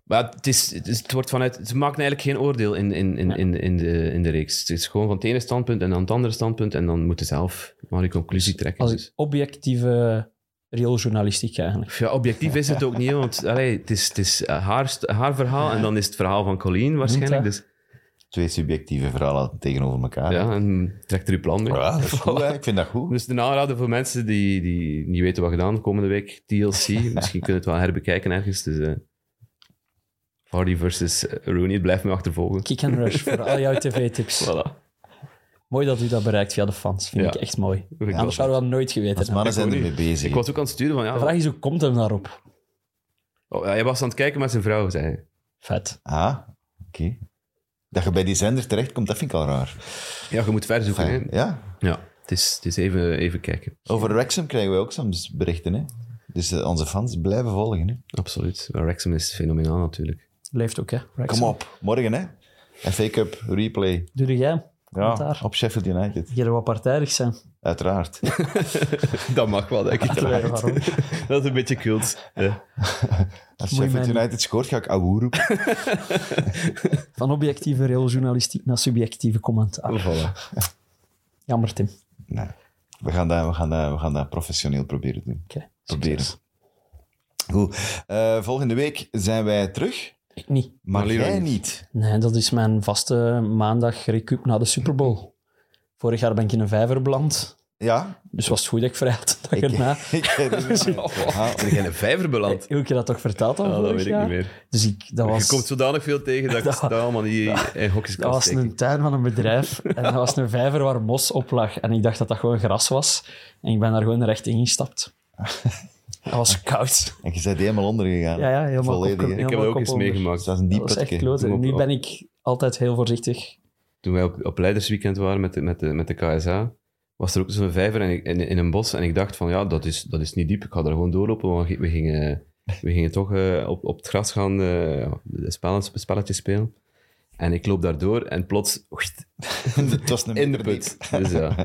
[SPEAKER 3] Maar het, is, het, is- het wordt vanuit... Ze maken eigenlijk geen oordeel in, in, in, in, in, de, in de reeks. Het is gewoon van het ene standpunt en dan het andere standpunt. En dan moeten ze zelf maar een conclusie trekken.
[SPEAKER 4] Als
[SPEAKER 3] Dus-
[SPEAKER 4] objectieve riooljournalistiek eigenlijk.
[SPEAKER 3] Ja, objectief is het ook niet, hè, want allee, het is, het is eh, haar, st- haar verhaal en dan is het verhaal van Colleen waarschijnlijk. Dus,
[SPEAKER 2] [LAUGHS] Twee subjectieve verhalen tegenover elkaar.
[SPEAKER 3] ja, en trekt er uw plan mee.
[SPEAKER 2] Ja, dat is goed, hè. ik vind dat goed.
[SPEAKER 3] Dus de aanrader voor mensen die, die niet weten wat gedaan komende week, [LAUGHS] TLC. Misschien kunnen we het wel herbekijken ergens. Dus, eh, Hardy versus eh, Rooney, het blijft me achtervolgen.
[SPEAKER 4] Kick and rush voor al jouw tv-tips.
[SPEAKER 3] Voilà.
[SPEAKER 4] Mooi dat u dat bereikt via de fans. Vind
[SPEAKER 3] Ja.
[SPEAKER 4] ik echt mooi.
[SPEAKER 3] ik wel.
[SPEAKER 4] Anders zouden we dat nooit geweten
[SPEAKER 2] Als
[SPEAKER 4] hebben.
[SPEAKER 2] Dus mannen zijn ermee bezig.
[SPEAKER 3] Ik was ook aan het sturen van,
[SPEAKER 4] De
[SPEAKER 3] ja,
[SPEAKER 4] vraag is, hoe komt hem daarop?
[SPEAKER 3] Oh, hij was aan het kijken met zijn vrouw, zei hij.
[SPEAKER 4] Vet.
[SPEAKER 2] Ah, oké. Dat je bij die zender terechtkomt, dat vind ik al raar.
[SPEAKER 3] Ja, je moet ver zoeken.
[SPEAKER 2] Fijn.
[SPEAKER 3] hè.
[SPEAKER 2] Ja.
[SPEAKER 3] Ja, het is, het is even, even kijken.
[SPEAKER 2] Over Wrexham krijgen wij ook soms berichten, hè? Dus eh, onze fans blijven volgen. Hè.
[SPEAKER 3] Absoluut. Maar Wrexham is fenomenaal natuurlijk.
[SPEAKER 4] Leeft ook, hè?
[SPEAKER 2] Kom op, morgen hè. FA Cup, replay.
[SPEAKER 4] Doe jij? Want
[SPEAKER 2] Ja,
[SPEAKER 4] daar.
[SPEAKER 2] op Sheffield United.
[SPEAKER 4] Hier wat partijdig zijn.
[SPEAKER 2] Uiteraard.
[SPEAKER 3] [LAUGHS] Dat mag wel, [LAUGHS] denk ik.
[SPEAKER 4] Uiteraard. Waarom?
[SPEAKER 3] Dat is een beetje cult. Ja.
[SPEAKER 2] Als
[SPEAKER 4] Moet je
[SPEAKER 2] Sheffield
[SPEAKER 4] mij-
[SPEAKER 2] United scoort, ga ik Awoe
[SPEAKER 4] [LAUGHS]
[SPEAKER 2] roepen.
[SPEAKER 4] Van objectieve reëeljournalistiek naar subjectieve commentaar. Ah,
[SPEAKER 3] Voilà.
[SPEAKER 4] Jammer, Tim.
[SPEAKER 2] Nee. We gaan, dat, we, gaan dat, we gaan dat professioneel proberen te doen.
[SPEAKER 4] Oké.
[SPEAKER 2] Proberen. Goed. Eh, volgende week zijn wij terug.
[SPEAKER 4] Ik niet.
[SPEAKER 2] Maar,
[SPEAKER 3] Maar Leroy
[SPEAKER 2] jij
[SPEAKER 3] niet.
[SPEAKER 2] niet.
[SPEAKER 4] Nee, dat is mijn vaste maandag recup na de Super Bowl. Vorig jaar ben ik in een vijver beland.
[SPEAKER 3] [LAUGHS]
[SPEAKER 2] Ja.
[SPEAKER 4] Dus was het goed dat ik vrij had de dag erna.
[SPEAKER 2] Ik herinner me.
[SPEAKER 3] Oh,
[SPEAKER 2] Ah,
[SPEAKER 3] ben ik in een vijver beland?
[SPEAKER 4] Heb ik je dat toch verteld al
[SPEAKER 3] Oh, dat
[SPEAKER 4] vorig
[SPEAKER 3] weet ik
[SPEAKER 4] jaar?
[SPEAKER 3] niet meer.
[SPEAKER 4] Dus ik, dat
[SPEAKER 3] Je komt
[SPEAKER 4] was,
[SPEAKER 3] zodanig veel tegen dat ik
[SPEAKER 4] [LAUGHS] Dat-
[SPEAKER 3] het daar allemaal niet in hokjes
[SPEAKER 4] dat
[SPEAKER 3] kan
[SPEAKER 4] was
[SPEAKER 3] steken.
[SPEAKER 4] een tuin van een bedrijf. en dat was een vijver waar mos op lag. En ik dacht dat dat gewoon gras was. En ik ben daar gewoon recht in
[SPEAKER 3] [LAUGHS]
[SPEAKER 4] gestapt. Dat was koud.
[SPEAKER 2] En je bent helemaal ondergegaan.
[SPEAKER 4] Ja, ja, helemaal
[SPEAKER 2] Volledig.
[SPEAKER 4] kop-
[SPEAKER 2] hè.
[SPEAKER 3] Ik heb het ook eens
[SPEAKER 4] Helemaal kapot.
[SPEAKER 2] Dus
[SPEAKER 3] meegemaakt.
[SPEAKER 2] dat is een
[SPEAKER 4] Dat
[SPEAKER 2] diep
[SPEAKER 4] was echt
[SPEAKER 2] putje.
[SPEAKER 4] kloot.
[SPEAKER 3] Doe
[SPEAKER 4] En
[SPEAKER 3] maar
[SPEAKER 4] nu
[SPEAKER 3] op.
[SPEAKER 4] ben ik altijd heel voorzichtig.
[SPEAKER 3] toen wij op, op leidersweekend waren met de, met, de, met de KSA, was er ook zo'n vijver en ik- in, in een bos. En ik dacht van, ja, dat is, dat is niet diep. Ik ga daar gewoon doorlopen, want we gingen, we gingen toch eh, op, op het gras gaan eh, ja, de spelletjes, spelletjes spelen. En ik loop daardoor en plots oeit,
[SPEAKER 2] [LAUGHS] Het was een
[SPEAKER 3] in de
[SPEAKER 2] meter
[SPEAKER 3] put. Dus ja,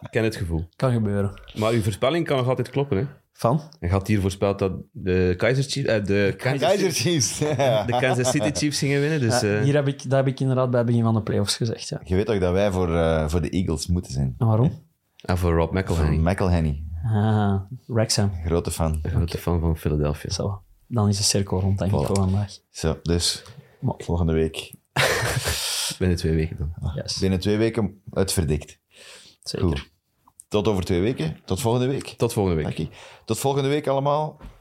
[SPEAKER 3] ik ken het gevoel.
[SPEAKER 4] Kan gebeuren.
[SPEAKER 3] Maar uw voorspelling kan nog altijd kloppen, hè.
[SPEAKER 4] Van?
[SPEAKER 3] En gaat hier voorspeld dat de Kaiser Chiefs... eh, de,
[SPEAKER 2] diep.
[SPEAKER 3] Kaiser
[SPEAKER 2] Kaiser
[SPEAKER 3] Chiefs- [LAUGHS]
[SPEAKER 2] Chiefs.
[SPEAKER 3] de Kansas City Chiefs gingen winnen, dus...
[SPEAKER 4] Ja,
[SPEAKER 3] eh,
[SPEAKER 4] hier heb ik, dat heb ik inderdaad bij het begin van de playoffs gezegd. Ja.
[SPEAKER 2] Je weet ook dat wij voor, eh, voor de Eagles moeten zijn.
[SPEAKER 4] En waarom?
[SPEAKER 3] En voor Rob
[SPEAKER 2] Voor
[SPEAKER 3] McElhenney,
[SPEAKER 2] McElhenney.
[SPEAKER 4] Ah, Wrexham.
[SPEAKER 2] Grote fan.
[SPEAKER 3] grote fan van Philadelphia.
[SPEAKER 4] Zo. Dan is de cirkel rond, denk ik,
[SPEAKER 2] Voilà.
[SPEAKER 4] voor vandaag.
[SPEAKER 2] Zo, dus
[SPEAKER 4] Mooi.
[SPEAKER 2] volgende week.
[SPEAKER 3] Binnen twee weken dan.
[SPEAKER 4] Yes,
[SPEAKER 2] Binnen twee weken het verdikt.
[SPEAKER 4] zeker.
[SPEAKER 2] Goed. Tot over twee weken. Tot volgende week.
[SPEAKER 3] Tot volgende week.
[SPEAKER 2] Dank je. Tot volgende week allemaal.